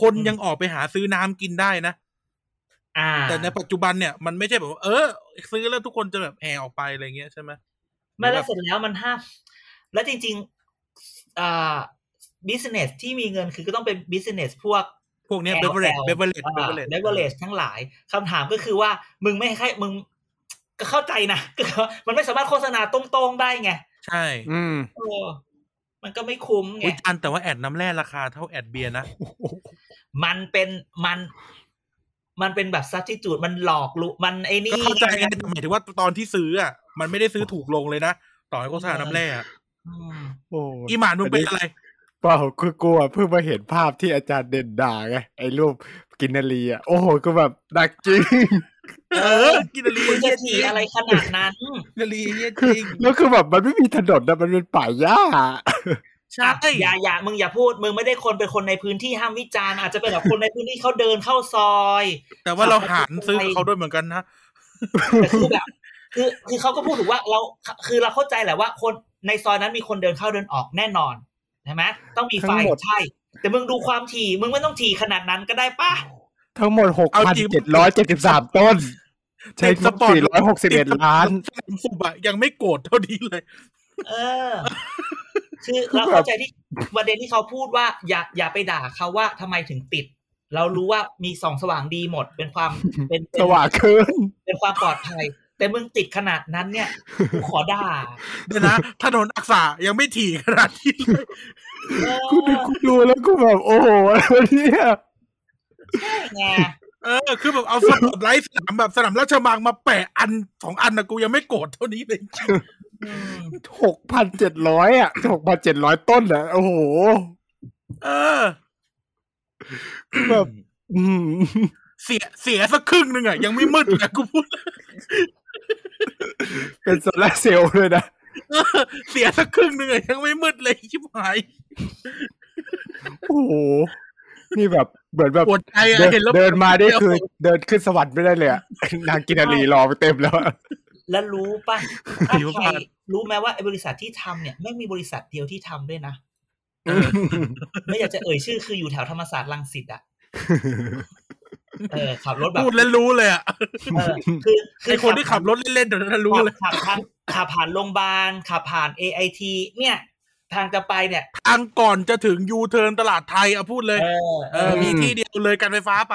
S2: คนยังออกไปหาซื้อน้ำกินได้นะ
S4: อ่า
S2: แต่ในปัจจุบันเนี่ยมันไม่ใช่แบบว่าเออ ซื้อแล้วทุกคนจะแบบแห่ออกไปอะไรเงี้ยใช่ไหม
S4: ไม่แล้วเสร็จแล้วมันห้ามแล้วจริงๆอ่าบิสเนสที่มีเงินคือก็ต้องเป็นบิสเนสพวก
S2: พวกเนี้ยเบ
S4: LL
S2: เวอร์เรจเบเวอร์เรจ
S4: เบเวอร์เรจทั้งหลายคำถามก็คือว่ามึงไม่ให้มึงก็เข้าใจนะ ก็คือว่ามันไม่สามารถโฆษณาตรงๆได้ไง
S2: ใช่
S3: อืม
S4: เออมันก็ไม่คุ้มไง
S2: อุ้ยอันแต่ว่าแอดน้ำแร่ราคาเท่าแอดเบียร์นะ
S4: มันเป็นมัน มันเป็นแบบซับจิจูดมันหลอกลุมันไอ้นี่
S2: ก็เข้าใจไงแต่หมายถึงว่าตอนที่ซื้ออ่ะมันไม่ได้ซื้อถูกลงเลยนะ ต่อให้โฆษณาน้ำแร่อะ
S4: อืม
S3: โอ้
S2: อีหมานมึงเป็นอะไร
S3: เปล่าคือกลัวเพิ่งมาเห็นภาพที่อาจารย์เด่นด่าไงไอ้รูปกินนาลีอ่ะ โอ้โหก็แบบดักจริง
S2: เออ กินนาลี
S4: คุณ
S2: เหี้
S4: จะ
S2: ยจ
S4: ถี
S2: ริง
S4: อะไรขนาดนั้น
S2: กินนาลีเหี้ยจริง
S3: แล้วคือแบบมันไม่มีถนนนะมันเป็นป่าหญ้า
S2: ใช่
S4: อ่ะอย่าอย่ามึงอย่าพูด มึงไม่ได้คนเป็นคนในพื้นที่ห้ามวิจารณ์อาจจะเป็นแบบคนในพื้นที่เขาเดินเข้าซอย
S2: แต่ว่าเราหารซื้อกับเขาด้วยเหมือนกันนะ
S4: แต่คือแบบ คือคือเขาก็พูดถึงว่าเราคือเราเข้าใจแหละว่าคนในซอยนั้นมีคนเดินเข้าเดินออกแน่นอนใช่ไหมต้องมีไฟ
S3: ทั้งหมด
S4: ใช่ แต่มึงดูความถี่มึงไม่ต้องถี่ขนาดนั้นก็ได้ปะ
S3: ทั้งหมดหกพันเจ็ดร้อยเจ็ดสิบสามต้น ใช้งบสี่ร้อยหกสิบเอ็ดล้าน
S2: สามสิบอะยังไม่โกรธเท่านี้เลย
S4: เออ คือเราเข้าใจที่ประเด็นที่เขาพูดว่า อย่าอย่าไปด่าเขาว่าทำไมถึงติด เรารู้ว่ามีสองสว่างดีหมด เป็นความเป็นเป็น
S3: สว่างขึ้น
S4: เป็นความปลอดภัย แต่มึงติดขนาดนั้นเนี่ยกูขอด่า
S2: เดี๋ยวนะถนนอักษายังไม่ถี่ขนาดนี้เลย
S4: เอ
S3: กูดู
S4: อ
S3: กูดูแล้วกูแบบโอ้โหอะไรวะเนี่ย
S4: ใช่ไง
S2: เออ คือแบบเอาสนามไร้สนามแบบสนามราชมังมาแปะอันสองอันนะกูยังไม่โกรธเท่านี้เลย
S3: หกพันเจ็ดร้อยอ่ะหกพันเจ็ดร้อยต้นอ่ะ โอ้โห
S2: เออ
S3: แบบ อืม
S2: เสียเสียสักครึ่งหนึ่งอ่ะยังไม่มืดนะกูพูด
S3: เป็นโซลาร์เซลล์เลยนะ
S2: เออเสียสักครึ่งหนึ่งอ่ะยังไม่มืดเลยชิบหาย
S3: โอ้โห นี่แบบเหมือนแบบ
S2: ปวดใจอ่ะ
S3: เดิน
S2: เห็นแล้ว
S3: เดินมาได้คือ เดินขึ้นสวรรค์ไม่ได้เลยอะ นางกินารีรอไปเต็มแล้วอะ
S4: แล้วรู้ป่ะถ้าใครรู้ไหมว่าไอ้บริษัทที่ทำเนี่ยไม่มีบริษัทเดียวที่ทำด้วยนะ ไม่อยากจะเอ่ยชื่อคืออยู่แถวธรรมศาสตร์ลังสิตอ่ะ เออขับรถแบบ
S2: พูดแล้วรู้เลยอ่ะ
S4: เออคือ
S2: ไอคนที่ขับรถเล่นๆเดี๋ยวนั้นรู้เลย
S4: ขับผ่านขับผ่านโรงพยาบาลขับผ่าน AIT เนี่ย ทางจะไปเนี่ย
S2: ทางก่อนจะถึงยูเทิร์นตลาดไทยอ่ะพูดเลย
S4: เออ
S2: เอ
S4: เอ
S2: อ
S4: อ
S2: มีที่เดียวเลยการไฟฟ้าไป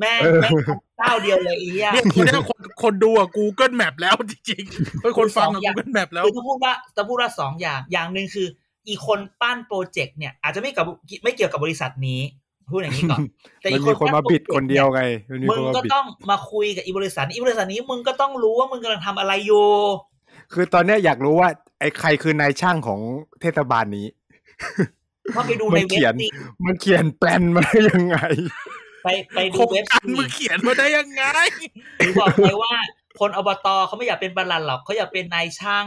S4: แม่
S3: เออ
S4: แม่งเจ้าเดียวเลยไอเหีอ่ะ
S2: เนี่ยคนเนี้ยคนคนดูอ่ะ Google Map แล้วจริงๆเฮ้ยคนฟังอ่ะ Google Map แล้ว
S4: คือถ้าพูดว่าจะพูดว่าสองอย่าง อย่างหนึ่งคือ อีคนปั้นโปรเจกต์เนี่ย อาจจะไม่กับไม่เกี่ยวกับบริษัทนี้ พูดอย่างนี้ก่อน แต่
S3: มั
S4: อี
S3: นมีคน
S4: ปั้
S3: มา
S4: โปร
S3: บิด
S4: จกต์
S3: คนเดียวไงมันมี
S4: มึ
S3: ค
S4: ง
S3: นมา
S4: ก็
S3: บิด
S4: ต้องมาคุยกับอีบริษัทนี้อีบริษัทนี้มึงก็ต้องรู้ว่ามึงกำลังทำอะไรอยู่
S3: คือตอนเนี้ยอยากรู้ว่า ไอ้ใครคือนายช่างของเทศบาลนี้
S4: เพราะไปดู
S3: มั
S4: ใน
S3: น
S4: เว็
S3: เขีย
S4: บ
S3: น
S4: สิ
S3: มันเขียนแปลนมาได้ยัง ไง
S4: ไปไปดู
S2: โครง
S4: เว็บ
S2: การ
S4: สิ
S2: มึงเขียนมาได้ยังไง
S4: หรือบอกเลยว่า คนอบตเขาไม่อยากเป็นบัลลันหรอกเขาอยากเป็นนายช่าง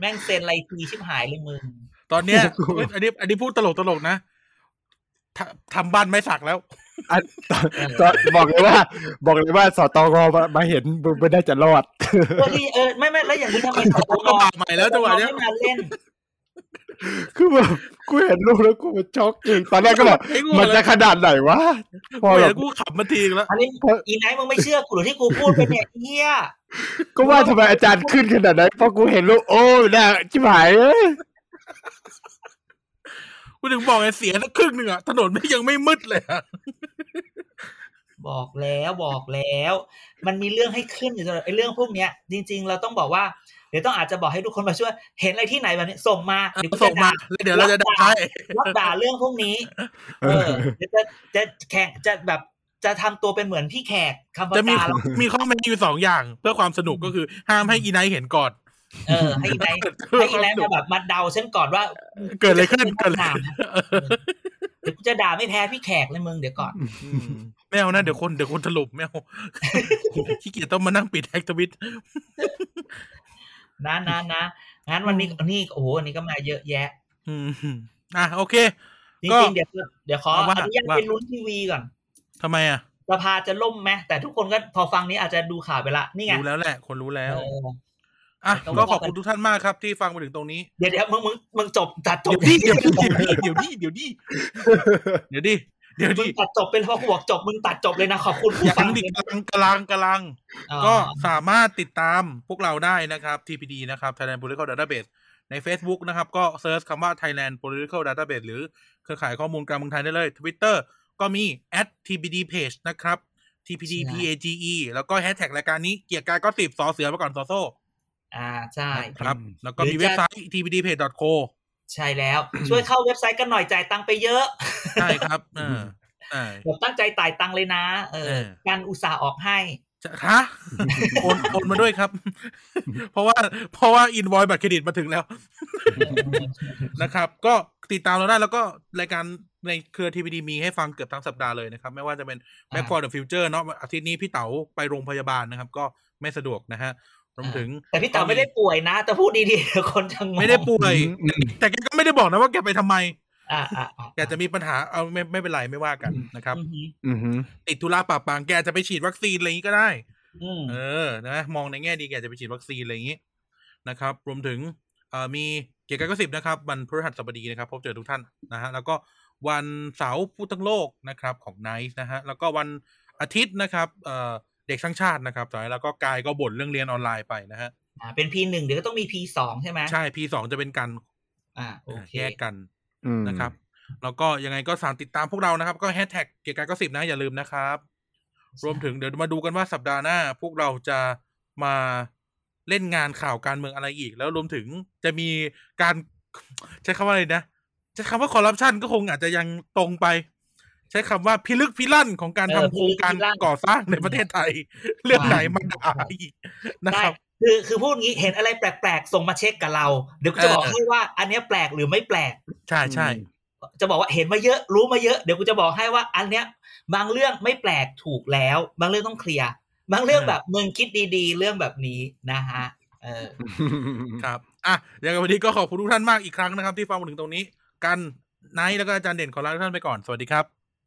S4: แม่งเซ็นไรทีชิบหายเลยมึง
S2: ตอนเนี้ย
S3: โอ้โห
S2: เฮ้ยอันนี้ อันนี้พูดตลกตลกๆนะทำทำบ้านไม้สักแล้ว
S3: อ่ะตอนตอนบอกเลยว่า บอกเลยว่าสตงมามาเห็นมึงไม่ได้จะรอด
S4: เออดีเออไม่ไม่แล้วอย่างนี้ทำไมสตง
S2: ก็บาปใหม่แล้วจังหวะเนี้ย
S4: ไม่มาเล่น
S3: คือแบบกูเห็นรูปแล้วกูมันช็อกจริงตอนแรกก็ แบบ
S2: ไอ้กู
S3: มัน
S2: เล
S3: จะ
S2: ย
S3: ขนาดไหนวะ พอ
S2: กู
S3: แบ
S2: เห็
S3: บ
S2: นกูขับมาทีนึงแล้ว
S4: อันนี้
S3: เพราะ
S4: อีไนท์มึงไม่เชื่อกูหรือที่กูพูดไปเนี่ย ไอ้เฮีย
S3: ก็ว่าทำไมอาจารย์ขึ้นขนาดนั้นเพราะกูเห็นรูปโอ้ยน่าชิบหายเอ้ย
S2: กูถึงบอกไงเสียสักครึ่งหนึ่งอ่ะ ถนนไม่ยังไม่มืดเลยอะ
S4: บอกแล้วบอกแล้ว มันมีเรื่องให้ขึ้นอยู่ตลอดไอ้เรื่องพวกเนี้ย จริง ๆ เราต้องบอกว่า เดี๋ยวต้องอาจจะบอกให้ทุกคนมาช่วย เห็นอะไรที่ไหนแบบนี้ส่งมาเดี๋ยว
S2: ส่ง มาแล้วเดี๋ยวเราจะได้
S4: รับด่าเรื่องพวก นี้ เออเดี๋ยวจะจะแข่งจะแบบจะทำตัวเป็นเหมือนพี่แขกคำพ
S2: จะมี
S4: กาแล้ว
S2: มีข้อแม้อยู่สองอย่าง เพื่อความสนุกก็คือห้ามให้อีไนท์เห็นก่อน
S4: เออให้อีไน ท์ให้อีไนท์มาแบบมาเดาฉันก่อนว่า
S2: เกิดอะไรขึ้นเกิดอะไร
S4: ด่า
S2: ขึ้น
S4: นะเดี๋ยวกูจะด่าไม่แพ้พี่แขกเลยมึงเดี๋ยวก่อน
S2: ไม่เอานะเดี๋ยวคนเดี๋ยว คนถล่มไม่เอาขี้เกียจต้องมานั่งปิดแฮกทวิต
S4: นะนะนะงั้นวันนี้นี่โอ้โหวันนี้ก็มาเยอะแยะ
S2: อืมอ่ะโอเค
S4: จ
S2: ก็
S4: ริงๆเดี๋ยวเดี๋ยวขอ
S2: เอาว่า
S4: อนุญาต
S2: ว่า
S4: ไปลุ้นทีวีก่อน
S2: ทำไมอ่ะ
S4: สภาจะล่มไหมแต่ทุกคนก็พอฟังนี้อาจจะดูข่าวไปละนี่ไง
S2: รู้แล้วแหละ คนรู้แล้ว
S4: เออ
S2: อ่ะก็ขอบคุณทุกท่านมากครับ ที่ฟังมาถึงตรงนี้
S4: เดี๋ยวเดี๋ยวมึงมึงมึงจบตัดจบ
S2: เดี๋ ยวดิเดี๋ยวดิเดี๋ยวดิเดี๋ยวดิเดี๋ยวดิเดี๋ยว
S4: มึ
S2: ดิ
S4: งตัดจบเป็นพอกูบอกจบมึงตัดจบเลยนะขอบคุณผู้
S2: อย่า
S4: ฟัง
S2: ดิกำลังกำลังกำลัง
S4: เออ
S2: ก็สามารถติดตามพวกเราได้นะครับ TPD นะครับ Thailand Political Database ใน Facebook นะครับ ก็เซิร์ชคำว่า Thailand Political Database หรือเครือข่ายข้อมูลการเมืองไทยได้เลย Twitter ก็มี @tpd page นะครับ tpd page แล้วก็แฮชแท็กรายการนี้เกียร์กายก็สิบสอเสือมาก่อนสอโซ่
S4: อ่าใช่
S2: นะครับ แล้วก็
S4: หรือ
S2: มี
S4: จะ
S2: เว็บไซต์ tpdpage.co
S4: ใช่แล้ว ช่วยเข้าเว็บไซต์กันหน่อยจ่ายตังค์ไปเยอะ
S2: ใช่ครับเออใช่
S4: แบบตั้งใจจ่ายตังค์เลยนะเอ
S2: เอ
S4: อ
S2: อ
S4: การอุตส่าห์ออก ให้
S2: จะฮะโอนโอนมาด้วยครับ เพราะว่าเพราะว่าอินวอยบัตรเครดิตมาถึงแล้ว นะครับ ก็ติดตามเราได้แล้วก็รายการในเครือทีวีดีมีให้ฟังเกือบทั้งสัปดาห์เลยนะครับ ไม่ว่าจะเป็น b a c k f o r the Future เนาะอาทิตย์นี้พี่เต๋าไปโรงพยาบาลนะครับ ก็ไม่สะดวกนะฮะรวมถึง
S4: แต่พี่เต๋าไม่ได้ป่วยนะ แต่พูดดีๆเดี๋ยวคนจะงง
S2: ไม่ได้ป่วย
S3: อืม
S2: แต่แกก็ไม่ได้บอกนะว่าแกไปทำไม
S4: อ่าอ่าอ่า
S2: แกจะมีปัญหาเอาไม่ไม่เป็นไรไม่ว่ากันนะครับ
S4: อือหือ
S3: อืม
S2: ติดธุระปะปางแกจะไปฉีดวัคซีนอะไรอย่างนี้ก็ได้
S4: อืม
S2: เออ นะ มองในแง่ดีแกจะไปฉีดวัคซีนอะไรอย่างนี้นะครับ รวมถึงเอ่อมีเกียรติกายก็สิบนะครับ วันพฤหัสบดีนะครับ พบเจอทุกท่านนะฮะ แล้วก็วันเสาร์พูดทั้งโลกนะครับของไนท์นะฮะ แล้วก็วันอาทิตย์นะครับเอ่อเด็กสร้างชาตินะครับตอนนี้แล้วก็กายก็บ่นเรื่องเรียนออนไลน์ไปนะฮะ
S4: อ่าเป็น P1 เดี๋ยวก็ต้องมี P2 ใช่ไหม
S2: ใช่ P สองจะเป็นกัน
S4: อ่าโอเค
S2: แยกกัน
S3: อืม
S2: นะครับ แล้วก็ยังไงก็สามติดตามพวกเรานะครับ ก็แฮชแท็กเกียรติกายก็สิบนะอย่าลืมนะครับ รวมถึงเดี๋ยวมาดูกันว่าสัปดาห์หน้า พวกเราจะมาเล่นงานข่าวการเมืองอะไรอีก แล้วรวมถึงจะมีการ ใช้คำว่าอะไรนะใช้คำว่าคอร์รัปชันก็คงอาจจะยังตรงไป ใช้คำว่าพิลึกพิลั่นของการทำโครงการก่อสร้างในประเทศไทย เรื่องไหนมาด่าอีกนะ
S4: ได้
S2: ครับ
S4: คือคือพูดงี้เห็นอะไรแปลกๆ ส่งมาเช็คกับเรา เดี๋ยวกูจะ
S2: เออ
S4: บอกให้ว่าอันเนี้ยแปลกหรือไม่แปลก
S2: ใช่ใช่
S4: จะบอกว่าเห็นมาเยอะรู้มาเยอะเดี๋ยวกูจะบอกให้ว่าอันเนี้ย บางเรื่องไม่แปลกถูกแล้ว บางเรื่องต้องเคลียร์บางเรื่องแบบมึงคิดดีๆ เรื่องแบบนี้นะฮะเออ
S2: ครับอ่ะยังไงวันนี้ก็ขอบคุณทุกท่านมากอีกครั้งนะครับ ที่ฟังมาถึงตรงนี้ กันไนท์แล้วก็อาจารย์เด่นขอลาทุกท่านไปก่อนสวัสดีครับ